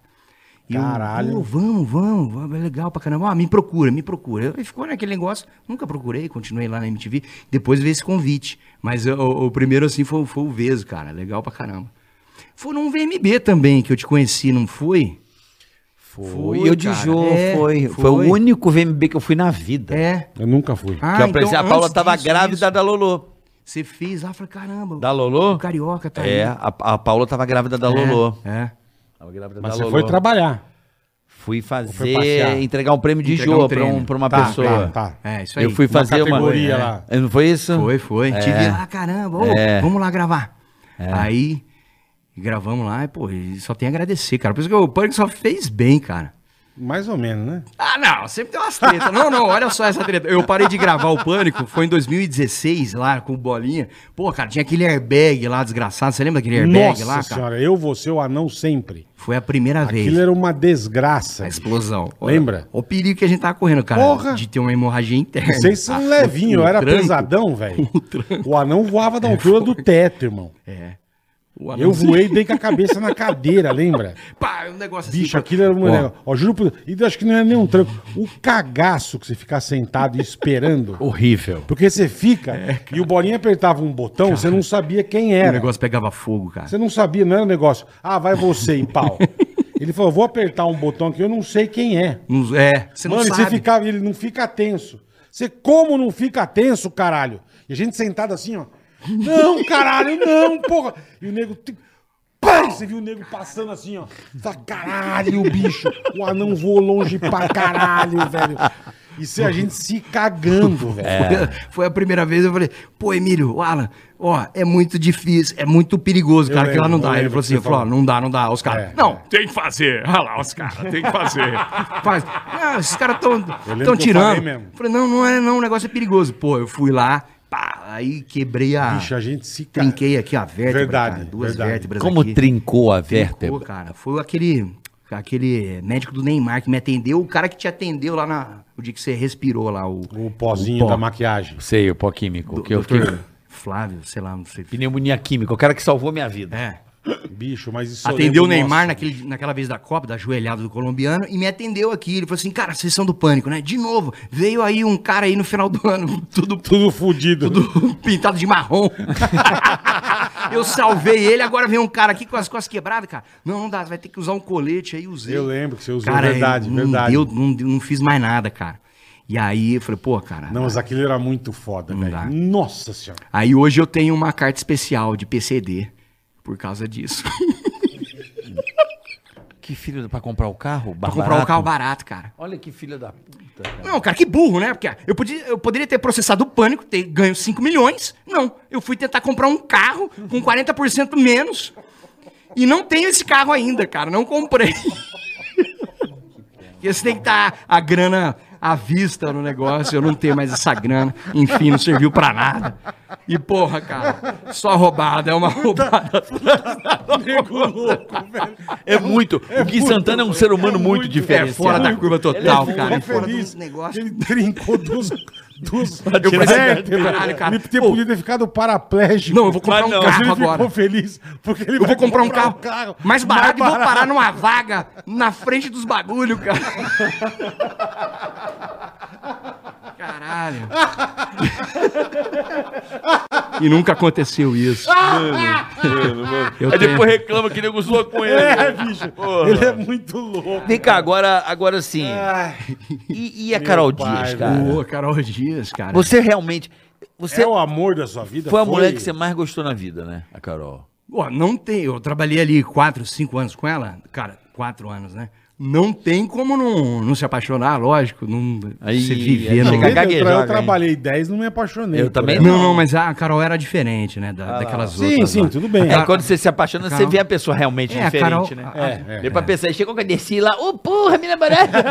E eu, Caralho. "Pô, vamos, vamos, vamos, é legal pra caramba. Ah, me procura, me procura. E ficou naquele negócio, nunca procurei, continuei lá na MTV. Depois veio esse convite. Mas eu- o, o primeiro, assim, foi, foi o Vesgo, cara. Legal pra caramba. Foi num VMB também que eu te conheci, não foi? Foi, eu de cara. Jô, É, foi. Foi o único VMB que eu fui na vida. É. Eu nunca fui. Ah, Que eu apresentei, a Paula antes tava disso, grávida da Lolo. isso. Você fez lá, eu falei, caramba. Da Lolo? O Carioca tá É, aí. a, a Paula tava grávida da Lolo. É, é. Tava grávida Mas da você Lolô. foi trabalhar. Fui foi passear? fazer, entregar um prêmio de Entregar Jô um pra, um, prêmio. pra uma Tá, pessoa. tá, tá. É, isso aí. Eu fui Na fazer uma... categoria lá. É, Não foi isso? Foi, foi. É. Te vi lá, caramba. Ô, É. Vamos lá gravar. Aí gravamos lá e, pô, e só tem a agradecer, cara. Por isso que o Pânico só fez bem, cara. Mais ou menos, né? Ah, não, sempre tem umas tretas. Não, não, olha só essa treta. Eu parei de gravar o Pânico, foi em 2016, lá com o Bolinha. Pô, cara, tinha aquele airbag lá, desgraçado. Você lembra daquele airbag Nossa lá, cara? senhora, eu, você, o anão sempre. Foi a primeira Aquilo vez. era uma desgraça. A bicho. explosão. Lembra? Olha O perigo que a gente tava correndo, cara. Porra! De ter uma hemorragia interna. Vocês são Ah, levinhos, um eu o- o é era tranco. Um pesadão, velho. O anão voava da altura do teto, irmão. É. O Eu anãozinho. voei e dei com a cabeça na cadeira, lembra? Pá, um negócio Bicho, assim. aquilo era um negócio. Ó, juro por E eu acho que não era nem um tranco. O cagaço que você ficar sentado e esperando. Horrível. Porque você fica e o bolinha apertava um botão, você não sabia quem É, O era. negócio pegava fogo, cara. Você não sabia, não era um negócio. Ah, vai você e pau. Ele falou, vou apertar um botão aqui, eu não sei quem é. Não- é, você Mano, e não você sabe. ficava, ele não fica tenso. Você como não fica tenso, caralho? E a gente sentado assim, ó. Não, caralho, não, porra. E o nego. ti- Pá! Você viu o nego passando assim, ó. Você fala, Caralho, bicho. O anão voou longe pra caralho, velho. E se a gente se cagando, velho. Foi- Foi a primeira vez eu falei, pô, Emílio, o Alan, ó, é muito difícil, é muito perigoso, Eu cara, que lá lembro, não eu dá. Ele lembro falou que assim, você falou, ó, falou. não dá, não dá. Os caras, É. não, Tem que fazer. Olha lá, os caras, tem que fazer. faz. Não, esses caras tão, lembro tão que eu falei tirando. mesmo. Falei, não, não é não, o negócio é perigoso. Pô, eu fui lá, pá, aí quebrei a... Bicho, a gente se caga. Trinquei aqui a vértebra, Verdade, cara, duas verdade. vértebras Como aqui. trincou a Pô, vértebra? cara, foi aquele, aquele médico do Neymar que me atendeu, o cara que te atendeu lá na, o dia que você respirou lá, o... O pozinho pó. da maquiagem. Sei, o pó químico. que eu Dr. fiquei- Flávio, sei lá, não sei. Pneumonia química, o cara que salvou minha vida. É. Bicho, mas isso. eu Atendeu o lembro, Neymar nossa. naquele, naquela vez da Copa, da joelhada do colombiano, e me atendeu aqui. Ele falou assim, cara, vocês são do pânico, né? De novo, veio aí um cara aí no final do ano, tudo, Tudo fudido. tudo pintado de marrom. Eu salvei ele, agora vem um cara aqui com as costas quebradas, cara. Não, não dá, vai ter que usar um colete aí, usei. Eu lembro que você usou. Cara, é um verdade, não verdade. deu, não, deu- não fiz mais nada, cara. E aí eu falei, pô, cara. Não, mas aquilo era muito foda, Não dá. velho. Nossa senhora. Aí hoje eu tenho uma carta especial de PCD por causa disso. Que filho da... Pra comprar o carro? pra comprar um carro barato, cara. Olha que filho da puta. Não, cara, que burro, né? Porque eu, podia, eu poderia ter processado o pânico, ter ganho 5 milhões. Não, eu fui tentar comprar um carro com 40% menos. E não tenho esse carro ainda, cara. Não comprei. Porque você tem que estar a grana à vista no negócio. Eu não tenho mais essa grana. Enfim, não serviu pra nada. E porra, cara, só roubada. É uma roubada. Tá É muito. o Gui Santana é um ser humano muito, diferente. É fora da curva total, cara. É Ficou fora feliz. do negócio. Ele trincou dos. dos Eu pensei- vértebras. Caralho, cara. "É, Ele ter- podia ter ficado paraplégico. Não, eu vou comprar Mas um mas carro ele agora. ficou feliz. Porque ele Eu vou comprar um carro, mais barato e vou parar numa vaga na frente dos bagulho, cara. Caralho. e nunca aconteceu isso. Eu Aí tenho- depois reclama que nego zoa com ele. É, bicho. Ele é muito louco. Vem cá, agora, agora sim. E, e a Carol Dias, pai, cara? Ô, Carol Dias, cara. Você realmente... Você É o amor da sua vida. foi a mulher que você mais gostou na vida, né? A Carol. Ó, não tem. Eu trabalhei ali quatro, cinco anos com ela. Cara, quatro anos, né? Não tem como não, não se apaixonar, lógico. Não, Aí, se aí viver. chega Não, Eu, a não, cagar. gaguejar, eu né? trabalhei 10 não me apaixonei. Eu por também ela. não. não, mas é a Carol era diferente, né? Da, daquelas Sim, outras. sim, lá. tudo bem. É, quando você se apaixona, você Carol- vê a pessoa realmente É, a diferente, Carol- né? a- É, é. Vê pra pessoa, chega com a desci lá, ô porra, minha namorada!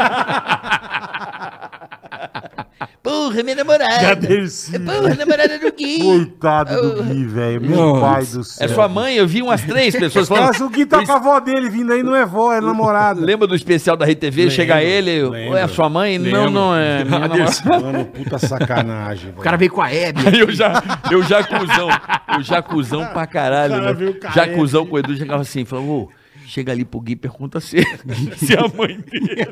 porra, minha Já namorada! desci. É Porra, namorada do Gui! Coitado do Gui, velho. Meu Não. pai do céu. É sua mãe, eu vi umas três pessoas falando. Nossa, o Gui tá com a avó dele vindo aí, não é vó, é namorada. Lembra do especial da RTV? chega ele, lembro. é a sua mãe? Não, Lembro. não é. minha namorada. Mano, puta sacanagem, velho. O cara veio com a Hebe. Aí eu já, eu já acusão, eu já acusão pra caralho. O cara Né? veio careca. Já acusão com o Edu, chegava assim, falava, ô, chega ali pro Gui e pergunta se, se a mãe dele.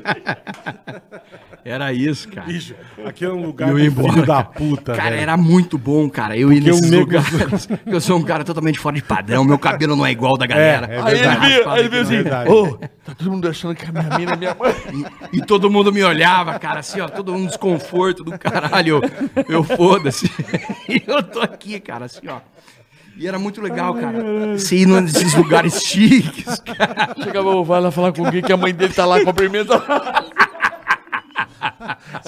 Era isso, cara. Bicho, aqui é um lugar Eu do ia embora, filho da cara. puta, Cara, velho. era muito bom, cara. Eu ia Porque nesses o nego- lugares. Eu sou um cara totalmente fora de padrão. Meu cabelo não é igual da galera. É, é Aí ele verdade. veio, aí ele veio assim, Verdade. ô, tá todo mundo achando que a minha mina é minha mãe. E todo mundo me olhava, cara, assim, ó. Todo um desconforto do caralho. Eu, eu foda-se. E eu tô aqui, cara, assim, ó. E era muito legal, cara. Você ir nesses lugares chiques, cara. Chegava, ô, vai lá falar com o Gui que a mãe dele tá lá, cumprimenta lá.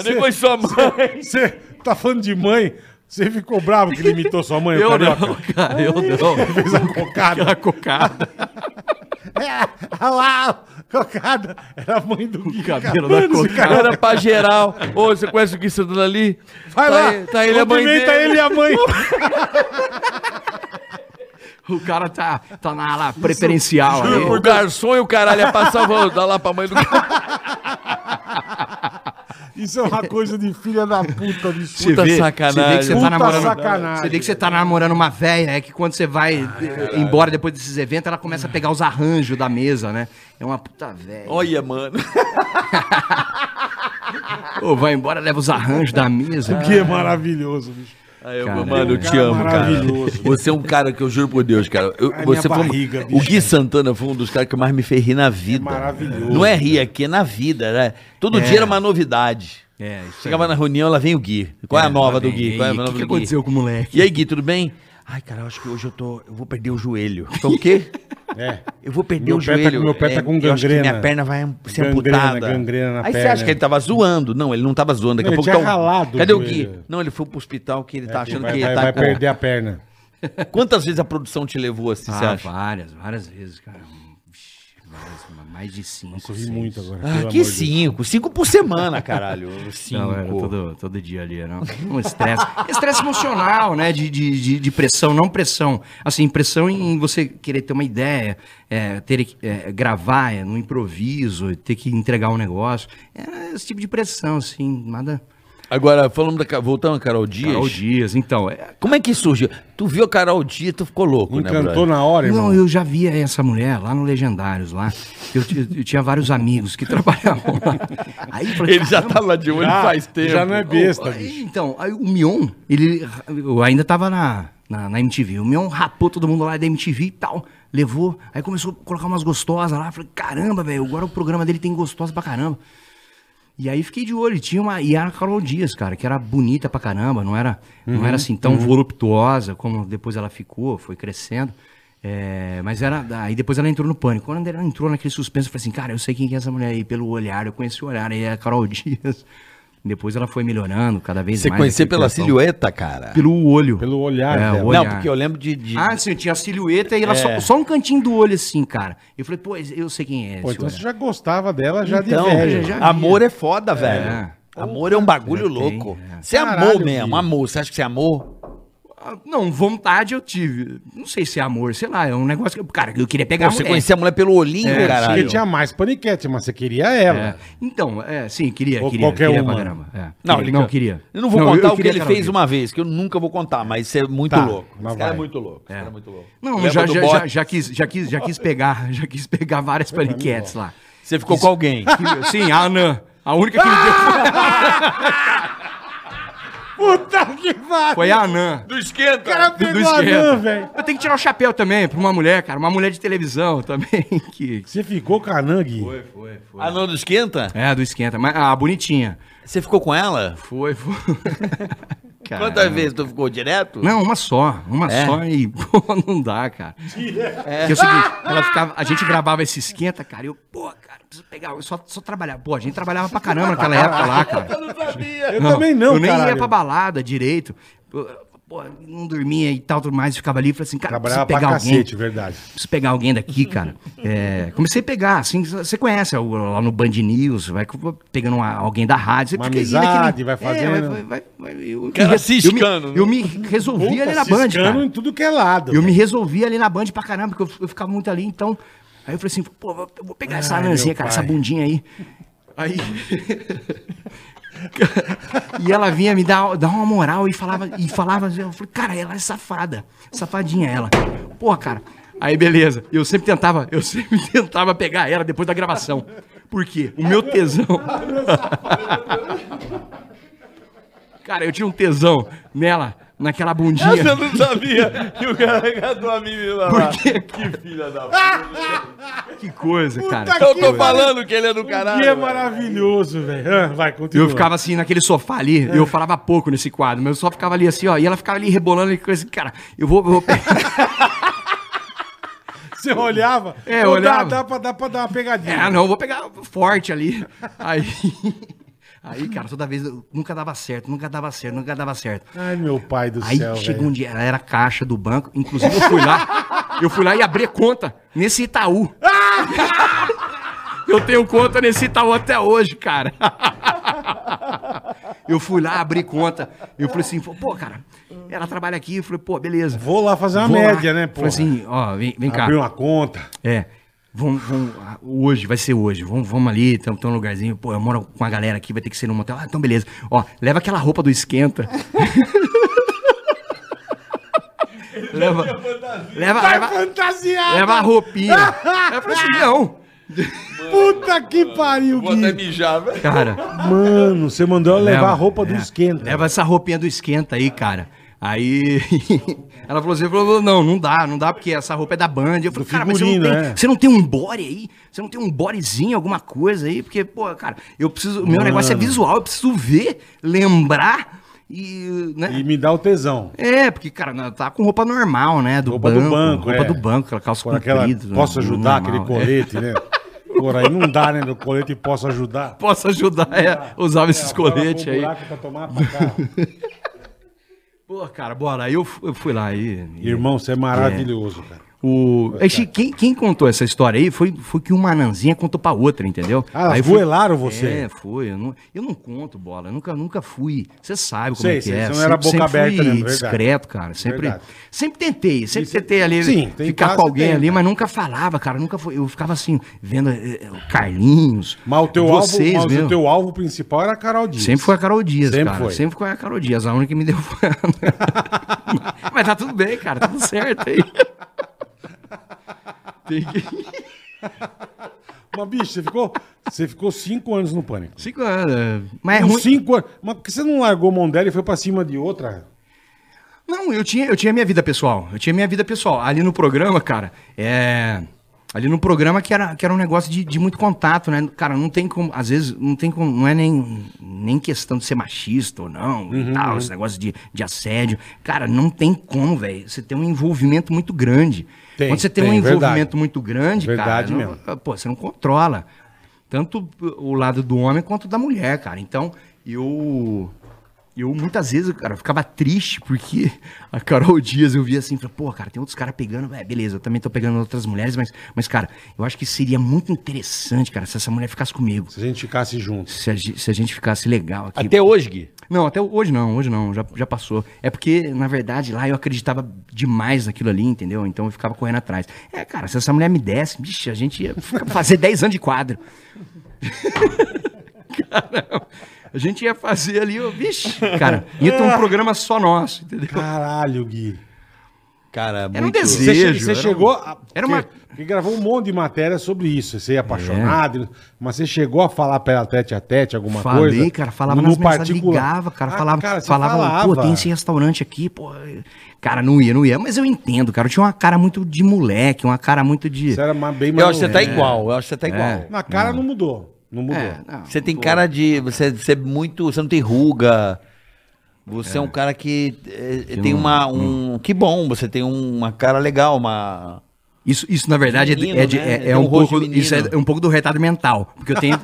Depois sua mãe. Você tá falando de mãe? Você ficou bravo que ele imitou sua mãe, o Eu carioca? não, cara. Eu não. Fez a cocada. Aquela cocada. É, olha lá, cocada. Era a mãe do Gui. cabelo cara. da Mano, esse cocada. cara- Era pra geral. Ô, você conhece o Gui Santana ali? Vai tá lá, Ele, tá ele e a mãe dele. cumprimenta ele e a mãe. O cara tá, tá na ala preferencial ali. O garçom e o caralho ia passar, vou dar lá pra mãe do cara. Isso é uma coisa de filha da puta, bicho. Você Puta vê, sacanagem. Você vê que você Puta tá namorando. sacanagem. Você vê que você tá namorando uma véia, é que quando você vai eh, embora depois desses eventos, ela começa a pegar os arranjos da mesa, né? É uma puta véia. Olha, mano. Ô, vai embora, leva os arranjos da mesa. Que é maravilhoso, bicho. Aí eu, Cara, mano, eu um te cara amo, cara. maravilhoso. Você é um cara que eu juro por Deus, cara. Eu- Ai, você minha foi um- barriga, o bicho. Gui Santana foi um dos caras que mais me fez rir na vida. maravilhoso. Não é rir aqui, é na vida, né? Todo dia era uma novidade. É, isso aí. Chegava na reunião, lá vem o Gui. Qual é, a É, nova lá do vem. Gui? E Qual é a aí, nova que do que Gui? é aconteceu com o moleque? E aí, Gui, tudo bem? Ai, cara, eu acho que hoje eu tô. Eu vou perder o joelho. Então o quê? É. Eu vou perder Meu o pé tá- joelho. É, meu pé tá com eu acho que gangrena. minha perna vai am- ser Gangrena, amputada. gangrena na Aí você perna. acha que ele tava zoando. Não, ele não tava zoando. Daqui Não, a ele pouco tinha tá um- ralado o Cadê o joelho. Gui? Não, ele foi pro hospital que ele tá Vai- achando vai, que ele tá vai com- perder a perna. Quantas vezes a produção te levou assim, você Ah, acha? várias, várias vezes, cara. Vixe, várias, mais de cinco. Corri seis. muito agora. Ah, pelo amor de que Deus. cinco. Cinco por semana, caralho. Cinco. Não, era todo, todo dia ali, era um- um estresse. estresse emocional, né? De, de, de, de pressão, não pressão. Assim, pressão em você querer ter uma ideia, é, ter que é, gravar é, no improviso, ter que entregar um negócio. Era esse tipo de pressão, assim, nada. Agora, falando da. Ca- Voltando a Carol Dias. Carol Dias, então. é- Como é que surgiu? Tu viu a Carol Dias, tu ficou louco, né, Encantou brother? na hora, irmão. não, eu já via essa mulher lá no Legendários, lá. Eu, ti- eu tinha vários amigos que trabalhavam lá. Aí eu falei, Ele já "Caramba, tá lá de olho Já- faz tempo. Já não é besta, Aí, bicho. Então, aí o Mion, ele. Eu ainda tava na, na, na MTV. O Mion rapou todo mundo lá da MTV e tal. Levou. Aí começou a colocar umas gostosas lá. Falei, caramba, velho, agora o programa dele tem gostosa pra caramba. E aí fiquei de olho, e tinha uma. E era a Carol Dias, cara, que era bonita pra caramba, não era, não era assim tão voluptuosa como depois ela ficou, foi crescendo. É, mas era. Aí depois ela entrou no pânico. Quando ela entrou naquele suspense, eu falei assim, cara, eu sei quem que é essa mulher aí, pelo olhar, eu conheci o olhar, aí é a Carol Dias. Depois ela foi melhorando cada vez Você mais. conhecia aquele pela corpão. silhueta, cara. Pelo olho. Pelo olhar, É, velho. o olhar. Não, porque eu lembro de. de- Ah, sim, tinha a silhueta e ela só, só um cantinho do olho assim, cara. Eu falei, pô, eu sei quem é esse Pô, então olhar. você já gostava dela já Então, de velho. já- amor é foda, velho. É. Amor é um bagulho Já tem, louco. é. Você amou Caralho, mesmo, filho. amor. Você acha que você amou? Ah, Não, vontade eu tive. Não sei se é amor, sei lá, é um negócio que. eu- Cara, eu queria pegar Pô, a você mulher. conhecia a mulher pelo olhinho, Porque caralho. tinha mais paniquete, mas você queria ela. né? É. Então, é, sim, queria, Ou queria. qualquer queria uma. pra caramba, é. Não, Queria- ele- não queria. Eu não vou eu- contar eu o que queria ele Carol fez Dias. uma vez, que eu nunca vou contar, mas isso é muito Tá, louco. lá Esse cara é vai. muito louco. Esse cara é muito louco. Não, Lembra já, do já, bote? já, já quis, já, quis, já quis pegar, já quis pegar várias paniquetes lá. Você ficou com alguém. Que- Sim, a Anã. A única que me deu Ah! foi- Puta que pariu! foi a Anã. Do esquenta. O cara Do, do pegou a esquerdo. anã, velho. Eu tenho que tirar o chapéu também pra uma mulher, cara. Uma mulher de televisão também. Que... Você ficou com a anã, Gui? A ah, não do esquenta? ah, É, do esquenta. Mas a bonitinha. Você ficou com ela? Foi, foi. cara. Quantas vezes tu ficou direto? Ah. Não, uma só, uma É? só e pô, não dá, cara. Porque é o seguinte, ela ficava, a gente gravava esse esquenta, cara, e eu, pô, cara, preciso pegar, eu só, só trabalhava. Pô, a gente trabalhava pra caramba naquela época lá, cara. Eu Ah, também não, Eu nem caralho. ia pra balada direito. Pô, pô, não dormia e tal, tudo mais, ficava ali, falei assim, cara, preciso Trabalhava pra pegar alguém. cacete, verdade. Preciso pegar alguém daqui, cara. É, comecei a pegar, assim, você conhece o- lá no Band News, vai pegando uma- alguém da rádio. Você Uma fica indo amizade, vai fazendo. vai- vai- vai- eu, Cara eu me- ciscando, Eu né? me, eu me resolvi ali Puta, na Band, ciscando cara. em tudo que é lado. Eu me resolvi ali na Band pra caramba, porque eu, eu ficava muito ali, então... Aí eu falei assim, pô, eu vou- eu vou pegar essa Ai, ananzinha, meu cara, pai. essa bundinha aí. Aí... E ela vinha me dar, dar uma moral e falava, e falava, eu falei, cara, ela é safada, safadinha ela. Porra, cara. Aí beleza, eu sempre tentava, eu sempre tentava pegar ela depois da gravação. Por quê? O meu tesão. cara, eu tinha um tesão nela, naquela bundinha. não sabia que o cara catou a menina lá. Porque Que filha da puta. que coisa, cara. Eu tô falando que ele é do caralho. Que é velho. maravilhoso, velho. Ah, Vai, continua. Eu ficava assim naquele sofá ali, eu falava pouco nesse quadro, mas eu só ficava ali assim, ó, e ela ficava ali rebolando e coisa assim, cara, eu vou, eu vou pegar. Você olhava. É, pô, dá- olhava. Dá, pra, dá pra dar uma pegadinha. Ah, não, eu vou pegar forte ali. Aí. Aí, cara, toda vez eu- nunca dava certo, nunca dava certo, nunca dava certo. Ai, meu pai do Aí céu, chegou velho. um dia, ela era caixa do banco, inclusive eu fui lá, eu fui lá e abri conta nesse Itaú. Eu tenho conta nesse Itaú até hoje, cara. Eu fui lá, abri conta. Eu falei assim, pô, cara, ela trabalha aqui. Eu falei, pô, beleza. Vou lá fazer uma Vou lá. média, né, pô? Falei assim, ó, vem, vem cá. Abriu uma conta. É. Vamos, vamos, ah, hoje, vai ser hoje. Vamos, vamos ali, tem um lugarzinho. Pô, eu moro com a galera aqui, vai ter que ser num motel. Ah, então beleza. Ó, leva aquela roupa do esquenta. leva, leva, leva, É fantasiado! leva a roupinha. Aí eu falei assim, não. É. Puta que pariu, Vou até Gui. mijar, velho. Cara, Mano, você mandou eu levar Leva, a roupa do é. esquenta. leva essa roupinha do esquenta aí, cara. Aí ela falou assim, falou, não, não dá, não dá, porque essa roupa é da Band. Eu Do falei, cara, mas você não, tem, figurino, é. você não tem um body aí? Você não tem um bodyzinho, alguma coisa aí? Porque, pô, cara, eu preciso, o meu negócio é visual, eu preciso ver, lembrar e, né? E me dá o tesão. É, porque, cara, na- tá com roupa normal, né? Do Roupa do banco, banco, Roupa é. do banco, aquela calça Com aquela. comprida. posso ajudar aquele normal, é. colete, né? Por aí não dá, né? Meu colete posso ajudar. Posso ajudar, é, usava esses coletes aí. Buraco pra tomar pra cá. Pô, cara, bora, aí eu, fu- eu fui lá aí. e- Irmão, você é maravilhoso, cara. O... é. Esse- quem, quem contou essa história aí foi, foi que uma ananzinha contou pra outra, entendeu? Ah, aí foi- goelaram você. É, foi. Eu não, eu não conto bola. Eu nunca, nunca fui. Você sabe como Sei, é que sei, é. você não era boca aberta fui mesmo, verdade. discreto, cara. Sempre, Verdade. sempre tentei. Sempre E cê- tentei ali Sim, tem ficar caso com que alguém tem, né? ali, cara. mas nunca falava, cara. Nunca foi- Eu ficava assim, vendo eh, eh, o Carlinhos. Mas o teu, vocês alvo, mas mesmo. o teu alvo principal era a Carol Dias. Sempre foi a Carol Dias, Sempre cara. foi. Sempre foi a Carol Dias. A única que me deu foi a Ana. Mas tá tudo bem, cara. Tudo certo aí. Tem que... Mas, bicho, você ficou, você ficou cinco anos no pânico. Cinco anos. é. Mas é Uns ruim. cinco anos. Mas por que você não largou mão dela e foi pra cima de outra? Não, eu tinha, eu tinha minha vida pessoal. Eu tinha minha vida pessoal. Ali no programa, cara, é. Ali no programa que era, que era um negócio de, de muito contato, né? Cara, não tem como. Às vezes, não tem como. Não é nem, nem questão de ser machista ou não, e Uhum, tal, esse negócio de, de assédio. Cara, não tem como, velho. Você tem um envolvimento muito grande. Tem, Quando você tem, um tem, envolvimento verdade. muito grande, Verdade cara. mesmo. não- pô, você não controla. Tanto o lado do homem quanto da mulher, cara. Então, eu. Eu muitas vezes, cara, eu ficava triste porque a Carol Dias eu via assim, falei, pô, cara, tem outros caras pegando, é, beleza, eu também tô pegando outras mulheres, mas, mas, cara, eu acho que seria muito interessante, cara, se essa mulher ficasse comigo. Se a gente ficasse junto. Se a, ge- se a gente ficasse legal aqui. Até hoje, Gui. Não, até hoje não, hoje não, já, já passou. É porque, na verdade, lá eu acreditava demais naquilo ali, entendeu? Então eu ficava correndo atrás. É, cara, se essa mulher me desse, bicho, a gente ia ficar- fazer 10 anos de quadro. Caramba. A gente ia fazer ali, ó, vixe, cara, ia ter Ah. um programa só nosso, entendeu? Caralho, Gui. Cara, Era um muito... desejo. Você, che- É você era um- chegou. A, era uma- Porque, porque gravou um monte de matéria sobre isso. Você é apaixonado, mas você chegou a falar pra ela tete a tete alguma Falei, coisa? cara, falava nas mensagens, ligava, cara, Ah, falava, cara, você falava, pô, tem esse restaurante aqui, pô. Cara, não ia, não ia, mas eu entendo, cara, eu tinha uma cara muito de moleque, uma cara muito de... Você era ma- bem Eu acho que você tá maluco. igual, eu acho que você tá igual. Na cara não mudou. É, Não mudou. É. não. Você tem cara de. Você, você é muito. Você não tem ruga. Você é, um cara que eh, tem é. uma. Hum. Um, Que bom, você tem um, uma cara legal, uma. Isso, isso na verdade, é de- Menino, é, de- né? é- é Tem um um rosto pouco, de isso é menino. um pouco do retardo mental, porque eu tenho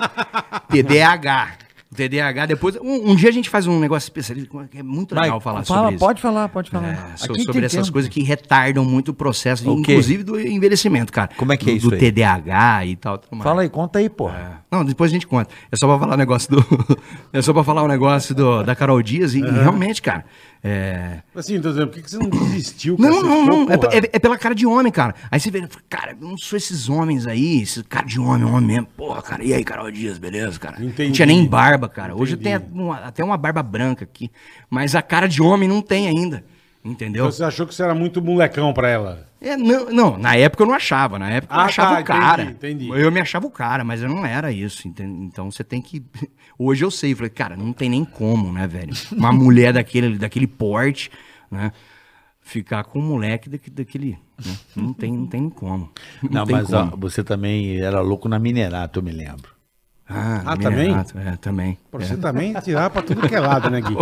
TDAH. O TDAH, depois, um, um dia a gente faz um negócio especialista, que é muito legal falar sobre isso. pode falar, pode falar. É, so- Aqui sobre tem essas tempo. coisas que retardam muito o processo, O quê? inclusive do envelhecimento, cara. Como é que é do, isso Do aí? TDAH e tal. tudo mais. É. Fala aí, conta aí, porra. Não, depois a gente conta. É só pra falar o negócio do. é só pra falar o negócio do, da Carol Dias e, e realmente, cara. É... Assim, tô dizendo, por que, que você não desistiu? cara? Não, Você não, ficou, não. É, porra. pe- é- é pela cara de homem, cara. Aí você vê, cara, eu não sou esses homens aí, esse cara de homem, homem mesmo. Porra, cara, e aí, Carol Dias, beleza, cara? Entendi. Não tinha nem barba, cara. Hoje eu tenho uma- até uma barba branca aqui. Mas a cara de homem não tem ainda. Entendeu? Você achou que você era muito molecão pra ela. É, não, não, na época eu não achava, na época Ah, eu achava tá, o cara. entendi, entendi. Eu me achava o cara, mas eu não era isso, entende? Então você tem que. Hoje eu sei, eu falei, cara, não tem nem como, né, velho? Uma mulher daquele, daquele porte, né? Ficar com um moleque daque- daquele. né? Não, tem, não tem nem como. Não, Não, tem mas ó, como. você também era louco na Minerato, eu me lembro. Ah, Ah, Minerato, É, também. Pô, É. Você também tirar pra tudo que é lado, né, Gui?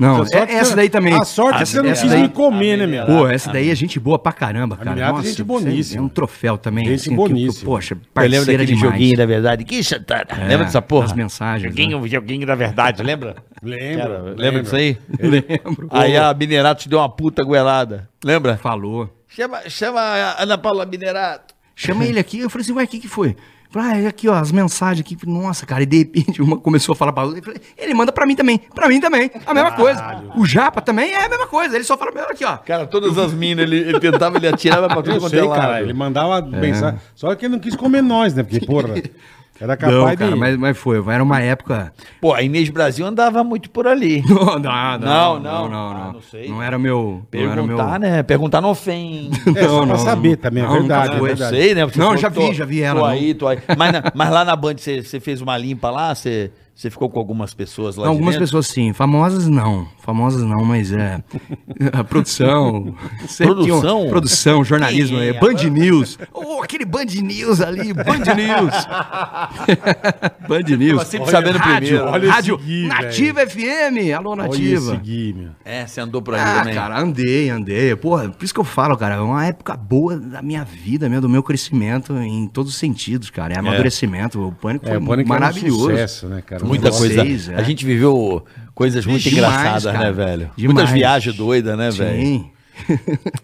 Não, A sorte é- que essa você- daí também. A sorte é que Essa- você não essa quis daí- me comer, né, meu? Pô, essa daí é gente boa pra caramba, cara. Minerato é gente isso aí boníssima. É um troféu também. Gente que- que- boníssima. Poxa, Eu lembro parceira daquele de joguinho da verdade. Que chatada. É, lembra dessa porra? das mensagens, né? Joguinho, joguinho da verdade, lembra? Lembra, Cara, lembra. lembra disso aí? Lembro. Aí a Minerato te deu uma puta goelada. Lembra? Falou. Chama, chama a Ana Paula Minerato. Chama ele aqui. Eu falei assim, ué, o que, que foi? Falei, ah, é aqui, ó, as mensagens aqui. Falei, Nossa, cara, e de repente uma começou a falar pra outra. Eu falei, ele manda pra mim também. Pra mim também. A mesma coisa. O Japa também é a mesma coisa. Ele só fala, meu, aqui, ó. Cara, todas as minas, ele, ele tentava, ele atirava pra tudo Eu quanto é sei, cara. lado. Ele mandava É. mensagem. Só que ele não quis comer nós, né? Porque, porra, era capaz Não, cara, de... mas, mas foi. Era uma época... Pô, a Inês Brasil andava muito por ali. Não, Não, não, não. não. Não, não, Ah, não. não sei. Não era meu... Não era meu... Perguntar, né? Perguntar não ofende. É, só pra saber também, é Não, nunca verdade, é foi. Eu verdade. sei, né? Você Não, falou, já vi, tô- já vi ela, Tô não. aí, tô aí. Mas, na- mas lá na Band, você você fez uma limpa lá? Você você ficou com algumas pessoas lá Não, de algumas dentro? pessoas sim, famosas não, famosas não, mas é a produção, sempre tinha uma- Produção? produção, jornalismo, Quem é? é, Band News, oh, aquele Band News ali, Band News, Band News, sempre sabendo rádio, primeiro. Olha rádio, esse Gui, Nativa FM, alô Olha esse Nativa. Gui, meu. É, você andou por ali Ah, também. cara, andei, andei. Porra, por isso que eu falo, cara, é uma época boa da minha vida, meu, do meu crescimento em todos os sentidos, cara. É amadurecimento, o pânico É, foi o Pânico era um maravilhoso. sucesso, né, cara? Muita Vocês, coisa. é. A gente viveu coisas muito Demais, engraçadas, cara. né, velho? Demais. Muitas viagens doidas, né, velho? Sim.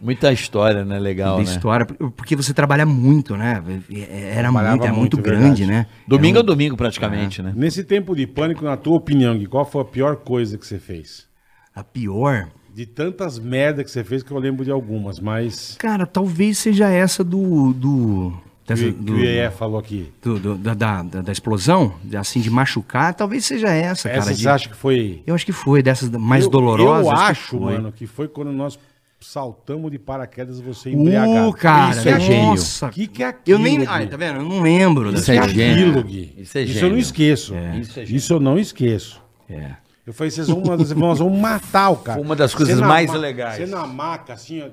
Muita história, né? Legal, né? da história, porque você trabalha muito, né? Era Trabalhava muito, era muito muito, grande, verdade. né? Domingo é Era um- domingo, praticamente, né? Nesse tempo de pânico, na tua opinião, Gui, qual foi a pior coisa que você fez? a pior. De tantas merdas que você fez que eu lembro de algumas, mas... Cara, talvez seja essa do do dessa- Que, que do- o IE falou aqui. do- do- da, da, da- da explosão, de- assim de machucar, talvez seja essa, cara. Essa de- você acha que foi... Eu acho que foi dessas mais Eu- dolorosas. Eu que acho, foi. mano, que foi quando nós saltamos de paraquedas você embriagado. Uh, cara, Isso é gênio. nossa. Que que é eu nem, aquilo, ai, Gui? tá vendo? Eu não lembro Isso dessa- Que é gênio. aquilo, Gui. Isso é eu não gênio. esqueço. Isso Isso, é gênio. eu não esqueço. É. Eu falei, vocês vão, vocês vão- nós vamos matar o cara. Foi uma das coisas Você na mais ma- legais. Você na maca, assim, ó,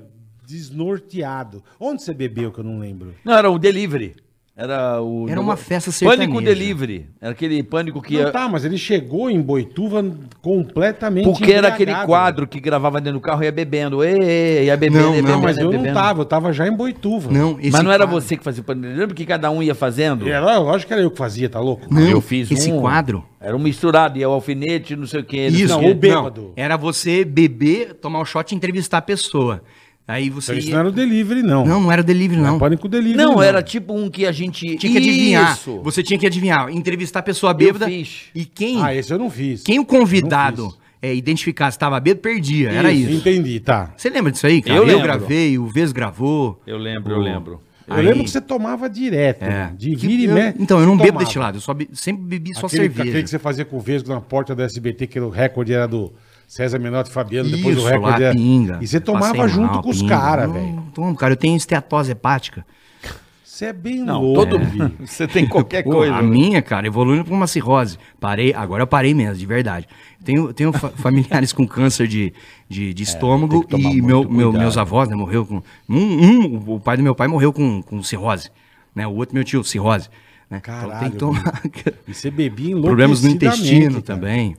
desnorteado. Onde você bebeu que eu não lembro? Não, era o delivery. Era o. Era uma negócio- festa Pânico sertaneja. delivery. Era aquele pânico que. Não, tá, mas ele chegou em Boituva completamente Porque era aquele embriagado. quadro que gravava dentro do carro e ia bebendo. Ei, ei, ia bebendo, Não, ia bebendo. não, Não, Ah, mas ia eu não bebendo. tava, eu tava já em Boituva. Não, Mas não era quadro- você que fazia o pânico delivery. Lembra que cada um ia fazendo? Era, lógico que era eu que fazia, tá louco? Não, eu fiz esse um- quadro. Era um misturado, ia o alfinete, não sei o que. Isso, Não, que- o bêbado. Era você beber, tomar o shot e entrevistar a pessoa. Aí você. Então, isso ia- não era o delivery, não. não, não era o delivery, não. Não, pânico delivery. Não, era tipo um que a gente. Tinha que adivinhar. Isso. Você tinha que adivinhar. Entrevistar a pessoa bêbada. fiz. E quem, Ah, esse eu não fiz. quem o Não convidado é, identificasse se estava bêbado, perdia. Era isso. Entendi, tá. Você lembra disso aí, cara? Eu lembro. gravei, o Vez gravou. Eu lembro, eu lembro. Eu Aí- lembro que você tomava direto. É. De Que- vira e eu- mexe. Então, eu você não bebo tomava. deste lado. Eu só be- sempre bebi só aquele, cerveja. Aquele que você fazia com o Vesgo na porta do SBT, que o recorde era do César Menotti e Fabiano, depois o Isso, recorde lá, era... pinga. E você tomava Passei junto mal, com os pinga. caras, Não, velho. Tomo, cara. Eu tenho esteatose hepática. Você é bem Não, louco. todo Gui. Você tem qualquer É. Pô, coisa. A né? minha, cara, evoluindo pra uma cirrose. Parei, agora eu parei mesmo, de verdade. Tenho, tenho fa- familiares com câncer de, É, de, de tem estômago que tomar e muito meu, meu- cuidado. meus avós, né, morreu com. Um, um, o pai do meu pai morreu com, com cirrose. Né? O outro, meu tio, cirrose. Né? Então Caralho, tem que tomar. E você bebia enlouquecidamente. Problemas no intestino É. cara. também.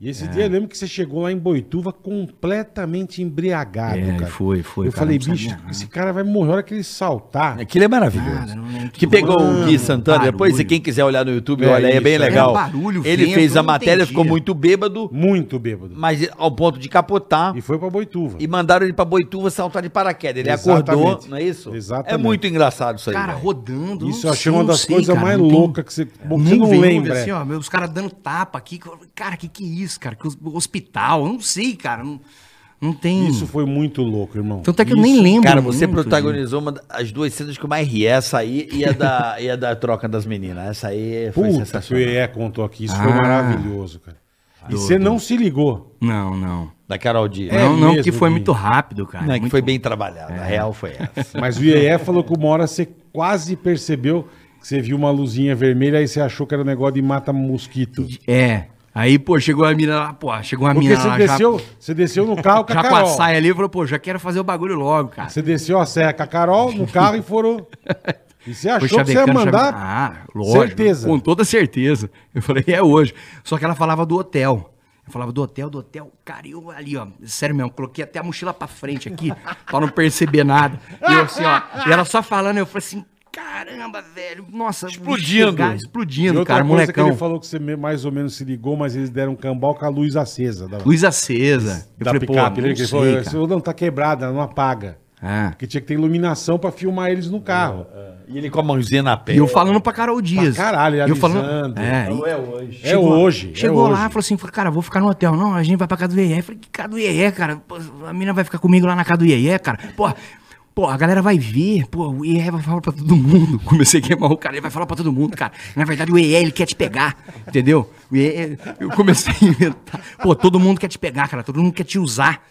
E esse dia eu lembro que você chegou lá em Boituva completamente embriagado, É, cara. foi, foi, Eu cara, falei, não sabia bicho, nada. esse cara vai morrer na hora que ele saltar. Aquilo é maravilhoso. Cara, não lembro que pegou o Gui Mano, Santana barulho. depois, e quem quiser olhar no YouTube, É olha aí, é isso, bem é. legal. Barulho, Ele vento, fez a não matéria, entendia. ficou muito bêbado, Muito bêbado. mas ao ponto de capotar. E foi pra Boituva. E mandaram ele pra Boituva saltar de paraquedas. Ele Exatamente. acordou, não é isso? Exatamente. É muito engraçado isso aí. Cara, velho. rodando. Isso não eu achei uma não das coisas mais não tem- loucas que você- bom, você Nuvem, não nuvem, lembra, Assim, é. ó, meu, os caras dando tapa aqui. que eu- Cara, que que é isso, cara? Que os- hospital, eu não sei, cara. Não, não tem... Isso foi muito louco, irmão. Tanto é que eu Isso- nem lembro Cara, você muito, protagonizou uma, da- as duas cenas que eu mais ri. Essa aí e a da, e a da troca das meninas. Essa aí foi Puta que o sensacional. IE contou aqui. Isso foi Ah. maravilhoso, cara. E você não se ligou. gente. Não, não. Da Carol Dias. É não, não, mesmo, porque foi Gui. muito rápido, cara. Não, é que muito... foi bem trabalhada. A real foi essa. Mas o IE falou que uma hora você quase percebeu que você viu uma luzinha vermelha e você achou que era um negócio de mata-mosquito. É. Aí, pô, chegou a mina lá, pô, chegou a Porque mina você lá, desceu, você desceu no carro com já, a já com a Carol. saia ali, falou, pô, já quero fazer o bagulho logo, cara. Você desceu a serra com a Carol no carro e foram. E você achou Foi que você ia chavecando, mandar. chavecando. Ah, lógico. Certeza. Com toda certeza. Eu falei, é hoje. Só que ela falava do hotel. Eu falava do hotel, do hotel. Cara, eu ali, ó. Sério mesmo, coloquei até a mochila pra frente aqui, pra não perceber nada. E eu assim, ó. E ela só falando, eu falei assim, caramba, velho. Nossa. Explodindo. chegar, E explodindo, outra cara, coisa molecão. que ele falou que você me- mais ou menos se ligou, mas eles deram um cambal com a luz acesa. Da, Luz acesa. Eu da falei, pô, picape. não Ele que sei, ele falou, cara. "Esse- não, tá quebrada, não apaga. Ah. Porque tinha que ter iluminação pra filmar eles no carro. É, e ele com a mãozinha na E perna. eu falando pra Carol Dias. caralho, eu falando, alisando. é, e- É hoje. é Chegou lá, hoje. falou assim, falou, cara, vou ficar no hotel. Não, a gente vai pra casa do Iê. Falei, que casa do Iê, cara? Pô, a mina vai ficar comigo lá na casa do Iê, cara. Porra, pô, a galera vai ver. Pô, o Iê vai falar pra todo mundo. Comecei a queimar o cara, ele vai falar pra todo mundo, cara. Na verdade, o Iê, ele quer te pegar, entendeu? O Iê, eu comecei a inventar. Pô, todo mundo quer te pegar, cara. Todo mundo quer te usar.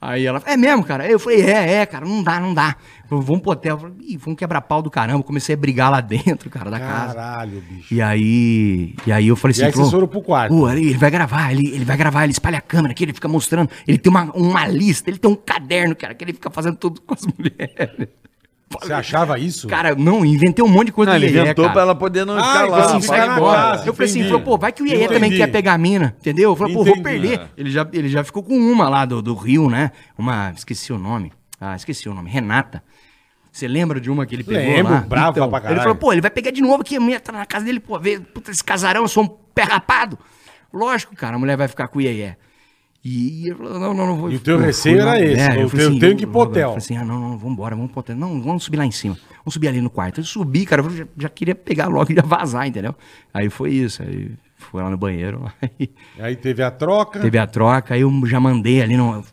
Aí ela, é mesmo, cara? Aí Eu falei, é, é, cara, não dá, não dá. Falei, vamos pro hotel. Eu Falei, Ih, foi um quebra-pau do caramba. Comecei a brigar lá dentro, cara, da casa. Caralho, bicho. E aí, e aí eu falei assim, aí vocês pô, foram pro quarto. pô, ele, ele vai gravar, ele, ele vai gravar, ele espalha a câmera aqui, ele fica mostrando, ele tem uma, uma lista, ele tem um caderno, cara, que ele fica fazendo tudo com as mulheres. Você achava isso? Cara, não, inventei um monte de coisa Não, ele é, Iê, inventou cara. pra ela poder Ah, não ficar então lá. assim, vai ficar na embora. casa. Eu falei assim, entendi. falou, pô, vai que o Iê também Entendi. quer pegar a mina, entendeu? Eu falei, pô, Entendi. vou perder. Ele já, ele já ficou com uma lá do, do Rio, né? Uma, esqueci o nome. Ah, esqueci o nome, Renata. Você lembra de uma que ele pegou Lembro, lá? Então, brava pra caralho. Ele falou, pô, ele vai pegar de novo aqui, a mulher tá na casa dele, pô, vê, puta, esse casarão, eu sou um pé rapado. Lógico, cara, a mulher vai ficar com o Iê. E, e eu falei, não, não, não vou. E o teu fui receio lá, era esse, é, o eu falei teu- assim, tenho que ir pro Roberto, hotel. eu falei assim, ah, não, não, vamos embora, vamos pro hotel. Não, vamos subir lá em cima. Vamos subir ali no quarto. Eu subi, cara, eu já, já queria pegar logo e já vazar, entendeu? Aí foi isso, aí fui lá no banheiro, aí Aí teve a troca. teve a troca, aí eu já mandei ali no...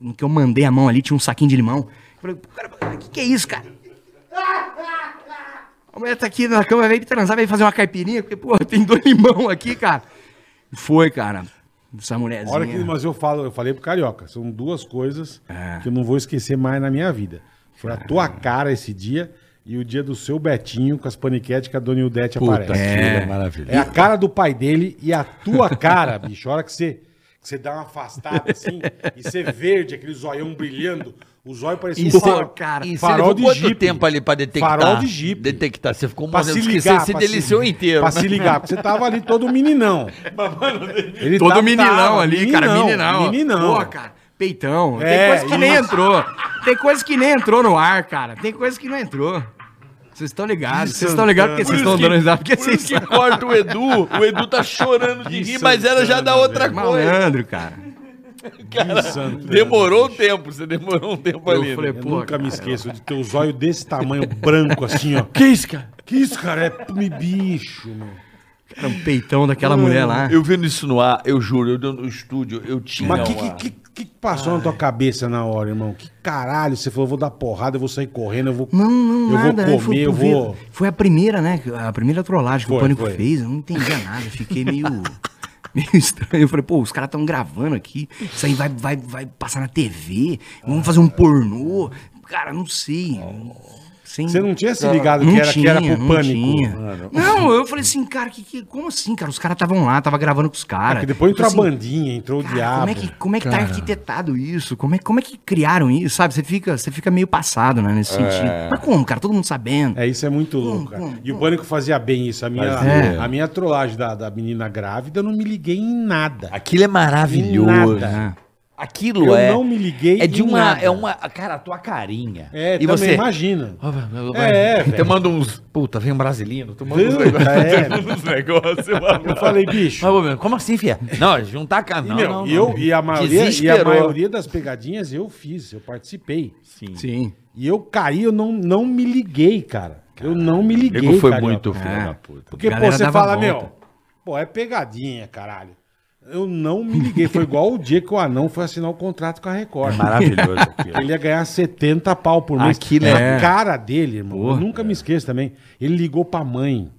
No que eu mandei a mão ali, tinha um saquinho de limão. Eu falei, "Pô, cara, o que, que é isso, cara? A mulher tá aqui na cama, veio transar, veio fazer uma caipirinha, porque, pô, tem dois limão aqui, cara. Foi, cara. Essa A mulherzinha. hora que, mas eu falo, eu falei pro Carioca, são duas coisas É. que eu não vou esquecer mais na minha vida. Foi a É. tua cara esse dia e o dia do seu Betinho com as paniquetes que a Dona Ildete aparece. que é maravilha. É a cara do pai dele e a tua cara, bicho. A hora que você, que você dá uma afastada assim e você verde, aquele zoião brilhando, o zóio parecia Isso, faro- cara. E você farol levou de quanto jipe. tempo ali pra detectar? Farol de jipe. Detectar. Você ficou Pra se porque ligar, você se pra deliciou se, inteiro. Pra né? se ligar, porque você tava ali todo meninão. Ele Todo tava- meninão tava, ali, cara, meninão. Tá, Meninão. Pô, cara, peitão. É, Tem coisa que nem isso. entrou. Tem coisa que nem entrou no ar, cara. Tem coisa que não entrou. Vocês estão ligados. Vocês estão ligados porque vocês estão dando risada. Porque Por vocês isso que são corta o Edu. O Edu tá chorando de rir, mas era já da outra coisa. malandro, cara. Que santo. Demorou um tempo. Você demorou um tempo Eu ali. né? falei, Eu pô, nunca cara, me esqueço de ter os olhos desse tamanho branco assim, ó. Que isso, cara? Que isso, cara? É me bicho, mano. cara, um peitão daquela mulher lá. Eu vendo isso no ar, eu juro, eu no estúdio, eu tinha. Mas o uma- que, que, que, que passou na tua cabeça na hora, irmão? Que caralho, você falou, eu vou dar porrada, eu vou sair correndo, eu vou. Não, não, eu nada. Vou aí foi comer, eu pro vidro. vou. Foi a primeira, né? A primeira trollagem que Foi, o Pânico foi. fez. Eu não entendia nada. eu Fiquei meio, meio estranho. Eu falei, pô, os caras estão gravando aqui. Isso aí vai, vai, vai passar na TV. Vamos fazer um pornô. Cara, não sei. Sim. Você não tinha se ligado Não que era, que era tinha, pro não pânico. tinha. Não, eu falei assim, cara, que, que- como assim, cara? Os caras estavam lá, tava gravando com os caras. Porque É depois entrou Eu a falei assim, bandinha, entrou o Cara, diabo. como é que, como é que tá arquitetado isso? Como é, como é que criaram isso, sabe? Você fica, você fica meio passado, né, nesse sentido. Mas como, cara? Todo mundo sabendo. É, isso é muito louco, cara. E o Pânico fazia bem isso. A minha, Fazia. a minha trollagem da, da menina grávida, eu não me liguei em nada. Aquilo é maravilhoso. Em nada. Aquilo Eu é. não me liguei É de em uma. nada. É uma. Cara, a tua carinha. É, e também você. imagina. É, É, velho. Tu manda uns. Puta, vem um brasileiro. Tu manda uns Puta, é. negócios. uns negócios. mano. Eu falei, bicho. Mas, ô, meu, como assim, fia? Não, juntar E, canal. meu, não, não, eu, não. e, a maioria, e a Desesperou. maioria das pegadinhas eu fiz, eu participei. Sim. E eu caí, eu não, não me liguei, cara. Eu não me liguei. Nego foi Carioca. É. muito filho da puta. Porque, pô, Galera você dava fala, volta. meu, pô, é pegadinha, caralho. Eu não me liguei. Foi igual o dia que o anão foi assinar o contrato com a Record. Maravilhoso aquilo. Ele ia ganhar 70 pau por mês. Aquilo A é- cara dele, irmão. eu nunca me esqueço também. Ele ligou pra mãe.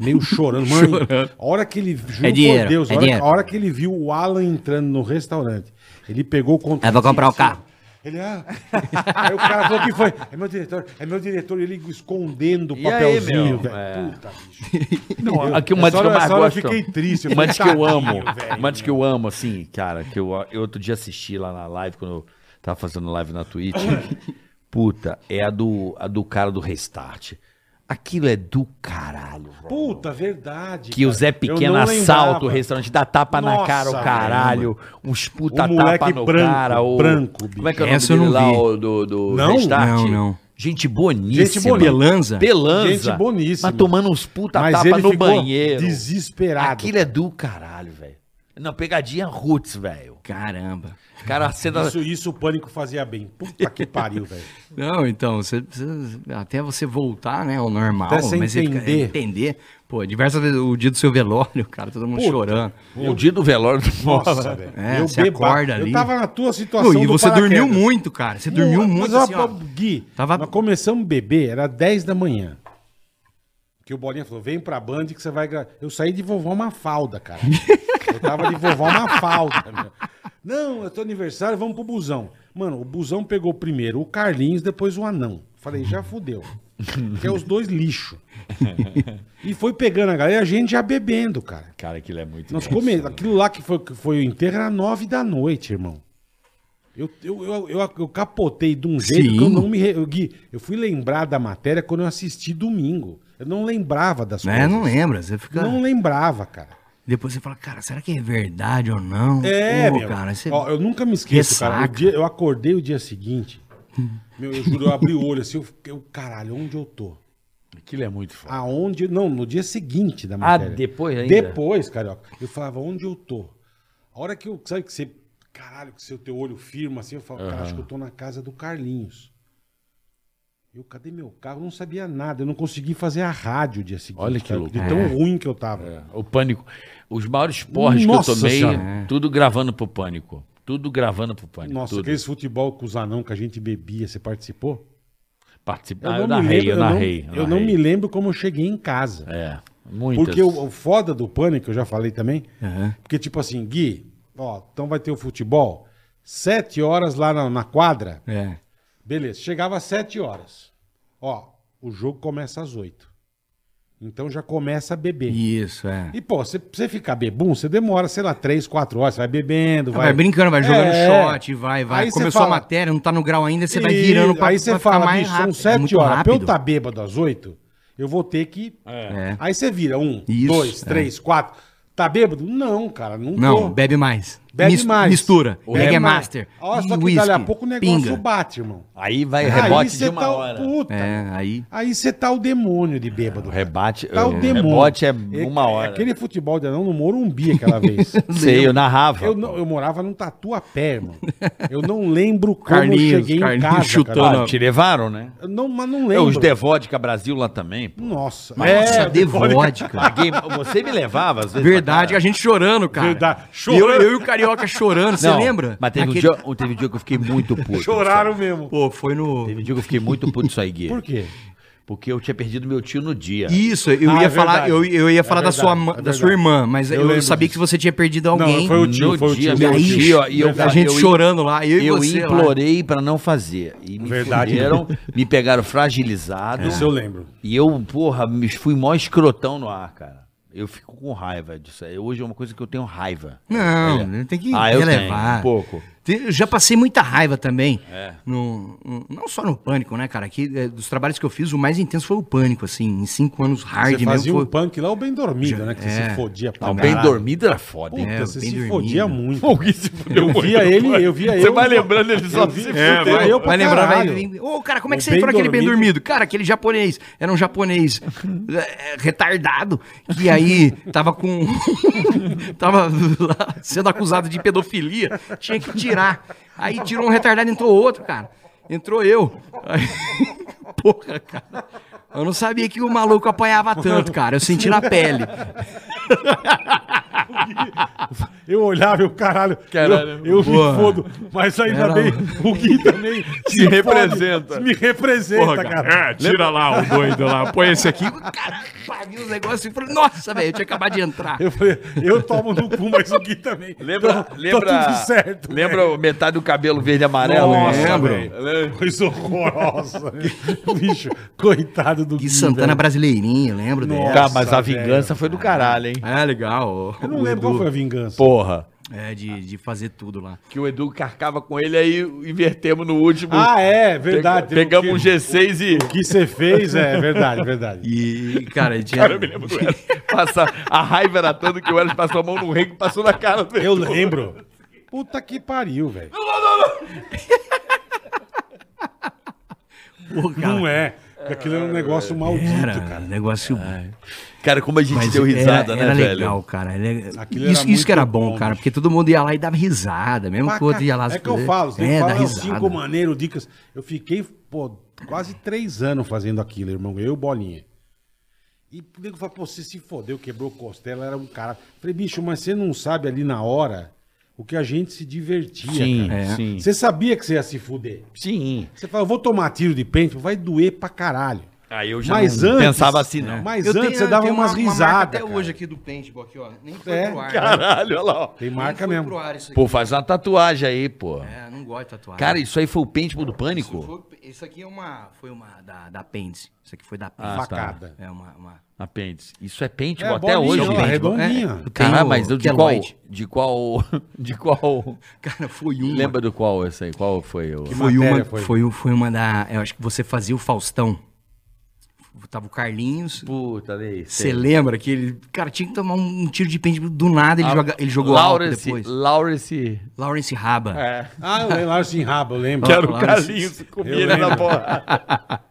Meio chorando. Mãe, a hora que ele. Juro É dinheiro, é a, hora, dinheiro. a hora que ele viu o Alan entrando no restaurante, ele pegou o contrato. Eu vou É comprar o assim, ó. carro. Ele, ah. Aí o cara falou que foi. É meu diretor, é meu diretor. Ele escondendo o E aí, papelzinho, meu? velho. É. Puta, bicho. Não, aqui Essa uma diz que hora- eu mais essa hora É eu gosto. fiquei triste, eu Uma fiquei diz que eu tadinho, amo. velho. Uma diz que eu amo, assim, cara, que eu, eu outro dia assisti lá na live, quando eu tava fazendo live na Twitch. Puta, é a do, a do cara do Restart. Aquilo é do caralho. velho. Puta, verdade. Que o cara. Zé Eu Pequeno não assalta lembrava. o restaurante, dá tapa na Nossa, cara o caralho, uns puta O moleque tapa no branco, cara. O... branco, bicho. Como é que é o nome Essa eu dele não lá, vi. o do, do Não? Restart? Não, não. Gente boníssima. Gente boníssima. Pelanza? Pelanza. Gente boníssima. Mas tomando uns puta Mas tapa ele no ficou banheiro. desesperado. Aquilo é do caralho, velho. Não, pegadinha roots, velho. Caramba. O cara cena... Isso, isso o pânico fazia bem. Puta que pariu, velho. Não, então, você, você- até você voltar, né, ao normal, Até você mas você fica- é entender. entender. Pô, diversas vezes, o dia do seu velório, cara, todo mundo chorando. O dia do velório do é Nossa, velho. É, eu você beba- acorda Eu ali. tava na tua situação. Pô, e do você dormiu paraquedas. muito, cara. Você dormiu Mas, muito, ó, assim, ó. Gui, Tava- nós começamos a beber, era 10 da manhã. Que o Bolinha falou, vem pra Band que você vai... gra-". Eu saí de vovó Mafalda, cara. eu tava de vovó Mafalda. meu. Não, é teu aniversário, vamos pro busão. Mano, o busão pegou primeiro o Carlinhos, depois o anão. Falei, já fudeu. Que é os dois lixo. e foi pegando a galera, a gente já bebendo, cara. Cara, aquilo é muito. Nós comemos. Aquilo lá que foi, que foi o enterro era nove da noite, irmão. Eu, eu, eu, eu, eu capotei de um jeito que eu Sim. não me. re- Eu, Gui, eu fui lembrar da matéria quando eu assisti domingo. Eu não lembrava das Né, não lembra, você fica... Não lembrava, cara. Depois você fala, cara, será que é verdade ou não? É, Pô, meu. cara, você... Ó, eu nunca me esqueço, cara. O Ressaca. dia- eu acordei o dia seguinte. Meu, eu juro, eu abri o olho assim, eu, eu caralho, onde eu tô? Aquilo é muito foda. Aonde. Não, no dia seguinte da Ah, matéria. depois ainda? Depois, carioca, eu falava, onde eu tô? A hora que eu. Sabe que você. Caralho, que seu teu olho firma assim, eu falo, cara, acho que eu tô na casa do Carlinhos. Eu, cadê meu carro? Eu não sabia nada. Eu não consegui fazer a rádio o dia seguinte. Olha que cara, loucura. É. De tão ruim que eu tava. O pânico. Os maiores porres Nossa que eu tomei, É. Senhora. tudo gravando pro pânico. Tudo gravando pro pânico. Nossa, tudo. aqueles futebol com os anão que a gente bebia, você participou? Participa... Ah, eu narrei, eu não- narrei. eu não me lembro como eu cheguei em casa. É, muitas. Porque o, o foda do pânico, eu já falei também, porque tipo assim, Gui, ó, então vai ter o futebol, sete horas lá na, na quadra, É. beleza, chegava às sete horas, ó, o jogo começa às oito, então já começa a beber. E, Isso, é. pô, você você ficar bebum, você demora, sei lá, três, quatro horas, você vai bebendo, Vai, vai... brincando, vai jogando É. shot, vai, vai. Aí você Começou fala- a matéria, não tá no grau ainda, você vai E virando pra, Aí você pra fala, bicho, são é sete muito horas, pra eu rápido. estar bêbado às oito, eu vou ter que... É. Aí você vira um, Isso, dois, é. três, quatro... Tá bêbado? Não, cara, não Não, tô. bebe mais. Bebe Mis- mais. Mistura. O Pega rebote. Master. Olha só e que whisky, dali a pouco o negócio pinga. bate, irmão. Aí vai É rebote de cê uma tá o- hora. Puta. É, aí. Aí você tá o demônio de bêbado. O rebate, Tá o o demônio. rebote é uma hora. Aquele futebol de anão no Morumbi aquela vez. Sei, eu narrava. Eu, não- eu morava num tatuapé, irmão. Eu não lembro como Carlinhos, eu cheguei em Carlinhos casa. chutando cara. Ah, te levaram, né? Eu não, mas não É, lembro. os Devódica Brasil lá também. pô. Nossa. Nossa, É, de vodka. Paguei- você me levava às vezes. Verdade, pra a gente chorando, cara. Verdade, E Eu, chorando. eu e o Carioca chorando, você caralho. Não, lembra? Mas teve, Aquele- um dia, um- teve um dia que eu fiquei muito puto. Choraram mesmo. Pô, foi no... Teve um dia que eu fiquei muito puto isso aí, Gui. Por quê? Porque eu tinha perdido meu tio no dia. Isso, eu Ah, ia é falar, verdade. eu, eu ia É falar da, verdade, sua, ma- é da verdade. sua irmã, mas Eu eu, lembro sabia disso. que você tinha perdido Não, alguém. foi o tio, No foi o tio. dia, meu meu tio. tio, ó, e eu- a Verdade. gente eu- chorando lá, eu e eu você lá. implorei pra não fazer. E me Verdade. fuderam, me pegaram fragilizado. Isso eu lembro. E eu, porra, me fui mó escrotão no ar, cara. Eu fico com raiva disso. aí. Hoje é uma coisa que eu tenho raiva. Não, tem que Ah, eu tenho, um relevar. pouco. É. Te- Eu já passei muita raiva também. No- no- não só no pânico, né, cara? Que, eh, dos trabalhos que eu fiz, o mais intenso foi o pânico, assim, em cinco anos hard Você fazia mesmo. um Foi... punk lá, o bem dormido, né? Que você É. se fodia pra Não, bem caralho. dormido era foda, hein? Puta, É, você bem se dormido. fodia muito. Alguém se fudeu Eu muito. via ele, eu via ele. Você vai lembrando, ele só eu vi, se é, fudeu. vai eu pra né? Vai lembrar, vai. caralho. vir- Ô, cara, como é O que você bem entrou naquele bem dormido. dormido? Cara, aquele japonês. Era um japonês eh, retardado. E aí tava com. tava lá sendo acusado de pedofilia. Tinha que tirar. Aí tirou um retardado, entrou outro, cara. Entrou eu. Aí, porra, cara. Eu não sabia que o maluco apanhava tanto, cara. Eu senti na pele. Eu olhava e o caralho. Caralho. eu eu me Boa. fodo. Mas ainda Era- bem, o Gui também se, fode, representa. Me representa, Porra, cara. cara. É, tira lá o doido lá. Põe esse aqui. Caralho, paguei os negócios e falei, nossa, velho, eu tinha acabado de entrar. Eu falei, eu tomo no cu, mas o Gui também. Lembra, Tá- lembra, Tá tudo certo. lembra metade do cabelo verde e amarelo? Nossa, Lembro. velho. Coisa horrorosa. né? Bicho, coitado do Gui Santana velho. brasileirinho, lembro Nossa. dela. Cara, mas a velho. vingança foi do caralho, hein? É, legal. Eu não lembro qual foi a vingança. Porra. É, de, de fazer tudo lá. Que o Edu carcava com ele, aí invertemos no último. Ah, é, verdade. Teve Pegamos o um que- G6 e. O que você fez é verdade, verdade. E, cara, tinha... Cara, eu me lembro do Eras. Passa- A raiva era tanta que o Eras passou a mão no rei que passou na cara dele. Eu lembro. Puta que pariu, velho. Pô, cara, Não é. Aquilo era um é, negócio maldito, Era, cara. negócio... Cara, como a gente É. Mas deu risada, era, né, era velho? legal, cara. Ele- é- Aquilo era Isso, isso que muito era bom, bom, cara, bicho. porque todo mundo ia lá e dava risada, mesmo que o outro ia lá... é que eu falo, você tem que é, dá falar os risada. cinco maneiros, dicas. Eu fiquei, pô, quase três anos fazendo aquilo, irmão. Eu e o Bolinha. E o nego fala, pô, você se fodeu, quebrou costela, era um cara. Falei, bicho, mas você não sabe ali na hora o que a gente se divertia, Sim, cara. É. sim. Você sabia que você ia se fuder. Sim. Você fala, eu vou tomar tiro de pente, vai doer pra caralho. Aí eu já Mas não antes. pensava assim, não. Mas Eu antes tenho- você dava tenho umas uma- uma marca risadas. até cara. hoje aqui do paintball, aqui, ó. Nem foi É, pro ar. né? Caralho, olha lá. ó. Tem Nem marca foi mesmo. pro ar isso aqui. Pô, faz uma tatuagem aí, pô. É, não gosto de tatuagem. Cara, isso aí foi o pêntimo do pânico? Isso, foi- isso aqui é uma... Foi uma da, da apêndice. Isso aqui foi da apêndice. Ah, tá. Facada. É uma... uma... Apêndice. Isso é pêntimo É, até bolinha, hoje, ó, gente. arredo- Redondinha. É, eu Caralho, tenho mas eu de qual, queloide. de qual. De qual. Cara, foi uma. Lembra do qual esse aí? Qual foi o. foi matéria uma, foi? foi? Foi, uma da. Eu acho que você fazia o Faustão. Tava o Carlinhos. Puta, daí. Você lembra que ele. Cara, tinha que tomar um tiro de pêndulo do nada. Ele, joga, ele jogou álcool Lawrence, depois. Lawrence. Lawrence Raba. Ah, o Lars Raba, eu lembro. Que era o Lawrence. Carlinhos, comia ele na lembro. porra.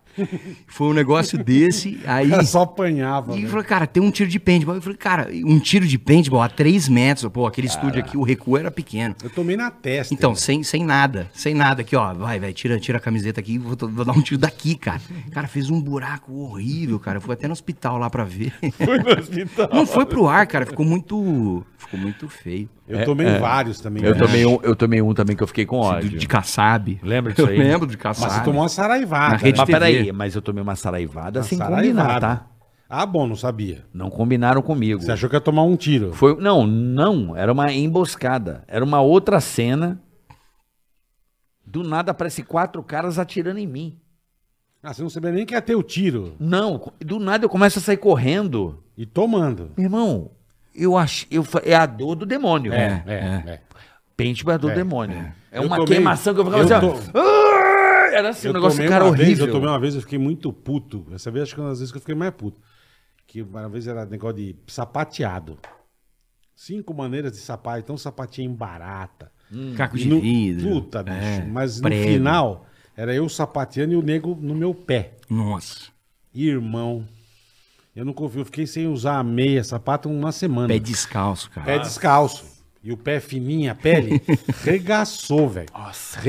Foi um negócio desse. Aí. Cara, só apanhava. E ele velho. falou, cara, tem um tiro de paintball. Eu falei, cara, um tiro de paintball a 3 metros. Pô, aquele estúdio aqui, o recuo era pequeno. Eu tomei na testa. Então, irmão. sem, sem nada, sem nada aqui, ó. Vai, vai, tira, tira a camiseta aqui, vou, to- vou dar um tiro daqui, cara. Cara, fez um buraco horrível, cara. Eu fui até no hospital lá pra ver. Foi no hospital. Não foi pro ar, cara. Ficou muito. Ficou muito feio. eu tomei vários também. é, Eu né? tomei, um, eu tomei um também que eu fiquei com Do- ódio. de Kassab. Lembra disso aí? Eu lembro de Kassab. Mas você tomou uma saraivada. Na rede né? Mas TV. peraí, mas eu tomei uma saraivada sem combinar, Saraivada. tá? Ah, bom, não sabia. Não combinaram comigo. Você achou que ia tomar um tiro. Foi, não, não, era uma emboscada. Era uma outra cena. Do nada aparece quatro caras atirando em mim. Ah, você não sabia nem que ia ter o tiro. Não, do nada eu começo a sair correndo. E tomando. Meu irmão, eu acho, eu fa- é a dor do demônio. É, é, é. Pente é a dor É, do demônio. É, Eu uma tomei- queimação que eu ficava eu assim, ó. Ah! Era assim, um negócio, tomei cara, uma horrível. Vez, eu tomei uma vez, eu fiquei muito puto. Essa vez, acho que é uma das vezes que eu fiquei mais puto. Que uma vez era negócio de sapateado. Cinco maneiras de sapatear. Então, sapatinho em barata. Hum. Caco E de no- vidro. Puta, bicho. É, Mas no prego. final, era eu sapateando e o nego no meu pé. Nossa. Irmão. Eu não confio. Eu fiquei sem usar a meia, sapato, uma semana. Pé descalço, cara. Pé descalço. E o pé fininho, a pele, regaçou, velho. Nossa.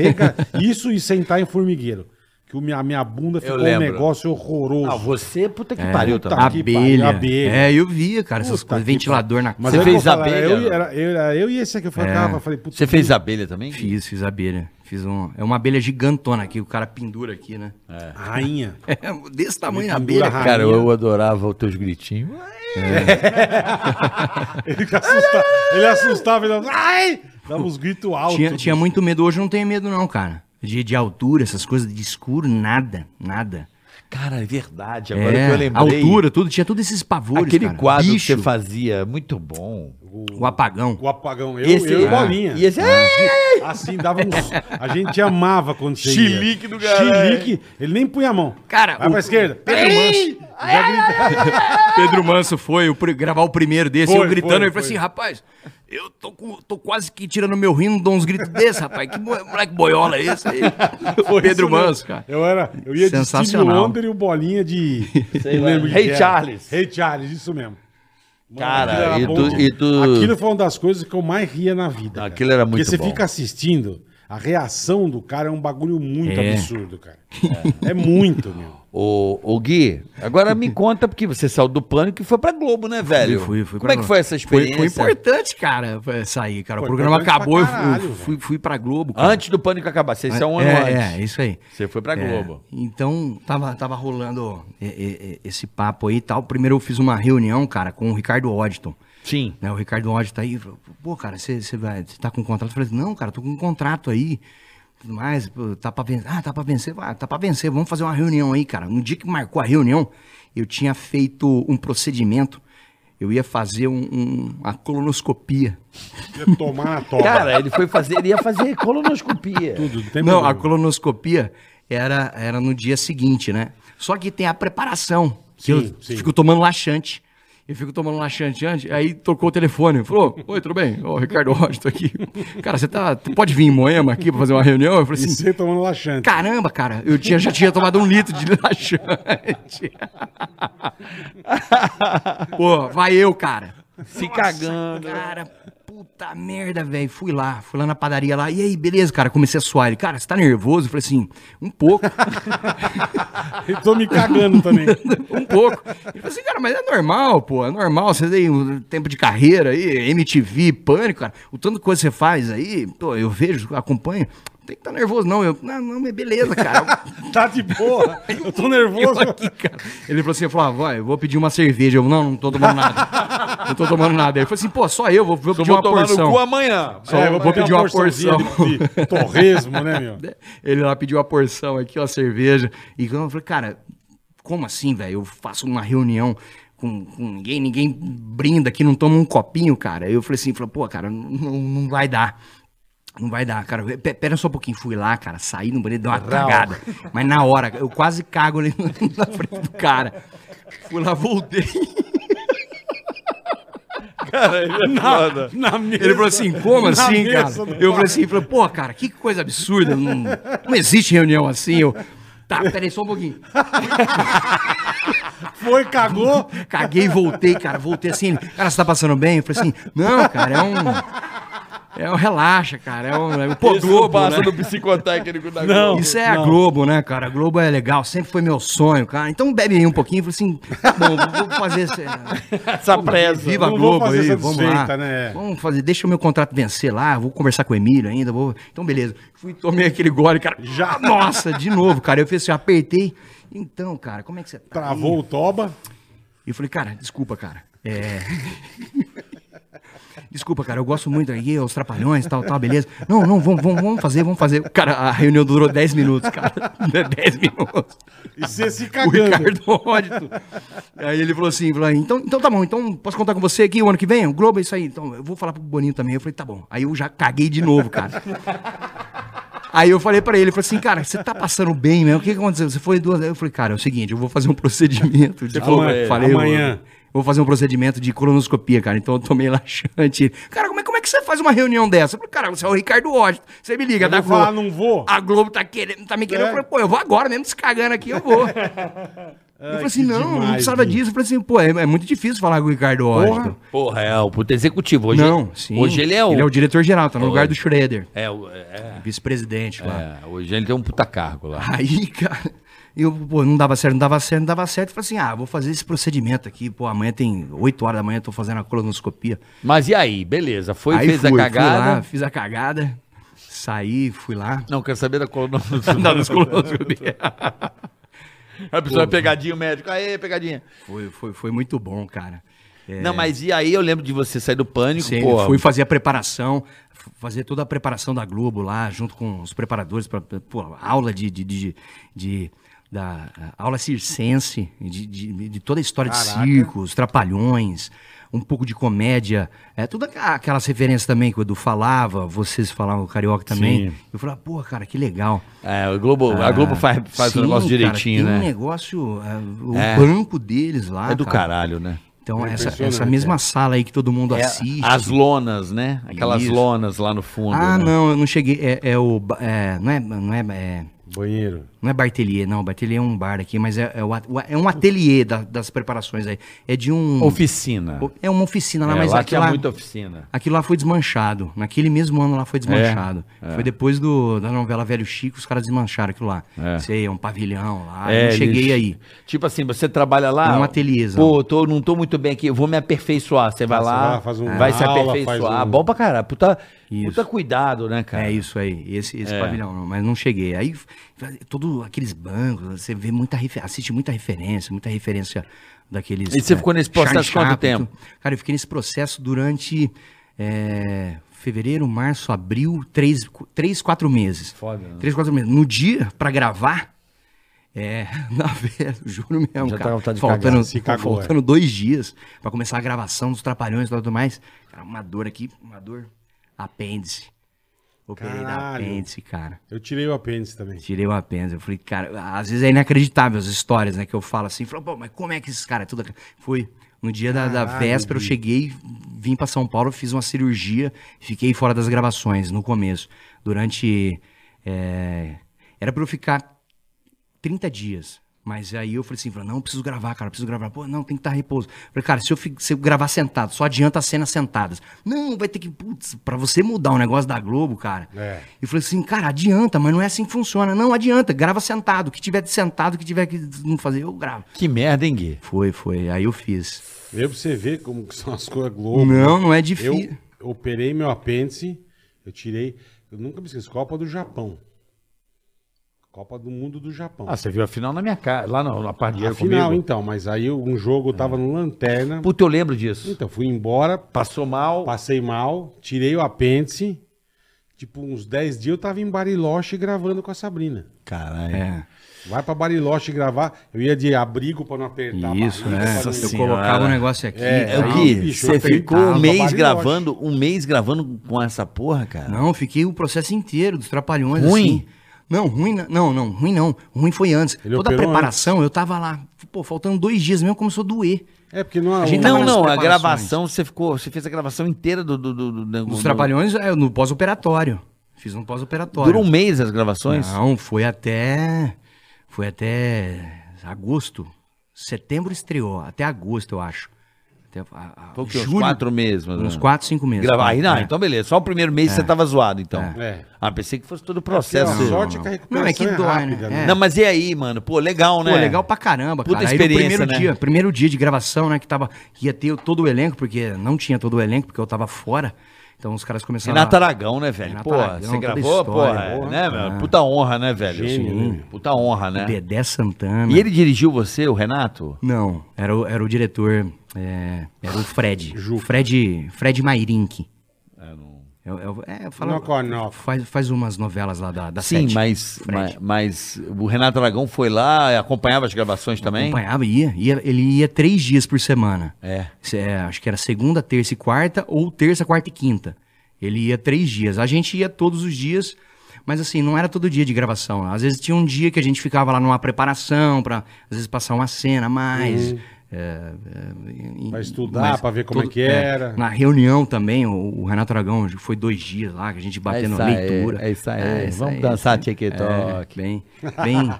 Isso e sentar em formigueiro. Que que o minha, a minha bunda ficou um lembro. negócio horroroso. Ah, você, puta que É. pariu Tá. Puta também. que pariu, abelha. abelha. É, eu via, cara, essas Puta coisas. que Ventilador na Mas Você é o que eu fez falava, abelha? Eu, e- era, eu, era eu e esse aqui, eu É. falava, falei, puta, Você fez abelha também? Fiz, fiz abelha. Fiz um. É uma abelha gigantona que o cara pendura aqui, né? rainha. É, desse tamanho a pendura abelha. ra- cara. Cara, eu adorava os teus gritinhos. Ele, que assusta, ele assustava, ele ai! dava uns gritos altos. Tinha, tinha muito medo. Hoje eu não tenho medo, não, cara. De, de altura, essas coisas, de escuro, nada, nada. Cara, é verdade. Agora É, que eu lembrei. Altura, tudo, tinha todos esses pavores. Aquele cara. quadro Bicho, que você fazia, muito bom. O apagão. O apagão, eu, eu e bolinha. E esse, é. Ah. Assim dava uns. A gente amava quando você ia. Chilique do caralho. Chilique, é. ele nem punha a mão. Cara, Vai o- pra esquerda. Pega o manche. Pedro Manso foi o pri- gravar o primeiro desse, Foi, eu gritando, foi, ele falou foi. assim, rapaz, eu tô, com- tô quase que tirando meu rindo, dou uns gritos desses, rapaz, que mo- moleque boiola é esse aí? O Pedro Manso, cara. Eu era, eu ia de Steve Sensacional. Wonder e o Bolinha de... não lembro de Hey que era. Charles. Hey Charles, isso mesmo. Mano, Cara, aquilo era e bom tu- demais. e tu- Aquilo foi uma das coisas que eu mais ria na vida. cara. Aquilo era muito Porque você bom. fica assistindo, a reação do cara é um bagulho muito absurdo, cara. É, muito, meu. Ô, ô Gui, agora me conta, porque você saiu do pânico e foi pra Globo, né, velho? Fui, fui Como é pra- que foi essa experiência? Foi, foi importante, cara, foi sair, cara. Foi o programa importante acabou, pra eu caralho, fui- fui, fui pra Globo, cara. Antes do pânico acabar, você saiu um ano é, antes. é, isso aí. Você foi pra É, Globo. Então, tava, tava rolando é, é, é, esse papo aí e tal. Primeiro eu fiz uma reunião, cara, com o Ricardo Odton. Sim. Né, o Ricardo Oddi tá aí, falou, pô, cara, você vai, você tá com um contrato? Eu falei, não, cara, tô com um contrato aí, tudo mais, pô, tá pra vencer, ah, tá pra vencer, ah, tá pra vencer, vamos fazer uma reunião aí, cara. No dia que marcou a reunião, eu tinha feito um procedimento, eu ia fazer um, um- uma colonoscopia. Ia tomar a toba. Cara, ele foi fazer, ele ia fazer colonoscopia. tudo, não tem não, a problema. colonoscopia era, era no dia seguinte, né? Só que tem a preparação, que Sim, eu sim. fico tomando laxante. Eu fico tomando laxante antes, aí tocou o telefone. Falou, oi, tudo bem? Ô, Ricardo Rocha, tô aqui. Cara, você tá, tu pode vir em Moema aqui pra fazer uma reunião? Eu falei E assim, você tomando laxante. caramba, cara, eu tinha, já tinha tomado um litro de laxante. Pô, vai eu, cara. Se cagando. Cara, puta merda, velho. Fui lá, fui lá na padaria lá. E aí, beleza, cara? Comecei a suar. Ele, cara, você tá nervoso? Eu falei assim, um pouco, Eu tô me cagando também. um pouco. Ele falou assim, cara, mas é normal, pô, é normal. Você tem um tempo de carreira aí, MTV, pânico, cara. O tanto de coisa que você faz aí, pô, eu vejo, acompanho. Não tem que estar tá nervoso, não. Eu, não, não, é beleza, cara. tá de boa. Eu tô Eu nervoso. aqui, cara. Ele falou assim, eu falei, ah, vai, eu vou pedir uma cerveja. Eu, não, não tô tomando nada. Não tô tomando nada. Ele falou assim, pô, só eu vou, vou Eu pedir vou uma tomar porção. no cu amanhã. Só É, vou, pedir uma porçãozinha porção. de- de torresmo, né, meu? Ele lá pediu uma porção aqui, uma cerveja. E eu falei, cara, como assim, velho? Eu faço uma reunião com, com ninguém, ninguém brinda aqui, não toma um copinho, cara. Eu falei assim, falei, pô, cara, não, não- não vai dar. Não vai dar, cara. Pe- Pera só um pouquinho. Fui lá, cara, saí no banheiro, dei uma cagada. Mas na hora, eu quase cago ali na frente do cara. Fui lá, voltei. Foda. Na mesa. Ele falou assim, como Na assim, cara? mesa do Eu falei quarto. assim, falei, pô, cara, que coisa absurda. Não, não existe reunião assim. Eu, tá, peraí só um pouquinho. Foi, cagou. "Hum." Caguei, voltei, cara, voltei assim. ele, Cara, você tá passando bem? Eu falei assim, não, cara, é um... É um relaxa, cara. É um, é um pô, Isso não Globo, passa né? do psicotécnico da Não. Globo. Isso é a Globo, né, cara? A Globo é legal, sempre foi meu sonho, cara. Então bebe aí um pouquinho. Eu falei assim, tá bom, vou fazer... esse- é, Essa é presa. Viva a Não vou Globo fazer aí, essa vamos desfeita, lá. né? Vamos fazer, deixa o meu contrato vencer lá, vou conversar com o Emílio ainda, vou... Então, beleza. Fui, tomei aquele gole, cara. Já, nossa, de novo, cara. Eu fiz assim, eu apertei. Então, cara, como é que você tá Travou o toba. E eu falei, cara, desculpa, cara. É... Desculpa, cara, eu gosto muito aí, os trapalhões, tal, tal, beleza. Não, não, vamos, vamos, vamos fazer, vamos fazer. Cara, a reunião durou 10 minutos, cara. 10 minutos. E você se O cagando. Ricardo Ódito. Aí ele falou assim, falou, então, então tá bom, então posso contar com você aqui o ano que vem? O Globo é isso aí. Então eu vou falar pro Boninho também. Eu falei, tá bom. Aí eu já caguei de novo, cara. Aí eu falei pra ele, ele falou assim, cara, você tá passando bem mesmo? O que que aconteceu? Você foi duas... Eu falei, cara, é o seguinte, eu vou fazer um procedimento. de- falou pra ele, eu- amanhã. eu vou fazer um procedimento de colonoscopia, cara. Então eu tomei laxante. Cara, como é, como é que você faz uma reunião dessa? Eu falei, cara, você é o Ricardo Washington. Você me liga, Eu tá vou falar, não vou. A Globo tá, querendo, tá me querendo. É. Eu falei, pô, eu vou agora mesmo, descagando aqui, eu vou. eu falei assim, não, não precisava disso. Eu falei assim, pô, é, é muito difícil falar com o Ricardo Washington. Porra, é o puta executivo. Hoje, Não, sim. Hoje ele é o. Ele é o diretor-geral, tá no lugar do Schroeder, é o- é- vice-presidente lá. é, hoje ele tem um puta cargo lá. Aí, cara, eu, pô, não dava certo, não dava certo, não dava certo. Eu falei assim, ah, vou fazer esse procedimento aqui, pô, amanhã tem 8 horas da manhã, eu tô fazendo a colonoscopia. Mas e aí? Beleza, foi, aí fez fui, a fui cagada. lá, fiz a cagada, saí, fui lá. Não, quero saber da colonoscopia. da colonoscopia. A pessoa é pegadinha, o médico. Aê, pegadinha. Foi, foi, foi muito bom, cara. É, Não, mas e aí eu lembro de você sair do pânico, Sim, pô. fui fazer a preparação, f- fazer toda a preparação da Globo lá, junto com os preparadores, pra, pra- pô, aula de, de, de- de- da, a- aula circense, de, de, de toda a história de circo, os trapalhões, um pouco de comédia, é, todas aquelas referências também que o Edu falava, vocês falavam, o Carioca também. Sim. Eu falava, pô, cara, que legal. É, o Globo, a Globo faz, faz Ah, Sim, o negócio cara, direitinho, tem um né? negócio, é, o banco deles lá, É do Ah, cara. caralho, né? Então, essa, Impressionante, essa mesma sala aí que todo mundo É É, assiste. As lonas, né? Aquelas Isso. lonas lá no fundo. Ah, né? não, eu não cheguei. É, é o. ba- é, não é. Não é, é Banheiro. não é Bartelier, não. Bartelier é um bar aqui, mas é, é o at- o a- é um ateliê da- das preparações aí. É de um. Oficina. É uma oficina lá, É, mas lá aquilo tinha lá, muita oficina. aquilo lá foi desmanchado. Naquele mesmo ano É, lá foi desmanchado. Foi depois do, da novela Velho Chico, os caras desmancharam aquilo lá. Sei, é um pavilhão lá. eu não cheguei É, eles- aí. Tipo assim, você trabalha lá. É um ateliêzão. Pô, tô, não tô muito bem aqui, eu vou me aperfeiçoar. Você vai Você lá, vai, faz um- vai se aula, aperfeiçoar. faz um- Bom pra caralho. Puta, Isso. puta cuidado, né, cara? É. É isso aí, esse, esse pavilhão, não, mas não cheguei. Aí, f- todos aqueles bancos, você vê muita, refe- assiste muita referência, muita referência daqueles... E você é, ficou nesse processo Charlie quanto Chaplin, tempo? tudo. Cara, eu fiquei nesse processo durante é, fevereiro, março, abril, três, cu- três quatro meses. Foda, né? Três, quatro meses. No dia, pra gravar, é, na verdade, juro mesmo, Já cara. tava- tá de faltando, cagada, se cagou, faltando é. dois dias pra começar a gravação dos Trapalhões e tudo mais. Cara, uma dor aqui, uma dor, apêndice. Operei da Caralho. apêndice, cara. Eu tirei o apêndice também. Tirei o apêndice. Eu falei, cara, às vezes é inacreditável as histórias, né? Que eu falo assim, falo, pô, mas como é que esses caras tudo. ac-" Foi. No dia da, da véspera, eu cheguei, vim pra São Paulo, fiz uma cirurgia, fiquei fora das gravações no começo. Durante. é, Era pra eu ficar 30 dias. Mas aí eu falei assim, falei, não, preciso gravar, cara, preciso gravar. Pô, não, tem que estar em repouso. Falei, cara, se eu, fi- se eu gravar sentado, só adianta as cenas sentadas. Não, vai ter que, putz, pra você mudar o negócio da Globo, cara. É. E eu falei assim, cara, adianta, mas não é assim que funciona. Não, adianta, grava sentado. O que tiver de sentado, o que tiver que não fazer, eu gravo. Que merda, hein, Gui? Foi, foi, aí eu fiz. Vê pra você ver como que são as coisas Globo. Não, não é Eu difícil. operei meu apêndice, eu tirei. Eu nunca me esqueço, Copa do Japão. Copa do Mundo do Japão. Ah, você viu a final na minha casa, lá na, na parte de tá Afinal, comigo. então, mas aí eu- um jogo eu É. tava no Lanterna. Puta, eu lembro disso. Então, fui embora, Passou mal. passei mal, tirei o apêndice. Tipo, uns 10 dias eu tava em Bariloche gravando com a Sabrina. Caralho. É, Vai pra Bariloche gravar. Eu ia de abrigo pra não apertar. isso, barriga, né? pra não- Eu senhora. colocava o negócio aqui. tá É, É o tal. Aí, Gui, bicho, você apertava, ficou um mês barulhote. gravando, um mês gravando com essa porra, cara? Não, eu fiquei o processo inteiro dos trapalhões. Ruim? Assim. Não, ruim na- não, não, ruim não. Ruim foi antes. Ele Toda a operou preparação, eu tava lá. Pô, faltando dois dias mesmo, começou a doer. É, porque não, A gente tá não, Então, Não, Tava nas não, a preparações. gravação, você ficou, você fez a gravação inteira do... do, do, do- do- Os do- trapalhões é no pós-operatório. Fiz no pós-operatório. Durou um mês as gravações? Não, foi até. Foi até agosto. Setembro estreou, até agosto, eu acho. Até, a- a- Foi o quê? Uns julho, quatro meses, mais ou Uns menos? quatro, cinco meses. Gravar. Aí, não, É. então beleza. Só o primeiro mês você tava zoado, então. É. Ah, pensei que fosse todo o porque a processo. Não, sorte é que a não, não. recuperação Não, é assim, que dói, né? rápida, É. Não, mas e aí, mano? Pô, legal, né? Pô, legal pra caramba, Puta cara. Aí no experiência, primeiro né? dia, primeiro dia de gravação, né, que tava ia ter todo o elenco, porque não tinha todo o elenco, porque eu tava fora. Então os caras começaram Renato a Aragão, né, velho? Renato Pô, Aragão, você toda gravou, história, pô, porra. É. né, velho? Puta honra, né, velho? Gênio, Sim. Puta honra, né? Dedé Santana. E ele dirigiu você, o Renato? Não, era o, era o diretor, é, era o Fred. Juca. Fred, Fred Mairink. Eu- eu- É, fala- Não conheço. faz, faz umas novelas lá da, da Sim, Sete. mas, mas, Fred. mas o Renato Aragão foi lá, acompanhava as gravações também? Acompanhava, ia, ia. Ele ia três dias por semana. É. Se- é, Acho que era segunda, terça e quarta, ou terça, quarta e quinta. Ele ia três dias. A gente ia todos os dias, mas assim, não era todo dia de Hum. gravação. Às vezes tinha um dia que a gente ficava lá numa preparação pra às vezes, passar uma cena a mais. é, é, em- Pra em- estudar, mas pra ver como é que era. Na reunião também, o, o Renato Aragão, acho que foi dois dias lá, que a gente batendo Ah, isso aí, leitura. Ah, é isso aí. isso Vamos aí, dançar isso aí. TikTok. É, bem, bem,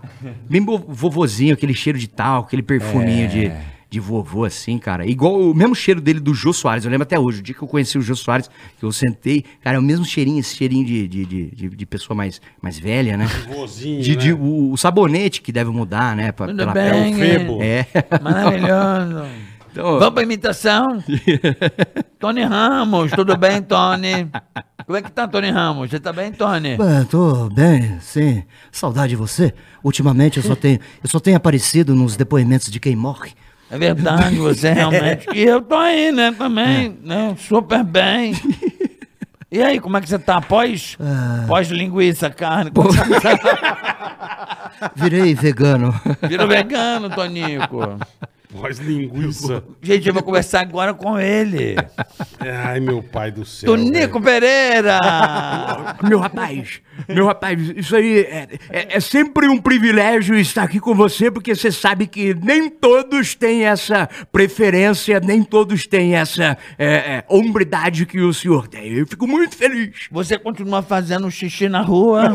bem vo- vovozinho, aquele cheiro de tal, aquele É. perfuminho de, de vovô, assim, cara. Igual o mesmo cheiro dele do Jô Soares. Eu lembro até hoje, o dia que eu conheci o Jô Soares, que eu sentei, cara, é o mesmo cheirinho, esse cheirinho de, de, de, de- de pessoa mais, mais velha, né? Vozinho, De, né? de- o, o sabonete que deve mudar, né? Pra, É pela o pele. Febo. É. Maravilhoso. Então, Vamos pra imitação? Tony Ramos, tudo bem, Tony? Como é que tá, Tony Ramos? Você tá bem, Tony? Ah, tô bem, sim. Saudade de você. Ultimamente eu só tenho, eu só tenho aparecido nos depoimentos de quem morre. É verdade, você realmente. E eu tô aí, né, também, É. né? Super bem. E aí, como é que você tá? Pós, Ah. pós linguiça, carne. como é você Virei vegano. Virou vegano, Tonico. Voz linguiça. Gente, eu vou conversar agora com ele. Ai, meu pai do céu. Tonico Pereira! Meu rapaz, meu rapaz, isso aí é, é- é sempre um privilégio estar aqui com você, porque você sabe que nem todos têm essa preferência, nem todos têm essa é, é, hombridade que o senhor tem. Eu fico muito feliz. Você continua fazendo xixi na rua?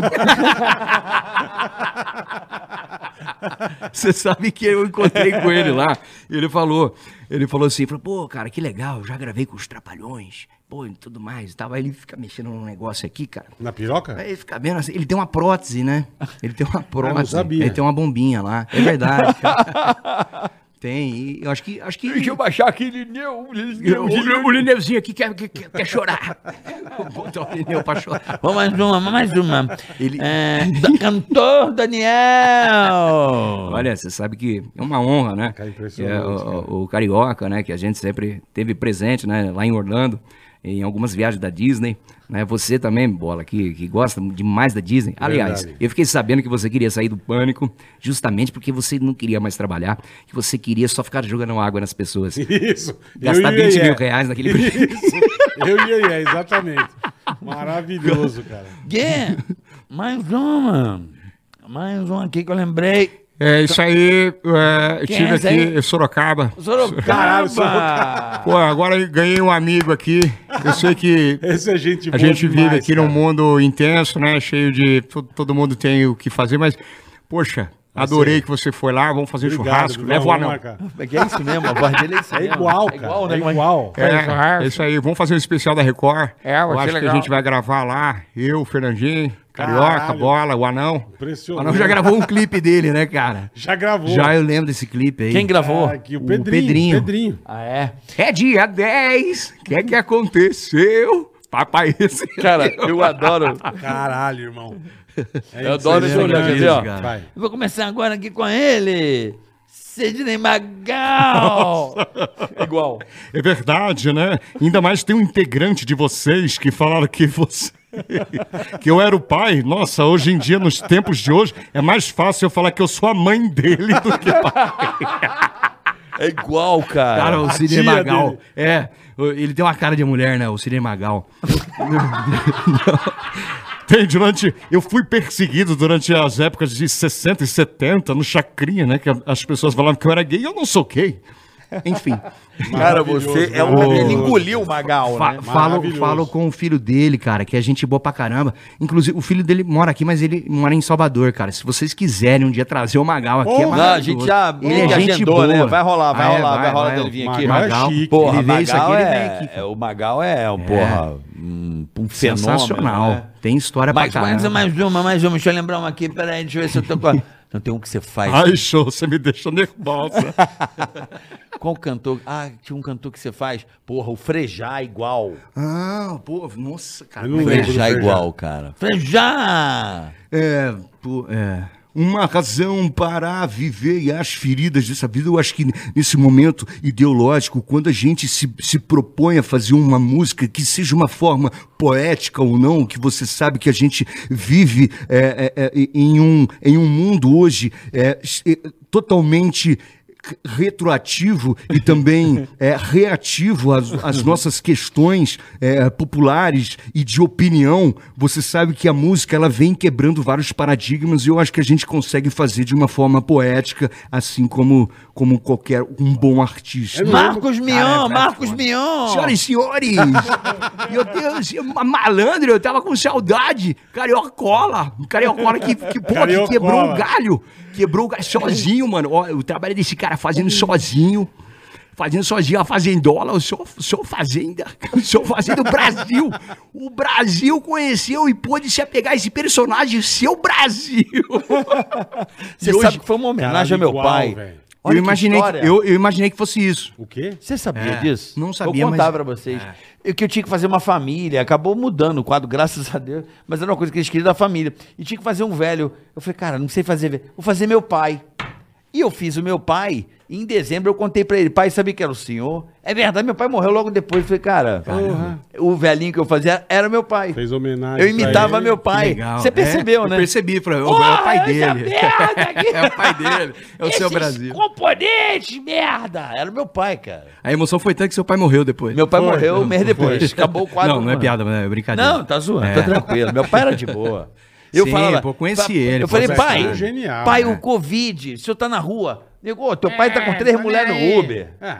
Você sabe que eu encontrei com ele lá. e Ele falou, ele falou assim, falou, pô, cara, que legal, já gravei com os Trapalhões, pô, e tudo mais e tal. Aí ele fica mexendo num negócio aqui, cara. Na piroca? Aí ele fica vendo assim, ele tem uma prótese, né? Ele tem uma prótese. sabia. Ele tem uma bombinha lá. É verdade. cara. tem. E eu acho que. Acho que baixar aquele lineu. um. o, o Lineuzinho aqui quer, quer, quer- quer chorar. Vou botar o Lineu pra chorar. Vamos mais uma, vamos mais uma. Ele- É, da- cantor Daniel! Olha, você sabe que é uma honra, né? Cara, impressionante, É, o- o, o Carioca, né? Que a gente sempre teve presente, né? Lá em Orlando, em algumas viagens da Disney. Né? Você também, Bola, que, que gosta demais da Disney. Aliás, Verdade. eu fiquei sabendo que você queria sair do pânico justamente porque você não queria mais trabalhar, que você queria só ficar jogando água nas pessoas. Isso. Gastar Eu e o 20 Ié. mil reais naquele brinquedo. Isso. Eu e aí, exatamente. Mmaravilhoso, cara. Gui, mais uma. Mais uma aqui que eu lembrei. É isso aí, é, eu Quem tive é esse aqui aí? em Sorocaba. Sorocaba! Caralho, Pô, agora ganhei um amigo aqui. Eu sei que Esse é gente a boa gente vive demais, aqui cara. num mundo intenso, né? Cheio de. to- Todo mundo tem o que fazer, mas, poxa, adorei que você foi lá. Vamos fazer Obrigado, churrasco. né, Dudu, Leva o vamos anão. marcar. É que é isso mesmo, a voz dele é isso É mesmo. igual, cara. É igual, igual. né? Como é que- É, é isso aí. Vamos fazer um especial da Record. É, vai Eu ser acho que a legal. gente vai gravar lá. Eu, Fernandinho, Carioca, Caralho. Bola, o anão. O Impressionante. Anão já gravou um clipe dele, né, cara? Já gravou. Já eu lembro desse clipe aí. Quem gravou? Aqui, o O Pedrinho. Pedrinho. Pedrinho. Ah, é? É dia 10. O que é que aconteceu? Papai esse. Cara, eu adoro. Caralho, irmão. É Eu adoro esse olhar, quer impressionante, ver, ó? cara. Vai. Eu vou começar agora aqui com ele. Sidney Magal! Igual. É verdade, né? Ainda mais tem um integrante de vocês que falaram que você. que eu era o pai. Nossa, hoje em dia, nos tempos de hoje, é mais fácil eu falar que eu sou a mãe dele do que pai. É igual, cara. Cara, o a Sidney tia Magal. dele. É, o- ele tem uma cara de mulher, né? O Sidney Magal. Tem durante. Eu fui perseguido durante as épocas de 60 e 70 no Chacrinha, né? Que as pessoas falavam que eu era gay e eu não sou gay. Enfim, cara, você é um. Ele engoliu o Magal, fa- né? falo, Maravilhoso. falo com o filho dele, cara, que é gente boa pra caramba. Inclusive, o filho dele mora aqui, mas ele mora em Salvador, cara. Se vocês quiserem um dia trazer o Magal aqui, é Porra! Não, a maravilhoso. gente já Ele é gente agendou, boa. né? Vai rolar, vai Ah, é, rolar, vai, rolar vai, dele vir o aqui. Magal é Magal, chique. Porra, ele vê isso aqui, Magal ele é- vem aqui. é- O Magal é, um, porra, um, um fenômeno. Sensacional. né? Tem história Mas pra caramba. mais, mais uma, mais uma. Deixa eu lembrar uma aqui. Peraí, deixa eu ver se eu tô com. a- Não tem um que você faz. Ai, show, você me deixa nervosa. Qual cantor? Ah, tinha um cantor que você faz. Porra, o Frejá é igual. Ah, pô, nossa, cara. Eu não mas- lembro do Frejá é Frejá. igual, cara. Frejá! É, pô, é. Uma razão para viver e as feridas dessa vida, eu acho que nesse momento ideológico, quando a gente se, se propõe a fazer uma música que seja uma forma poética ou não, que você sabe que a gente vive é, é, é, em, um, em um mundo hoje é, s- é, totalmente c- retroativo e também é, reativo às, às nossas questões é, populares e de opinião, você sabe que a música ela vem quebrando vários paradigmas e eu acho que a gente consegue fazer de uma forma poética, assim como, como qualquer um bom artista. é Marcos Mion, Marcos Mion. Senhoras e senhores, meu Deus, eu- um ma- malandro, eu tava com saudade. Cariocola, cariocola que, que, pô, que Cariocola. quebrou o galho. Quebrou o galho sozinho, mano. Ó, o trabalho desse cara fazendo sozinho. Fazendo sozinho a fazendola, eu sou, sou fazenda, sou fazenda do Brasil. O Brasil conheceu e pôde se apegar a esse personagem, seu Brasil. Você sabe que foi uma homenagem ao meu Caralho, igual, pai. velho. Olha que história. eu imaginei que fosse isso. O quê? Você sabia É, disso? não sabia, Vou contar mas- é. pra vocês. Eu, que eu tinha que fazer uma família. Acabou mudando o quadro, graças a Deus. Mas era uma coisa que eles queriam da família. E tinha que fazer um velho. Eu falei, cara, não sei fazer velho. Vou fazer meu pai. E eu fiz o meu pai. E em dezembro eu contei pra ele. Pai, sabia que era o senhor? É verdade, meu pai morreu logo depois. Eu falei, cara, o velhinho que eu fazia era meu pai. Fez homenagem. Eu pra imitava ele. meu pai. Legal. Você percebeu, É, né? Eu percebi, falei, "Ô, é Porra, o pai essa dele. merda aqui. É o pai dele, é o seu Esses Brasil. Componente, merda! Era meu pai, cara. A emoção foi tanto que seu pai morreu depois. Meu pai Foi, morreu um mês foi. depois. Acabou o quadro. Não, não é piada, mas é brincadeira. Não, tá zoando, tá tranquilo. Meu pai era de boa. Eu Sim, falava, pô, conheci pa- ele, Eu pô, falei, Zé pai, Carlos. Genial, pai, né? o Covid, o senhor tá na rua. Digo, ô, teu pai tá com três mulheres no Uber. É.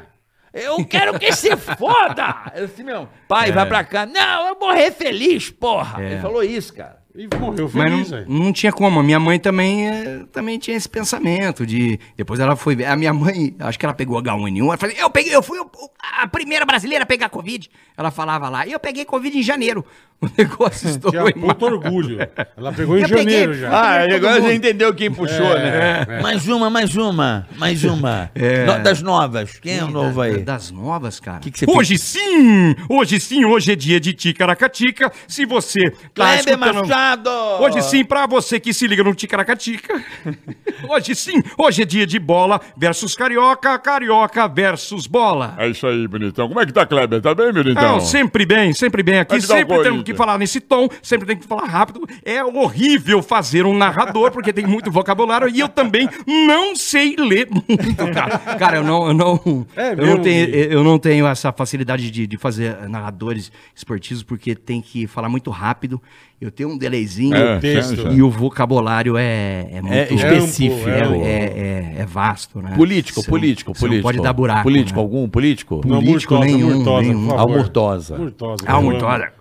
Eu quero que se foda! Eu disse, meu, pai, É. vai pra cá. Não, eu morrer feliz, porra. Ele falou isso, cara. E morreu feliz, Mas velho. não, não tinha como. A minha mãe também, eh, também tinha esse pensamento de. Depois ela foi ver. A minha mãe, acho que ela pegou H1N1. Ela falou: Eu peguei, eu fui o- o- a primeira brasileira a pegar Covid. Ela falava lá, eu peguei Covid em janeiro. O negócio Tinha estourou em muito março. orgulho. Ela pegou em Eu janeiro já. peguei. é, Ah, agora já entendeu quem puxou, né? Mais uma, mais uma, mais uma. No- das novas. Quem é o novo aí? Das novas, cara. que, que você Hoje sim! Hoje sim, hoje é dia de Ticaracatica. Se você tá Kleber escutando... Machado! Hoje sim, pra você que se liga no Ticaracatica. Hoje sim, hoje é dia de bola versus carioca, carioca versus bola. É isso aí, bonitão. Como é que tá, Kleber? Tá bem, Então, bonitão? então. Não, sempre bem, sempre bem aqui. Mas dá um Sempre corrido. temos que falar nesse tom, sempre tem que falar rápido. É horrível fazer um narrador, porque tem muito vocabulário e eu também não sei ler muito, cara. Cara, eu não, eu não, É eu não mesmo, tenho, Gui? eu não tenho essa facilidade de, de fazer narradores esportivos porque tem que falar muito rápido. Eu tenho um delayzinho É, texto. já- já. e o vocabulário é, é muito específico. É, é- é- é vasto, né? Político, Você não- político, você não político. Pode dar buraco. Político, né? algum político? Não, político Murtosa, nenhum, Murtosa, nenhum. um por favor. Almurtosa. Murtosa. Ah, eu muito amo. olha.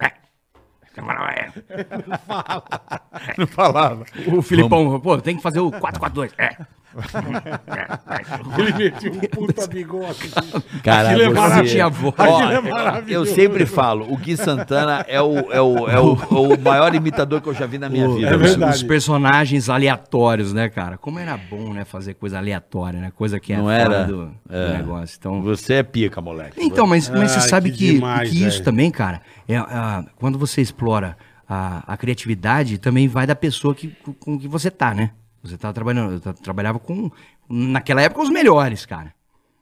É. Não falava. O Filipão, pô, tem que fazer o 442. É. Ele meteu um puta bigode. Cara, Aquilo é você... maravilhoso. Ó, Aquilo é eu- eu maravilhoso. sempre falo, o Gui Santana é o, é o, é o, é o maior imitador que eu já vi na minha vida. né? é os, verdade. os personagens aleatórios, né, cara? Como era bom, né, fazer coisa aleatória, né? Coisa que é Não fora era? É. do, do negócio. Então, Você é pica, moleque. Então, mas, mas Ai, você sabe que que, demais, que isso velho. também, cara, é, ah, quando você explora a, a criatividade, também vai da pessoa que, com, com que você tá, né? Você tá trabalhando, eu tá- trabalhava com, naquela época, os melhores, cara.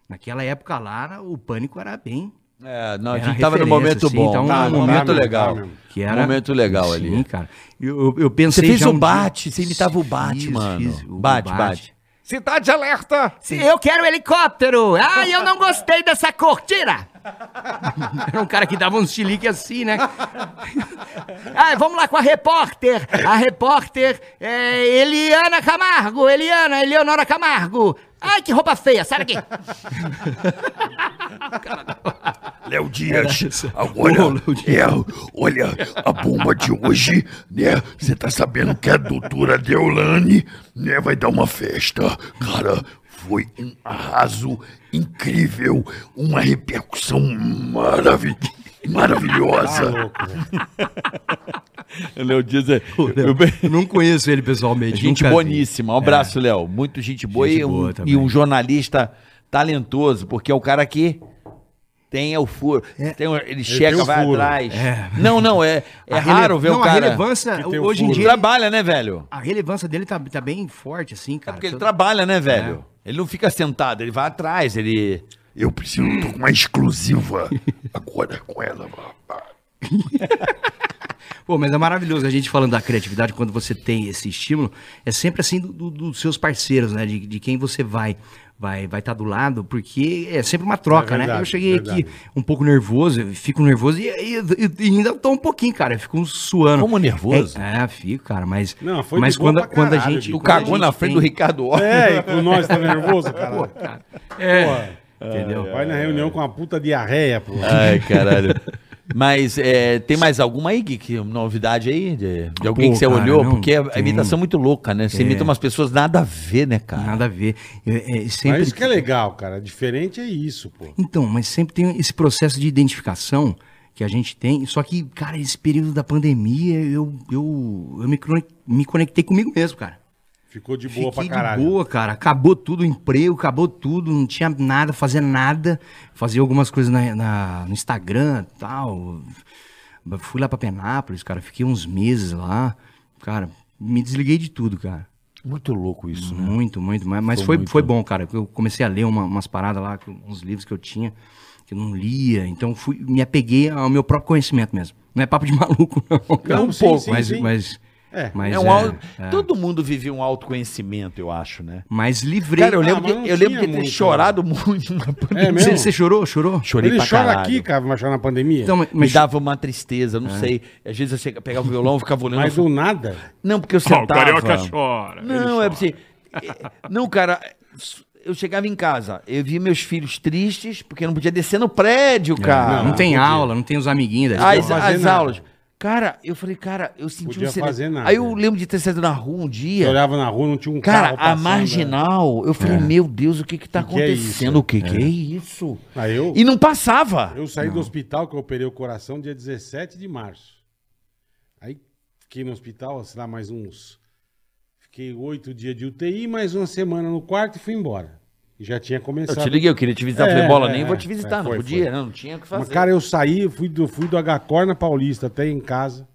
Naquela época lá, o pânico era bem... É, não, a Era gente tava num referência, momento assim, bom. tá um Tá, num momento momento mesmo, legal. tá mesmo. Que era, Momento legal ali. Sim, cara. Eu, eu, eu pensei Você fez já o um bate, dia- você imitava o Fiz, bate, mano. fiz o bate, bate. Cidade alerta! Sim, Eu quero helicóptero! Ah, eu não gostei dessa cor, tira! Era um cara que dava uns chilique assim, né? Ah, vamos lá com a repórter! A repórter é Eliana Camargo! Eliana, Eleonora Camargo! Ai, que roupa feia, sai daqui! Léo É Dias, agora é, olha, a bomba de hoje, né? Você tá sabendo que a doutora Deolane, né, vai dar uma festa. Cara, foi um arraso incrível, uma repercussão maravi Tá maravilhosa. né? Léo Dias é. não conheço ele pessoalmente. Gente boníssima. Um abraço, Léo. Muito gente boa, É. Gente e, um, boa e também. um jornalista talentoso, porque é o cara que tem o furo. É. Tem o- ele checa, tem o vai furo. atrás. Não, não, é, é raro ver o A cara. relevância, que tem o hoje em furo. Ele dia, trabalha, né, velho? a relevância dele tá, tá bem forte, assim, cara. É Porque ele Todo- trabalha, né, velho? É. Ele não fica sentado, ele vai atrás, ele. Eu preciso, tô com uma exclusiva agora com ela. Pô, mas é maravilhoso a gente falando da criatividade, quando você tem esse estímulo, é sempre assim do- do- dos seus parceiros, né? De, de quem você vai vai vai estar do lado, porque é sempre uma troca, É verdade, né? Eu cheguei verdade. aqui um pouco nervoso, eu fico nervoso e, e- e- e ainda tô um pouquinho, cara, eu fico suando. Como nervoso? É, é, fico, cara, mas Não, foi de mas boa quando, pra quando a caralho, gente Bico. Tu cagou na frente do Ricardo. Ricardo Orr. É, e com nós tá nervoso, caralho. É, entendeu? Vai na reunião com uma puta diarreia, pô. Ai, caralho. Mas é, tem mais alguma aí, Gui, que novidade aí? De, de alguém Pô, que você cara, olhou? não, Porque a- a tem. imitação é muito louca, né? Você imita umas pessoas nada a ver, né, cara? Nada a ver. Eu, é, sempre... Mas isso que é legal, cara. Diferente é isso, pô. Então, mas sempre tem esse processo de identificação que a gente tem. Só que, cara, esse período da pandemia, eu, eu, eu me, crone- me conectei comigo mesmo, cara. Ficou de boa Fiquei pra caralho. de boa, cara. Acabou tudo, o emprego, acabou tudo, não tinha nada, fazer nada. Fazia algumas coisas na, na- no Instagram tal. Fui lá pra Penápolis, cara. Fiquei uns meses lá. Cara, me desliguei de tudo, cara. Muito louco isso, né? Muito, muito. Mas, mas foi, foi bom, cara. porque Eu comecei a ler uma- umas paradas lá, com uns livros que eu tinha, que eu não lia. Então fui, me apeguei ao meu próprio conhecimento mesmo. Não é papo de maluco, não. Cara. Não, um sim, pouco. sim, mas, sim. Mas, É, mas, É um é, au- é. Todo mundo vive um autoconhecimento, eu acho, né? Ah, mas livrei. Cara, eu lembro, mas não de, eu lembro tinha de ter muito, chorado muito na pandemia. É mesmo? você, você chorou? Chorou? Chorei Ele pra chora caralho. aqui, cara, vai chorar na pandemia. Então, mas, Me dava uma tristeza, não sei. Às vezes eu chegava, pegava o violão, eu ficava olhando. mas do nada. Não, porque eu Ó, sentava. o carioca chora. ele Não, é chora. assim. é- Não, cara, eu chegava em casa, eu via meus filhos tristes, porque eu não podia descer no prédio, cara. não, tem aula, não tem os amiguinhos da As, escola. fazer as nada. aulas. Cara, eu falei, cara, eu senti Podia um silêncio. fazer nada. Aí eu lembro de ter saído na rua um Eu dia. olhava na rua, não tinha um Cara, carro a passando, É. marginal, eu falei, meu Deus, o que que tá Que que é isso? acontecendo? o que que é isso? né? Aí eu, E não passava. eu saí do hospital, que eu operei o coração, dia 17 de março. Aí fiquei no hospital, sei lá, mais uns... Fiquei oito dias de UTI, mais uma semana no quarto e fui embora. E já tinha Eu começado. te liguei, eu queria te visitar. É, falei, bola, é, nem é, vou te visitar. é, não foi, podia, foi. né? não tinha o que fazer. Mas, cara, eu saí, fui do, fui do Agacor na Paulista até em casa.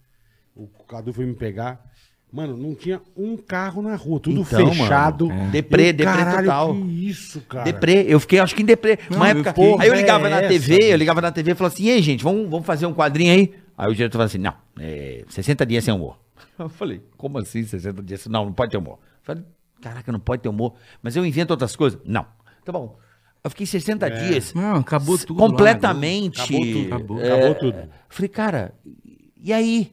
O Cadu foi me pegar. Mano, não tinha um carro na rua, tudo Então, fechado. mano, é. Eu, Deprê, deprê caralho, total. Que isso, cara. Deprê, eu fiquei, acho que em deprê. uma eu época. fiquei- aí eu ligava é na essa, TV, gente. eu ligava na TV e falava assim: ei, gente, vamos, vamos fazer um quadrinho aí? Aí o diretor falou assim: não, é 60 dias sem humor. Eu falei: como assim 60 dias? sem-" Não, não pode ter humor. Eu falei: caraca, não pode ter humor. Mas eu invento outras coisas? Não. Tá bom. Eu fiquei É. 60 dias. Não, acabou s- tudo lá, Completamente. né? Acabou tudo. Acabou, é, acabou tudo. Falei, cara, e aí?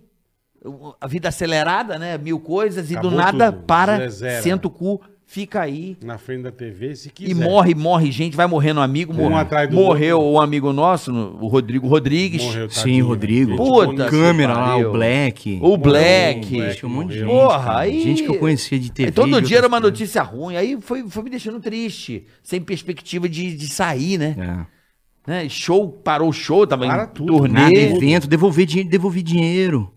Eu- A vida acelerada, né? Mil coisas, e Acabou do nada tudo. para, Zero. senta o cu, fica aí. Na frente da TV, se quiser. E morre, morre gente, vai morrendo amigo. Um morre- atrás do morreu um amigo nosso, no- o Rodrigo Rodrigues. Morreu, tá Sim, Rodrigo. Gente Puta bonita. que Câmera lá, pariu. o Black. O Black. Black, Tinha um monte de gente. Porra, cara. aí- Gente que eu conhecia de TV. Aí É, todo de dia era uma outras notícia ruim. Aí foi, foi me deixando triste, sem perspectiva de, de sair, né? coisas. É. Né? Show, parou o show, tava Para em tudo. Nada, turnê. evento, devolver dinheiro, devolvi dinheiro.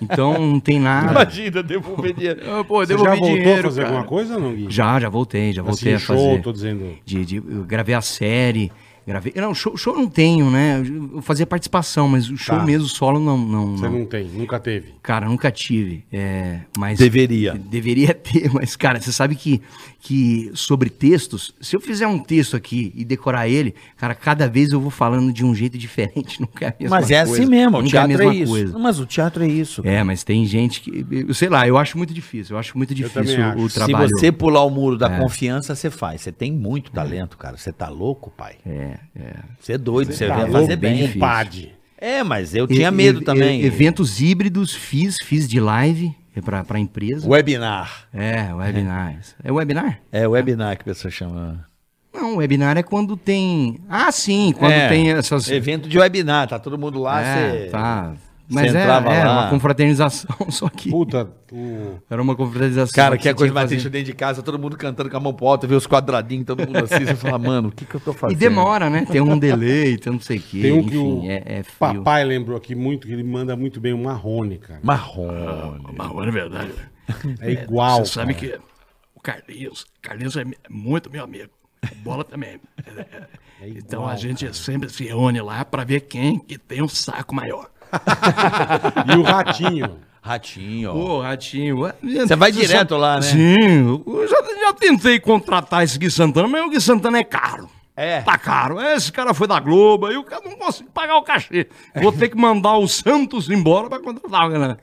Então não tem nada. Imagina, devolver dinheiro. Ah, Pô, eu Você já voltou dinheiro, a fazer cara. alguma coisa ou não, Gui? Já, já voltei, já voltei Assim, a fazer. tô dizendo. de, de- eu gravei a série, gravei. Não, show, show eu não tenho, né? Eu eu fazia participação, mas o show Tá. mesmo solo não, não, Você não- não tem, nunca teve. Cara, nunca tive. É, mas Deveria. Deveria ter, mas, cara, você sabe que, que sobre textos, se eu fizer um texto aqui e decorar ele, cara, cada vez eu vou falando de um jeito diferente, nunca é a mesma Mas é coisa. assim mesmo, o Nunca teatro é, a mesma isso. coisa. Mas o teatro é isso. É, mas tem gente que. eu Sei lá, eu acho muito difícil. Eu acho muito também difícil acho. o, o Se Se trabalho. você pular o muro É. da confiança, você faz. Você tem muito talento, cara. Você tá louco, pai. É, é. Você é doido, você Tá vai louco, fazer bem. difícil. Padre. É, mas eu tinha E- medo e- também. e- eventos híbridos fiz, fiz de live é pra, pra empresa. Webinar. É, webinars. É webinar? É webinar que a pessoa chama. Não, webinar é quando tem. Ah, sim, quando É, tem essas. Evento de webinar, tá todo mundo lá, é, você. tá. você Mas é, é entrava lá. uma confraternização, só que. Puta, o... Era uma confraternização. Cara, que é coisa mais mais triste dentro de casa, todo mundo cantando com a mão pra alta, vê os quadradinhos, todo mundo assim, você fala, mano, o que que eu tô E fazendo? demora, né? Tem um delay, tem não sei o quê. tem um que enfim, o é, é frio. papai lembrou aqui muito, que ele manda muito bem o Marrone, cara. Marrom. Marrone é verdade. É igual. Você sabe cara. que o Carlinhos, Carlinhos é mi- muito meu amigo. Bola também. É, É então a gente sempre se reúne lá para ver quem que tem um saco maior. E o Ratinho. Ratinho. ó. Pô, ratinho. ué, Você vai já- direto lá, né? Sim, eu já, já tentei contratar esse Gui Santana, mas o Gui Santana é caro. É. Tá caro. Esse cara foi da Globo, aí o cara não consegue pagar o cachê. Vou ter que mandar o Santos embora pra contratar né? o galera.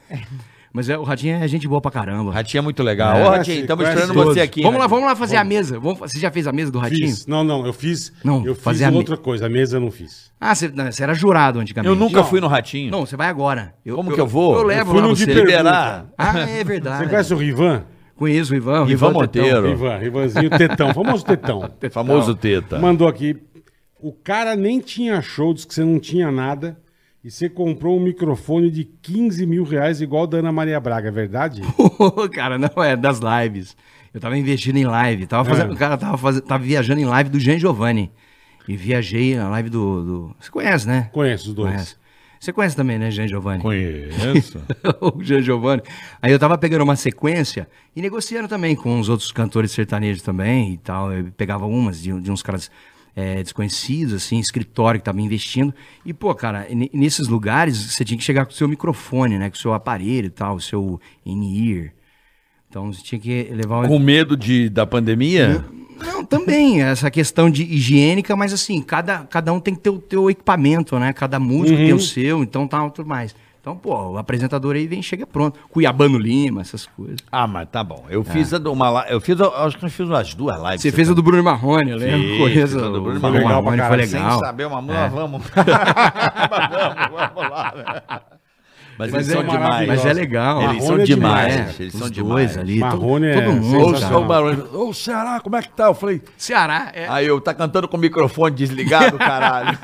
Mas é, o Ratinho é gente boa pra caramba. Ratinho é muito legal. Ô, Ratinho, estamos conhece esperando todos. você aqui. vamos lá, Ratinho. vamos lá fazer a mesa. Vamos, fa- você já fez a mesa do Ratinho? Fiz. Não, não, eu fiz. Não, eu fiz fazer a me- outra coisa, a mesa eu não fiz. Ah, você, não, você era jurado antigamente. Eu nunca fui no Ratinho. Não, você vai agora. Eu- Como que eu vou? Eu Eu levo fui lá no de você. pergunta. Liberar. Ah, é verdade. Você conhece o Rivan? Conheço o Ivan. o Ivan Tetão. Monteiro. Rivan, Rivanzinho, Tetão, famoso Tetão. Famoso teta. Mandou aqui. O cara nem tinha show, disse que você não tinha nada. E você comprou um microfone de 15 mil reais, igual da Ana Maria Braga, é verdade? Pô, cara, não é das lives. Eu tava investindo em live. Tava fazendo, É. O cara tava, fazendo, tava viajando em live do Jean Giovanni. E viajei na live do. do- Você conhece, né? Conheço os Conhece. dois. Você conhece também, né, Jean Giovanni? Conheço. o Jean Giovanni. Aí eu tava pegando uma sequência e negociando também com os outros cantores sertanejos também e tal. Eu pegava umas de, de uns caras eh, desconhecidos, assim, escritório que tava investindo. E, pô, cara, n- nesses lugares você tinha que chegar com o seu microfone, né? Com o seu aparelho e tal, o seu in-ear. Então você tinha que levar o. Com medo de, da pandemia? Não, também, essa questão de higiênica, mas assim, cada, cada um tem que ter o teu equipamento, né? Cada músico Uhum. tem o seu, então tal, tudo mais. Então, pô, o apresentador aí vem, chega pronto. Cuiabano Lima, essas coisas. Ah, mas tá bom. Eu fiz a do- uma li- Eu fiz, a- acho que eu fiz umas duas lives. Você fez a do Bruno Marrone, eu lembro. tá Fiz, Conheço fiz a do o Bruno Marrone. Legal pra foi caralho, Sem legal. saber uma mão, vamos. né? Mas, Mas eles é são demais. maravilhoso. Mas é legal. Eles Marrone são é demais, demais. é, Eles os são dois demais. ali. Marrone todo, é todo mundo. Ou sensacional. só o barulho. Ô, Ceará, como é que tá? Eu falei. Ceará, é. Aí eu, tá cantando com o microfone desligado, caralho.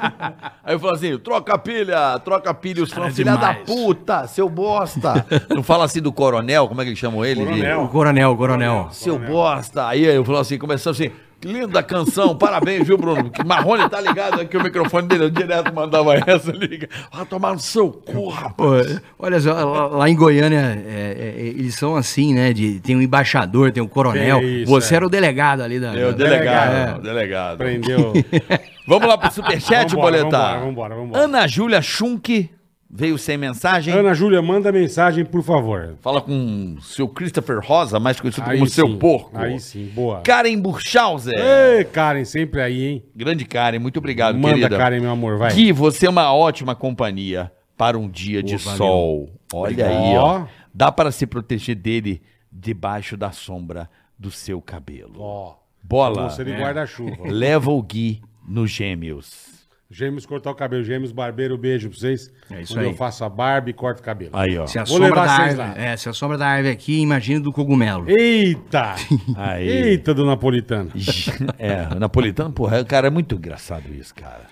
Aí eu falo assim, troca a pilha, troca a pilha, os fãs, filha da demais. puta, seu bosta. Não fala assim do coronel, como é que eles chamam ele? O coronel, o coronel. Seu bosta. Aí eu falo assim, começou assim, que linda canção, parabéns, viu, Bruno? Que Marrone tá ligado aqui, o microfone dele eu direto mandava essa, liga. Vai tomar no seu cu, rapaz. Pô, olha só, lá, lá em Goiânia, é, é, é, eles são assim, né? De, tem um embaixador, tem um coronel. É isso, Você é. era o delegado ali da. Eu, da- É, delegado, é. delegado. Aprendeu. Ah, Vamos lá pro superchat, Vambora, boletar. vambora, vambora, vambora. Ana Júlia Schunk veio sem mensagem. Ana Júlia, manda mensagem, por favor. Fala com o seu Christopher Rosa, mais conhecido Aí como seu sim, porco. Aí sim, boa. Karen Burchauser. Ei, Karen, sempre aí, hein? Grande Karen, muito obrigado, manda, querida. Karen, meu amor, vai. Gui, você é uma ótima companhia para um dia de sol. Olha aí, ó. Ó. Dá para se proteger dele debaixo da sombra do seu cabelo. Ó, Bola. bolsa de guarda-chuva. Leva o Gui nos gêmeos. Gêmeos cortar o cabelo. Gêmeos barbeiro, beijo pra vocês. É isso Onde aí. eu faço a barba e corto o cabelo. Aí, ó. Se a, Vou sombra levar da vocês árvore, é, se a sombra da árvore aqui, imagina do cogumelo. Eita! Aí. Eita do napolitano. É, o napolitano, porra, cara, é muito engraçado isso, cara.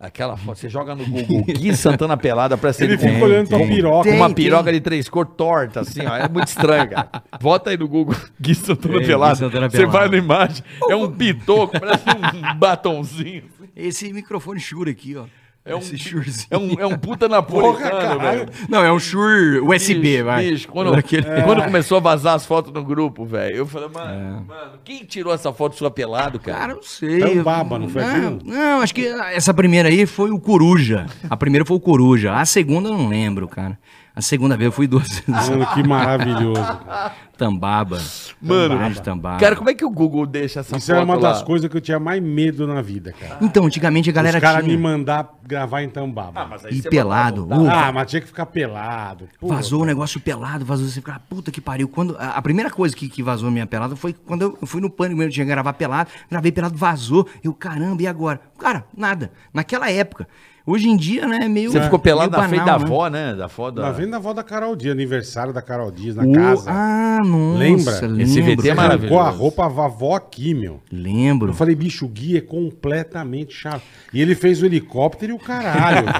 Aquela foto, você joga no Google Gui Santana pelada, parece Ele com- fica olhando pra um com- piroca. com uma Tem, piroca de três cor torta, assim, ó. É muito estranho, cara. Bota aí no Google Gui É, Santana Gui pelada. Santana você pelada. vai na imagem, é um bitoco, parece um batonzinho. Esse microfone Shure aqui, ó. É um, Esse Shurezinho. é um, é um puta napolitano, velho. Não, é um Shure USB, Bicho, vai. bicho, quando, É. Daquele- quando começou a vazar as fotos no grupo, velho, eu falei, mano, É. mano, quem tirou essa foto sua pelado, Cara, eu cara? não sei. Então eu- baba, não foi não, aquilo? não, acho que essa primeira aí foi o Coruja. A primeira foi o Coruja. A segunda eu não lembro, cara. A segunda vez eu fui duas vezes. Mano, que maravilhoso. cara. Tambaba. Mano, Tambaba. Cara, como é que o Google deixa essa Isso foto era uma lá? das coisas que eu tinha mais medo na vida, cara. Então, antigamente a galera Os caras me tinha. mandar gravar em Tambaba. Ah, mas, E pelado. Uh, tinha que ficar pelado. um Pô, Vazou o negócio pelado, vazou você ficava, puta que pariu. Quando, a, a primeira coisa que, que vazou minha pelada foi quando eu, eu fui no pânico mesmo, tinha que gravar pelado, gravei pelado, vazou. Eu, caramba, e agora? Cara, nada. Naquela época. Hoje em dia, né, é meio. Você ficou pelado meio na frente da banal, né? avó, né? Da foda. Na venda da tá avó da Carol Dias, aniversário da Carol Dias na O- casa. Ah, nossa. Lembra? Esse VT é cara. Arrancou maravilhoso. a roupa vavó aqui, meu. Lembro. Eu falei, bicho, o Gui é completamente chato. E ele fez o helicóptero e o caralho, velho.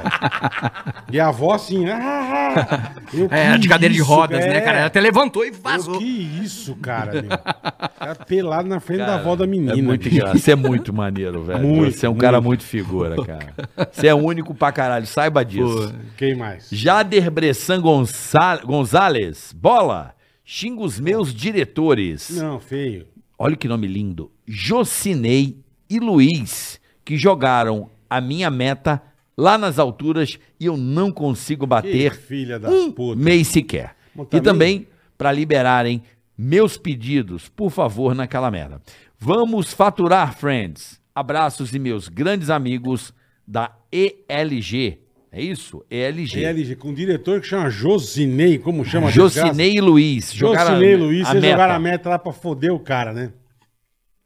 E a avó assim. Ah, eu, É, que de cadeira de isso, rodas, né, é. cara? Ela até levantou e Eu, vazou. que isso, cara, meu. Tá pelado na frente da avó da menina. É muito bicho. engraçado. Você é muito maneiro, velho. Muito, Você é um cara muito figura, cara. Você é único pra caralho, saiba disso. Quem mais? Jader Bressan Gonça- Gonzalez, bola! Xinga os meus diretores. Não, feio. Olha que nome lindo. Jocinei e Luiz, que jogaram a minha meta lá nas alturas e eu não consigo Que bater filha da Uh, um puta. mês sequer. Bom, E também- também para liberarem meus pedidos, por favor, naquela merda. Vamos faturar, friends. Abraços e meus grandes amigos da ELG. É isso? ELG. GLG, com um diretor que chama Josinei, como chama? Jocinei e Luiz. jogaram Jocinei Luiz, vocês meta. jogaram a meta lá pra foder o cara, né?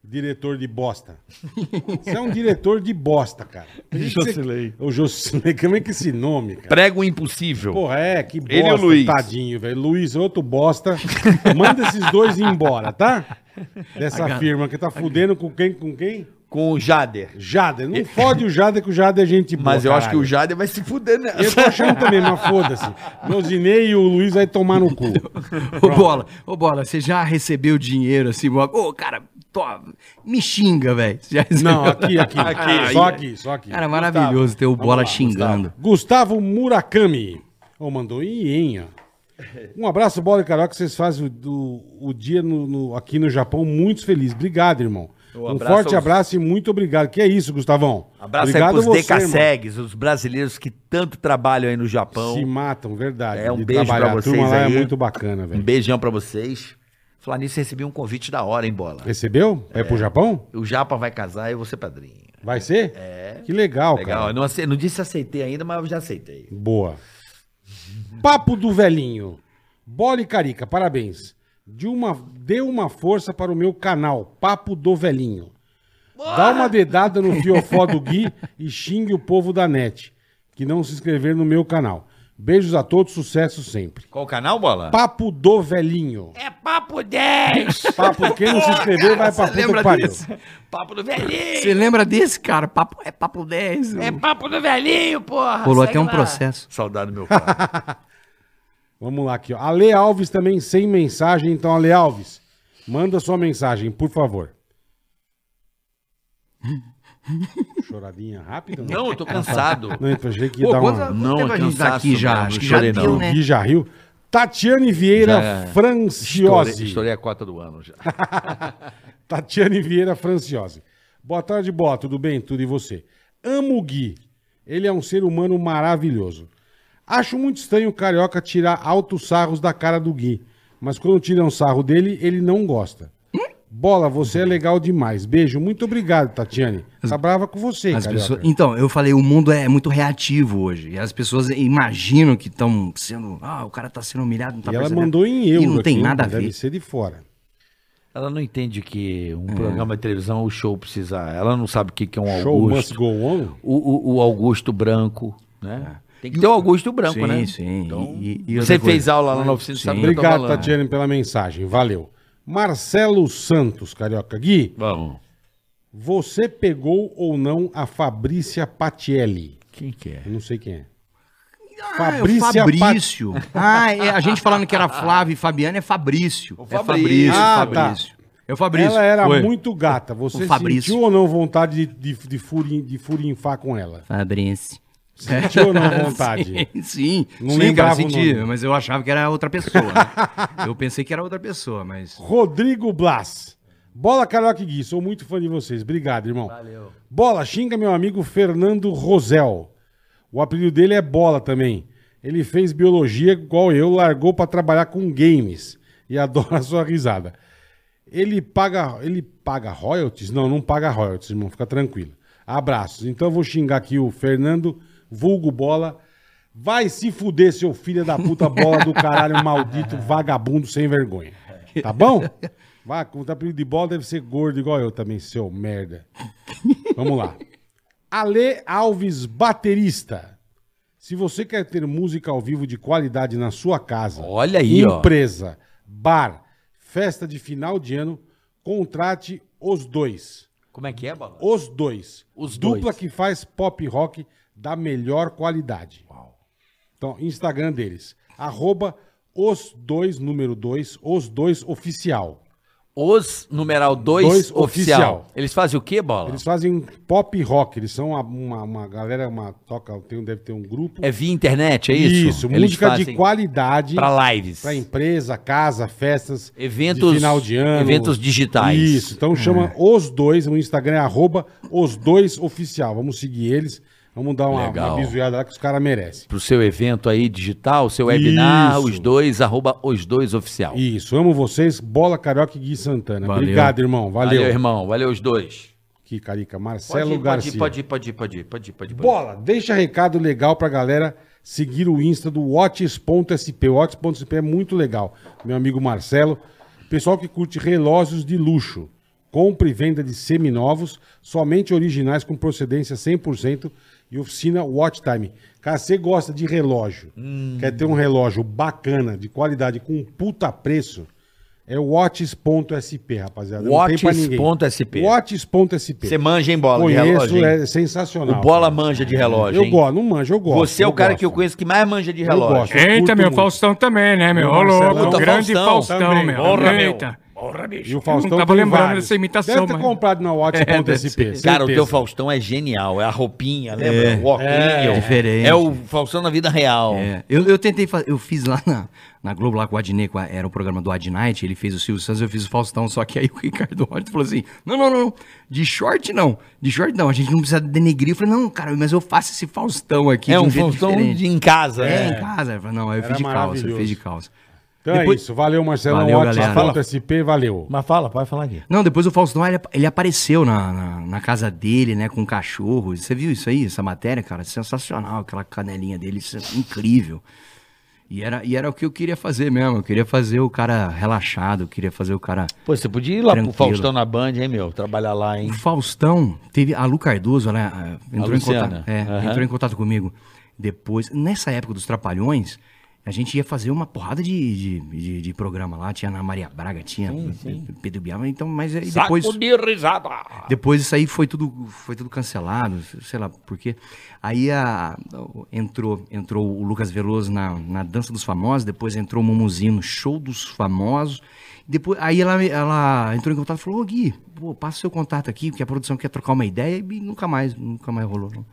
Diretor de bosta. Você é um diretor de bosta, cara. Por que que você- Jocinei. O Jocinei, como é que esse nome, cara? Prego impossível. Porra, é, que bosta, Ele e o Luiz. tadinho, velho. Luiz, outro bosta. Manda esses dois embora, tá? Dessa firma que tá fudendo com quem, com quem? Com o Jader. Jader. Não fode o Jader, que o Jader é gente boa, Mas eu acho que caralho. o Jader vai se fuder né? nessa. Eu tô achando também, mas foda-se. Josinei e o Luiz vai tomar no cu. Ô Bola, ô Bola, você já recebeu dinheiro assim? Bola? Ô, cara, tô, me xinga, velho. Você já recebeu? Não, aqui, aqui. Aqui. Só aqui, só aqui. Cara, é maravilhoso ter o Bola xingando. Gustavo Murakami. Ô, mandou ienha. Um abraço, Bola e Carioca. Vocês fazem o, do- o dia no- no- aqui no Japão muito feliz. Obrigado, irmão. Um abraço forte aos- abraço e muito obrigado. Que é isso, Gustavão. Abraço obrigado aí a pros você, irmão. Decasegs, os brasileiros que tanto trabalham aí no Japão. Se matam, verdade. É, um De beijo pra trabalhar. A turma vocês lá é aí. muito bacana, Um velho. beijão pra vocês. Falar nisso, recebi um convite da hora, hein, Bola? Recebeu? É. pro Japão? O Japa vai casar e eu vou ser padrinho. Vai ser? É. Que legal, Legal. cara. Eu não, ace- não disse aceitei ainda, mas eu já aceitei. Boa. Papo do velhinho. Bola e Carica, parabéns. De uma, dê uma força para o meu canal, Papo do Velhinho. Dá uma dedada no fiofó do Gui e xingue o povo da net, que não se inscrever no meu canal. Beijos a todos, sucesso sempre. Qual o canal, Bola? Papo do Velhinho. É papo 10! Papo, quem não se inscrever vai pra puta que pariu. papo do velhinho! Você lembra desse, cara? Papo, é papo 10. É papo do velhinho, porra! Rolou Segue até um lá. processo. Saudade do meu pai. Vamos lá aqui, ó. Ale Alves também sem mensagem, então Ale Alves, manda sua mensagem, por favor. Choradinha rápida? né? não, eu tô cansado. Não, eu achei que ia Pô, dar quanto, uma... quanto Não, tempo a gente tá cansaço, aqui já? cara, Acho não que já chorei, deu, não. né? Gui já riu. Tatiane Vieira Já- Franciose. Estourei, estourei a cota do ano já. Tatiane Vieira Franciose. Boa tarde, Boa. Tudo bem? Tudo e você? Amo o Gui. Ele é um ser humano maravilhoso. Acho muito estranho o carioca tirar altos sarros da cara do Gui. Mas quando tiram sarro dele, ele não gosta. Bola, você é legal demais. Beijo. Muito obrigado, Tatiane. Tá brava com você, As carioca. pessoas- Então, eu falei, o mundo é muito reativo hoje. E as pessoas imaginam que estão sendo. Ah, o cara tá sendo humilhado, não tá e ela percebendo. mandou em euro. E não tem aqui, é nada a deve ver. ser de fora. Ela não entende que um programa de televisão, o show precisa. Ela não sabe o que que é um É. Show must Augusto. go on. O, o- o Augusto branco, né? É. Tem que ter o Augusto branco, sim, né? Sim, E- e Você outra coisa. fez aula lá na oficina, sabe o que eu tô Obrigado, falando. Tatiane, pela mensagem. Valeu. Marcelo Santos, carioca. Gui, Vamos. Você pegou ou não a Fabrícia Patielli? Quem que é? Eu não sei quem é. Ah, é o Fabrícia Fabrício. Ah, é, a gente falando que era Flávio e Fabiano é Fabrício. É Fabrício, Ah, tá. Fabrício. É o Fabrício. ela era Foi. muito gata. Você O Fabrício. sentiu ou não vontade de, de, de, furin- de furinfar com ela? Fabrício. Sentiu ou não vontade? Sim, sim. Não sim cara, lembrava o senti, nome. mas eu achava que era outra pessoa. né? eu pensei que era outra pessoa, mas. Rodrigo Blas. Bola, Carioca e Gui, sou muito fã de vocês. Obrigado, irmão. Valeu. Bola, xinga meu amigo Fernando Rosel. O apelido dele é Bola também. Ele fez biologia igual eu, largou pra trabalhar com games e adora a sua risada. Ele paga, ele paga royalties? Não, não paga royalties, irmão, fica tranquilo. Abraços. Então eu vou xingar aqui o Fernando, vulgo Bola. Vai se fuder, seu filho da puta bola do caralho, maldito vagabundo sem vergonha. Tá bom? Vai, com o apelido de bola deve ser gordo igual eu também, seu merda. Vamos lá. Ale Alves Baterista. Se você quer ter música ao vivo de qualidade na sua casa, Olha aí, ó. empresa, bar, festa de final de ano, contrate os dois. Como é que é, Bola? Os dois. Os Dupla dois. que faz pop rock da melhor qualidade. Então, Instagram deles. Arroba os dois, número dois, os dois oficial. Os numeral 2 Dois oficial. oficial. Eles fazem o quê, Bola? Eles fazem pop rock, eles são uma, uma, uma galera, uma toca, tem, um- deve ter um grupo. É via internet, é isso? Eles música de fazem qualidade Pra lives. pra empresa, casa, festas, Eventos- de final de ano. eventos digitais. É. Isso, então chama os dois, no Instagram é arroba os dois oficial. Vamos seguir eles, vamos dar uma, uma Legal. bisuiada lá que os caras merecem. Pro seu evento aí digital, seu webinar, Isso. os dois, arroba os dois oficial. Isso, amo vocês, Bola Carioca e Gui Santana. Obrigado, irmão, valeu. é Valeu, irmão. Valeu os dois. Aqui, Carica. Pode ir, Marcelo pode Garcia. ir, pode ir, pode ir, pode ir, pode ir, pode ir. Bola, deixa recado legal pra galera seguir o Insta do Watches.sp. O Watches.sp é muito legal, meu amigo Marcelo. Pessoal que curte relógios de luxo, compra e venda de seminovos, somente originais com procedência 100% e oficina Watch Time. Cara, você gosta de relógio, Hum. quer ter um relógio bacana, de qualidade, com um puta preço, é watches.sp, rapaziada. Não tem pra ninguém. Watches.sp. Watches.sp. Você manja, hein, Bola, de Conheço, relógio, hein? é sensacional. O Bola manja de relógio, Eu hein? gosto, não manjo, eu gosto. Você é o cara gosto. que eu conheço que mais manja de relógio. é gosto. Eita, curto meu, muito. Faustão também, né, meu? Ô, Marcelão. louco, Puta, grande Faustão. Faustão, Também. meu. Porra, meu. Eita. E o Eu Faustão não tava tem lembrando vários. dessa imitação, Deve ter mas- comprado na É, deve Watch.sp. ser. Cara, o certeza. teu Faustão é genial. É a roupinha, lembra? o óculos. É, diferente. É o Faustão na vida real. É, eu, eu tentei fazer, eu fiz lá na, na Globo, lá com o Adnet, com a- era o programa do Adnight, ele fez o Silvio Santos, eu fiz o Faustão, só que aí o Ricardo Horta falou assim, não, não, não, de short não, de short não, a gente não precisa denegrir. Eu falei, não, cara, mas eu faço esse Faustão aqui É de um jeito Faustão diferente." de em casa, É, né? em casa. Eu falei, não, aí eu Era fiz de calça, eu maravilhoso. fiz de calça. Então é Depois- isso. Valeu, Marcelo. Valeu, galera. Watches.sp, valeu. Mas fala, pode falar aqui. Não, depois o Faustão, ele, ele apareceu na, na, na casa dele, né, com um cachorro. Você viu isso aí, essa matéria, cara? Sensacional, aquela canelinha dele, isso é incrível. E era, e era o que eu queria fazer mesmo, eu queria fazer o cara relaxado, eu queria fazer o cara... Pô, você podia ir lá Tranquilo. pro Faustão na Band, hein, meu? Trabalhar lá, hein? O Faustão, teve a Lu Cardoso, ela eh, entrou, em Luciana. contato, é, Aham. entrou em contato comigo depois. Nessa época dos Trapalhões, a gente ia fazer uma porrada de, de, de- de programa lá. Tinha na Maria Braga, tinha Pedro Biava, então, mas aí depois... Depois isso aí foi tudo, foi tudo cancelado, sei lá por quê. Aí a- entrou, entrou o Lucas Veloso na, na Dança dos Famosos, depois entrou o Mumuzinho no Show dos Famosos. Depois, aí ela, ela entrou em contato e falou, ô Gui, pô, passa o seu contato aqui, porque a produção quer trocar uma ideia e nunca mais, nunca mais rolou. Não.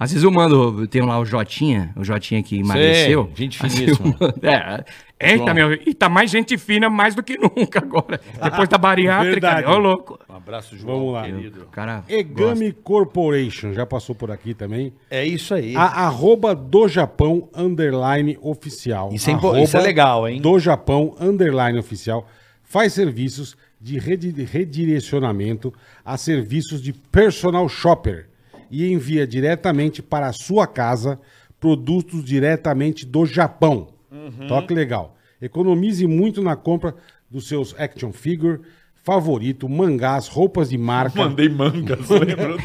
Às vezes eu mando, eu tenho lá o Jotinha, o Jotinha que emagreceu. gente Às vezes finíssima. eu mando- é, Eita, meu, e tá mais gente fina mais do que nunca agora. Depois da bariátrica, Verdade. né? ô louco. Um abraço, Vamos lá. o cara... Egami Corporation, já passou por aqui também. É isso aí. A arroba do Japão underline oficial. Isso é impo- isso é Arroba legal, hein? Do Japão underline oficial faz serviços de redi- redirecionamento a serviços de personal shopper e envia diretamente para a sua casa produtos diretamente do Japão. Uhum. Então, olha que legal. Economize muito na compra dos seus action figure favorito, mangás, roupas de marca. Mandei mangas, lembra?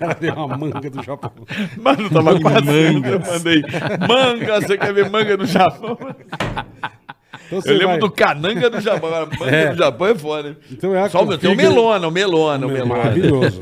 Ela deu uma manga do Japão. Mano, tava quase. Eu mandei. Manga, você quer ver manga no Japão? Então, você Eu lembro vai- do cananga do Japão. Agora, manga do Japão é foda. hein? Então é a Só o meu. Tem o configura- melona, o melona, o melona. Maravilhoso.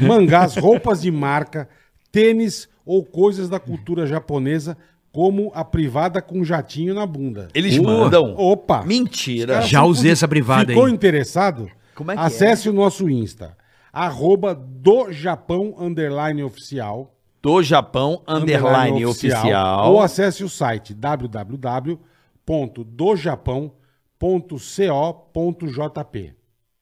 Mangás, roupas de marca, tênis ou coisas da cultura japonesa, como a privada com jatinho na bunda. Eles Uh, mandam. opa. Mentira. Já usei essa privada Ficou aí. interessado? Como é que Acesse o nosso Insta, arroba do Japão Underline Oficial. Do Japão, underline Ou oficial. acesse o site www.dojapão.co.jp.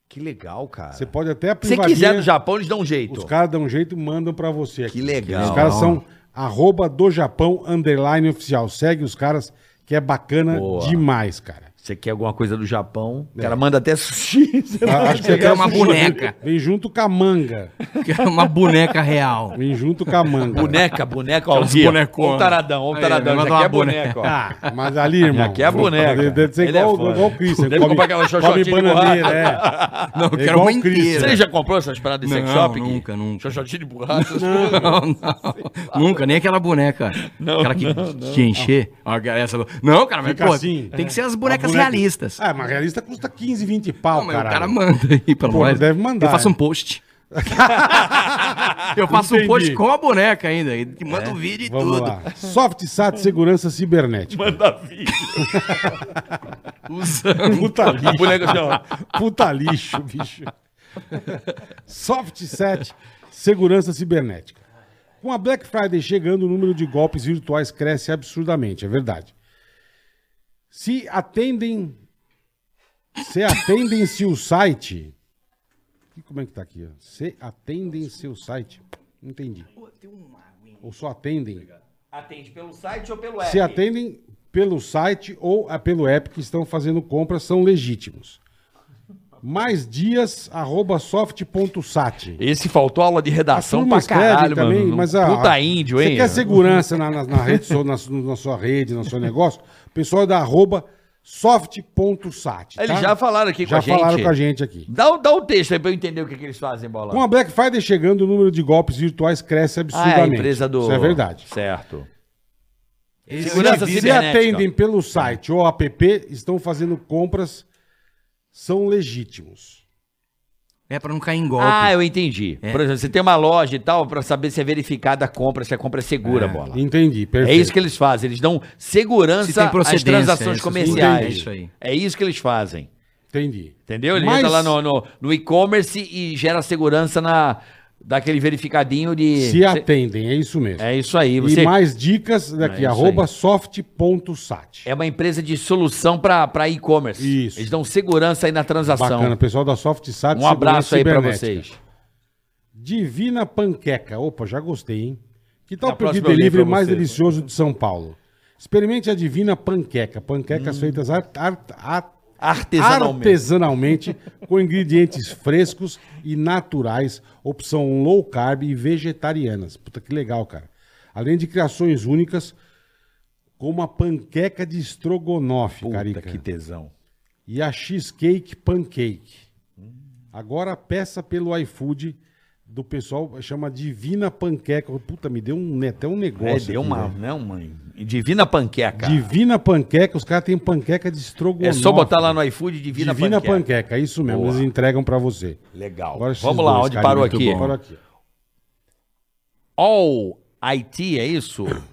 Que legal, cara. Você pode até a Se privadinha- quiser no Japão, eles dão um Os jeito. caras dão um jeito e mandam pra você. Que legal. Os caras são arroba do Japão underline oficial. Segue os caras que é bacana Boa. demais, cara. Você quer alguma coisa do Japão? O cara manda até sushi. É. Ah, Acho É quer uma assistir. boneca. Vem junto com a manga. Uma boneca real. Vem junto com a manga. Boneca, boneca, ó. Aquelas Gui, ó. bonecona. Ó o taradão, ó o Aí, taradão. manda Ele uma é quer boneca. boneca, ó. Ah, mas ali, irmão. Aqui é a boneca. Deve- Deve ser Ele é igual, foda. igual o Christian. Deve comprar aquela come xoxotinha de bananeira, borracha. é. Não, eu É quero igual uma o Cris, inteira. Você já comprou essas paradas de sex Não, shop? Gui? nunca, nunca. Xoxotinho de borracha? Não, não. Nunca, nem aquela boneca. aquela que te encher. Ó, Essa... Não, cara, mas Fica pô, assim. tem que ser as A bonecas boneca- realistas. Ah, mas realista custa 15, 20 pau, Não, mas cara. o cara manda aí pra Pô, nós. deve mandar, Eu faço um né? post. Eu faço um post Entendi. É? com a boneca ainda. E te manda o vídeo e Vamos tudo. lá. SoftSat Segurança Cibernética. Usando. Puta lixo. boneca assim, ó. Puta lixo, bicho. SoftSet Segurança Cibernética. Com a Black Friday chegando, o número de golpes virtuais cresce absurdamente, é verdade. Se atendem. Se atendem seu site. E como é que tá aqui? ó? Se atendem seu site. Não entendi. Ou só atendem. um Atende pelo site ou pelo Se atendem pelo site ou ah, pelo app que estão fazendo compras, são legítimos. Mais dias, arroba soft.sat. Esse faltou aula de redação pra escreve caralho, mano. mas a- Puta índio, você hein? quer segurança na, na, na rede, so- na, su- na sua rede, no seu negócio? O pessoal é da arroba soft.sat. tá? Eles já falaram aqui com Já a gente. falaram com a gente aqui. Dá, o- dá o texto aí pra eu entender o que, que eles fazem, bola. Com a Black Friday chegando, o número de golpes virtuais cresce Ah, é absurdamente. a empresa do. Isso é verdade. Certo. Se, se atendem pelo site ou app, estão fazendo compras, são legítimos. É pra não cair em golpe. Ah, eu entendi. Por exemplo, você tem uma loja e tal, pra saber se é verificada a compra, se a compra é segura, bola. Entendi, É perfeito. isso que eles fazem. Eles dão Se segurança tem às procedência, transações essas- comerciais. É isso aí. É isso que eles fazem. Entendi. Entendeu? Ele Mas- entra lá no, no, no e-commerce e gera segurança na daquele verificadinho de. Se atendem, é isso mesmo. É isso aí. e Você mais dicas daqui, É isso arroba soft.sat. é uma empresa de solução para e-commerce. Isso. Eles dão segurança aí na transação. Bacana, pessoal da SoftSat. Um abraço aí para cibernética. vocês. Divina Panqueca. Opa, já gostei, hein? Que tal Na o pedido próxima eu leio delivery pra né? mais você. delicioso de São Paulo? Experimente a Divina Panqueca. Panquecas feitas ar- ar- ar- Hum. Artesanalmente. artesanalmente, com ingredientes frescos e naturais, opção low carb e vegetarianas. Puta que legal, cara. Além de criações únicas, como a panqueca de estrogonofe, carica. tesão. E a cheesecake pancake. Agora peça pelo iFood do pessoal, chama Divina Panqueca. Puta, me deu um, até um É, negócio. deu aqui, uma, velho. né, uma divina panqueca. Divina Panqueca, os caras têm panqueca de estrogonofe. É só botar lá no iFood divina, Divina panqueca. Panqueca, é isso mesmo, Boa. eles entregam pra você. Legal. Agora esses Vamos lá, dois, onde cara, parou muito aqui? bom. Parou aqui. All IT, é isso?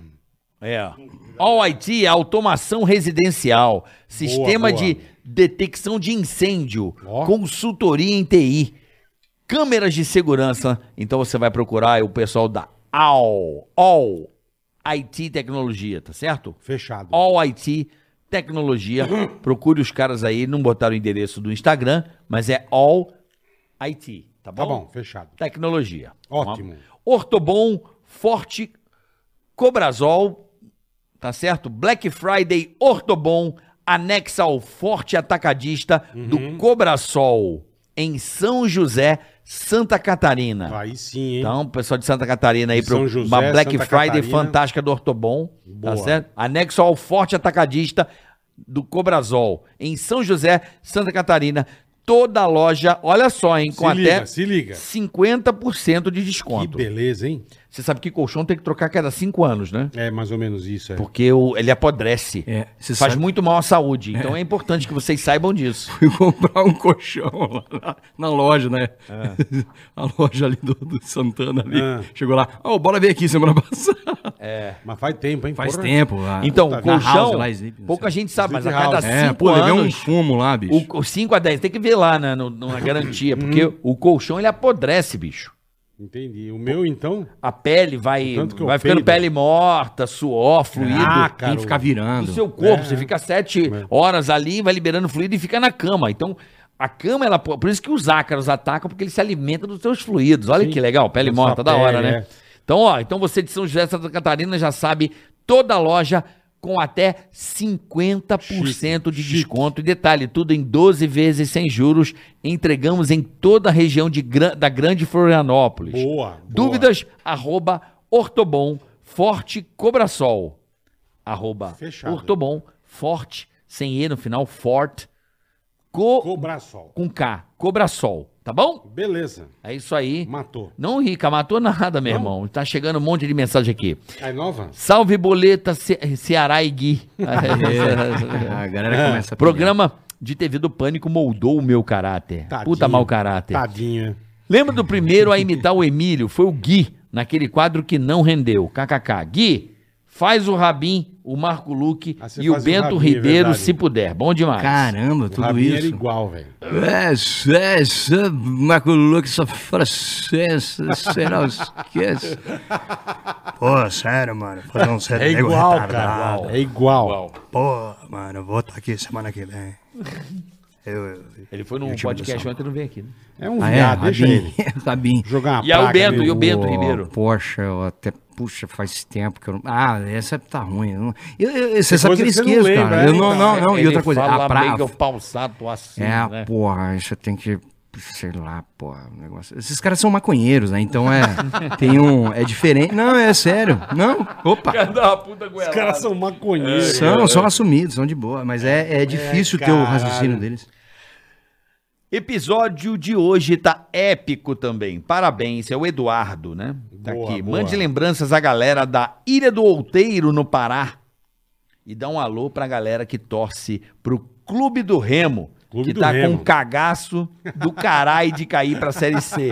É. All IT é automação residencial, sistema boa. de detecção de incêndio, Ó. consultoria em TI, câmeras de segurança. Então você vai procurar o pessoal da All, All IT Tecnologia, tá certo? Fechado. All IT Tecnologia. Procure os caras aí, não botaram o endereço do Instagram, mas é All IT, tá bom? Tá bom, fechado. Tecnologia. Ótimo. Ortobon, Forte, Cobrazol, tá certo? Black Friday, Ortobon, anexa ao Forte Atacadista Uhum. do Cobrasol, em São José, Santa Catarina. Aí sim, hein? Então, pessoal de Santa Catarina aí, São pro, José, uma Black Santa Friday Catarina. fantástica do Ortobon, Boa. tá certo? Anexo ao Forte Atacadista do Cobrazol, em São José, Santa Catarina. Toda a loja, olha só, hein, com se até... liga, se liga. 50% de Que desconto. beleza, hein? Você sabe que colchão tem que trocar a cada 5 anos, né? É mais ou menos isso, é. Porque o- ele apodrece. É, você Faz sabe- muito mal à saúde. Então é. importante que vocês saibam disso. fui comprar um colchão lá na, na loja, né? A loja ali do, do Santana ali. É. Ah. Chegou lá, ó, o Bola veio aqui semana passada. Mas faz tempo, hein? Faz Porra. tempo. lá. Então, Na colchão, Ah, House lá, Sleep, pouca não sei. gente sabe, mas a Sleep cada tá House. É, 5 pô, levei um anos, fumo lá, bicho. o 5 a 10, tem que ver lá na, no- Uhum. na garantia, porque o colchão ele apodrece, bicho. Entendi. O meu, então, A pele vai, Tanto que eu vai ficando peido. pele morta, suor, fluido. Ah, Tem cara, que ficar do virando. seu corpo. É. Você fica sete horas ali, vai liberando fluido e fica na cama. Então, a cama, ela, por isso que os ácaros atacam, porque eles se alimentam dos seus fluidos. Olha Sim. que legal, pele Da morta, sua da hora, pele, né? é. Então, ó, então você de São José Santa Catarina já sabe, toda loja com até 50% de Chique, desconto. E detalhe, tudo em 12 vezes sem juros. Entregamos em toda a região de, gran- da Grande Florianópolis. boa. boa. Dúvidas, arroba Ortobon Forte Cobrasol. Arroba Fechado. Ortobon Forte, sem E no final, Forte. Co- Cobrar sol. com K, Cobrasol, tá bom? Beleza. É isso aí. Matou. Não, Rica, matou nada, meu irmão. Tá chegando um monte de mensagem aqui. É nova? Salve, Boleta, Ce- Ceará e Gui. A galera começa a Programa de TV do Pânico moldou o meu caráter. Puta mau caráter. Tadinha. Lembra do primeiro a imitar o Emílio? Foi o Gui, naquele quadro que não rendeu. KKK. Gui, faz o Rabin, o Marco Luque Ah, você e o fazia o Bento Rabin, é Ribeiro, verdade. se puder. Bom demais. Caramba, tudo Rabinho era isso. igual, velho. É, é, é, Marco Lucas, só francesa, sei lá, esquece. Pô, sério, mano. Fazer um sério É nego igual, retardado. cara. É igual. Pô, mano, eu vou estar aqui semana que vem. Ele foi num podcast ontem e não veio aqui. Né? é É um Ah, é, viado, deixa Rabin. ele. Rabin. Jogar uma E aí o praga Bento, nele. e o Bento Ribeiro? Poxa, eu até. Puxa, faz tempo que eu não. Ah, essa tá ruim. Eu não- eu- eu- você sabe coisa que eu que você não esqueço, lembra, cara. é, Eu não, então. não, não. E Ele outra coisa, fala a pra... meio pausado assim, É, né? porra, isso tem que. Sei lá, porra, um negócio. Esses caras são maconheiros, né? Então é. tem um. É diferente. Não, é sério. Não, opa. Cara da puta goela. Os caras são maconheiros. São, são assumidos, são de boa, mas é, é difícil ter o raciocínio caralho. deles. Episódio de hoje tá épico também. Parabéns, é o Eduardo, né? Tá Boa, aqui. boa. Mande lembranças à galera da Ilha do Outeiro, no Pará. E dá um alô pra galera que torce pro Clube do Remo, Clube que do tá Remo. com um cagaço do caralho de cair pra Série C.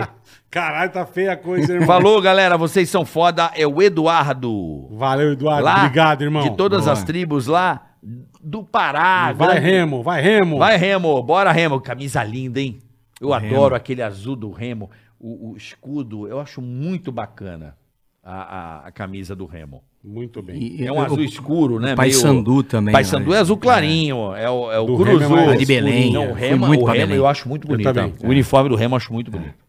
Caralho, tá feia a coisa, irmão. Falou, galera, vocês são foda. É o Eduardo. Valeu, Eduardo. Obrigado, irmão. Ah, De todas Boa. as tribos lá do Pará. Vai, grande- Remo, vai, Remo. Vai, Remo. Bora, Remo. Camisa linda, hein? Eu adoro aquele azul do Remo. O, o escudo, eu acho muito bacana a, a- a camisa do Remo. Muito bem. E- É o- um azul escuro, né? Paysandu também, Paysandu né? é azul clarinho. É, o, é o Do Curuzu. Remo é mais Ah, de Belém. Não, o Eu fui Remo, muito o pra Remo Belém. eu acho muito bonito. também. hein? O uniforme do Remo eu acho muito bonito.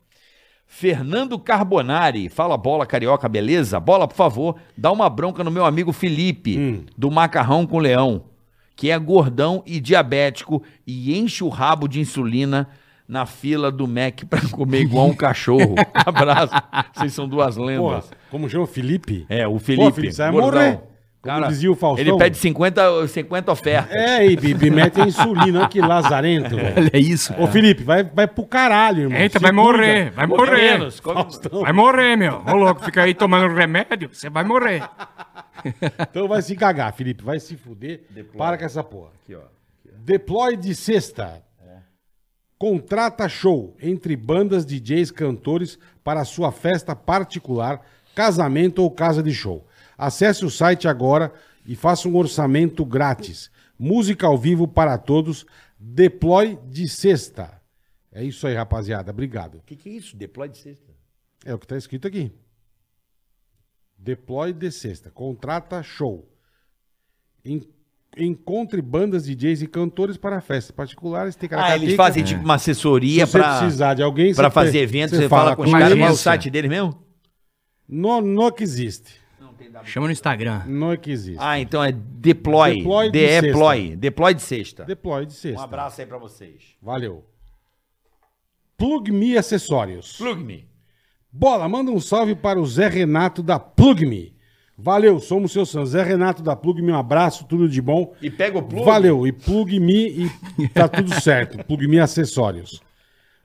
Fernando Carbonari, fala bola carioca, beleza? Bola, por favor, dá uma bronca no meu amigo Felipe, Hum. do Macarrão com Leão, que é gordão e diabético e enche o rabo de insulina na fila do Mac pra comer igual um cachorro. Abraço, vocês são duas Porra, lendas. como chama? Felipe? É, o Felipe. Felipe, você vai gordão. morrer. Como dizia o Faustão. Ele pede 50, 50 ofertas. É, e Bibi, mete a insulina. Olha que lazarento, velho. Olha isso. Ô, Felipe, vai, vai pro caralho, irmão. É. Eita, É, Se vai cuida. morrer, vai morrer. Menos, come- Vai morrer, meu. Ô louco, fica aí tomando remédio, você vai morrer. Então vai se cagar, Felipe. Vai se fuder. Para com essa porra. Aqui, ó. É. Deploy de sexta. Contrata show entre bandas, DJs, cantores para sua festa particular, casamento ou casa de show. Acesse o site agora e faça um orçamento grátis. Música ao vivo para todos. Deploy de sexta. É isso aí, rapaziada. Obrigado. que, que é isso? Deploy de sexta. É o que está escrito aqui. Deploy de sexta. Contrata show. En- encontre bandas, DJs e cantores para festas particulares. Tem Ah, eles fazem tipo uma assessoria é? Se você pra, precisar de alguém... pra você fazer pre- eventos, você fala com os caras. eles. Qual é o agência. site deles mesmo? Não, não que existe. Chama no Instagram. Não é que existe. Ah, então é Deploy. Deploy Deploy de de sexta. Deploy Deploy. Deploy de sexta. de sexta. Um abraço aí pra vocês. Valeu. Plug Me Acessórios. Plug-me. Bola, manda um salve para o Zé Renato da Plugme. Valeu, somos seus fãs. Zé Renato da Plugme, um abraço, tudo de bom. E pega o plug. Valeu, e Plugme e tá tudo certo. Plugme Acessórios.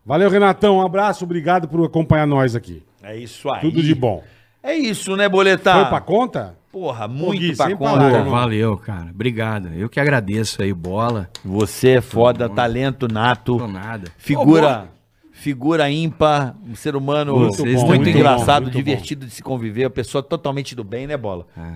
Valeu, Renatão, um abraço, obrigado por acompanhar nós aqui. É isso aí. Tudo de bom. É isso, né, Boletar? Foi pra conta? Porra, muito Gui, pra sem conta. palavras. Pô, valeu, cara. Obrigado. Eu que agradeço aí, bola. Você é foda, talento nato. Tô nada. Figura. Figura ímpar, um ser humano muito, Vocês estão muito engraçado, bom, muito divertido de se conviver, uma pessoa totalmente do bem, né, Bola? É.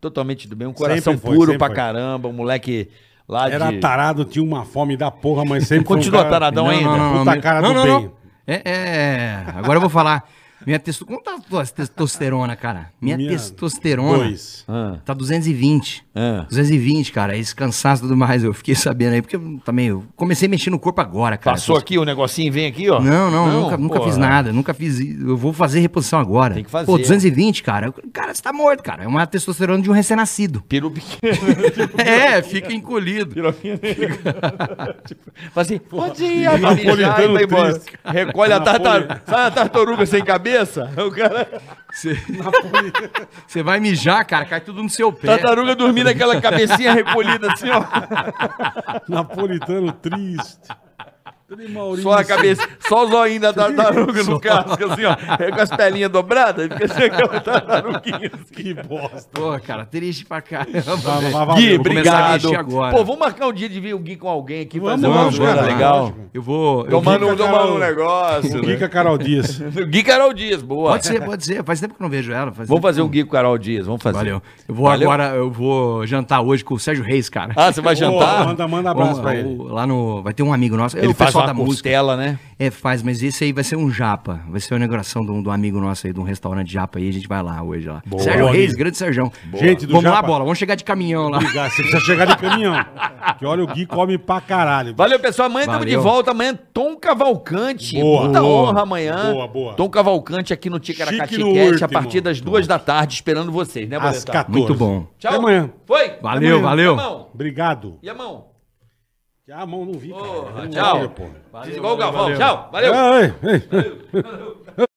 Totalmente do bem, um coração foi, puro sempre pra foi. caramba, um moleque lá Era de... tarado, tinha uma fome da porra, mas sempre foi um Continua cara- taradão ainda? Puta cara do bem. É, é, agora eu vou falar. Minha testo... Como tá a tua testosterona, cara? Minha, Minha- testosterona Dois. Ah, tá 220. ah. 220, cara. É Esse cansaço e tudo mais, eu fiquei sabendo aí, porque eu também eu comecei a mexer no corpo agora, cara. Passou aqui o negocinho, vem aqui, ó. Não, não, nunca, nunca porra. fiz nada, nunca fiz. i- Eu vou fazer reposição agora. Tem que fazer. Pô, 220, cara. eu- Cara, você tá morto, cara. É uma testosterona de um recém-nascido. Peru pequeno. é, fica encolhido. Faz assim, bom dia, vai Napolitano mijar e vai embora. triste. Recolhe a tartaruga. Sabe a tartaruga sem cabeça? O cara... Você vai mijar, cara, cai tudo no seu pé. Tartaruga dormindo aquela cabecinha recolhida assim, ó. Napolitano triste. Ele, Maurício. Só a cabeça, só o zoinho da tartaruga no casco, assim, ó. É com as pelinhas dobradas, fica assim aquela tartaruguinha. Que bosta. Pô, cara, triste pra caramba. Tá, Mas- mas velho. valeu. Gui, Vou começar a obrigado. mexer agora. Pô, vamos marcar um dia de vir o Gui com alguém aqui, fazer Vamos, uma vamos, Então zoeira cara, legal. lógico. Eu vou. eu Tomando, Gui um- com a tomando Carol. um negócio. né? Dica Carol Dias. Gui Carol Dias, boa. Pode ser, pode ser. Faz tempo que eu não vejo ela. Vamos faz tempo fazer que um Gui com Carol Dias, vamos fazer. eu- Valeu. Eu vou Valeu. agora, eu vou jantar hoje com o Sérgio Reis, cara. Ah, você vai Ô, jantar? manda, manda abraço Vamos, pra ele. o- Lá no. Vai ter um amigo nosso. Ele o faz só da música. costela, né? É, faz, mas esse aí vai ser um japa. Vai ser uma inauguração de um, de um amigo nosso aí, de um restaurante japa aí. A gente vai lá hoje lá. Sérgio Boa, Reis, amigo. grande Sérgio. Gente do Vamos lá, japa. bola. Vamos chegar de caminhão lá. Obrigado, você precisa chegar de caminhão. Que olha, o Gui come pra caralho. Valeu, pessoal. Amanhã estamos de Valeu. volta. Amanhã, Tom Cavalcante. Boa. Muita Boa. honra amanhã. Boa, boa. Tom Cavalcante aqui no Chique no Ticaracatiquete último. a partir das duas da tarde, esperando vocês, né, Às Boletar? 14. Muito bom. Tchau. Até amanhã. Foi? Valeu, valeu. E a mão? Obrigado. E a mão? Ah, a mão não vi. Ah, cara. Porra, Não tchau. olha, porra. Diz igual o Galvão. Tchau. Valeu. Ei, ei, ei.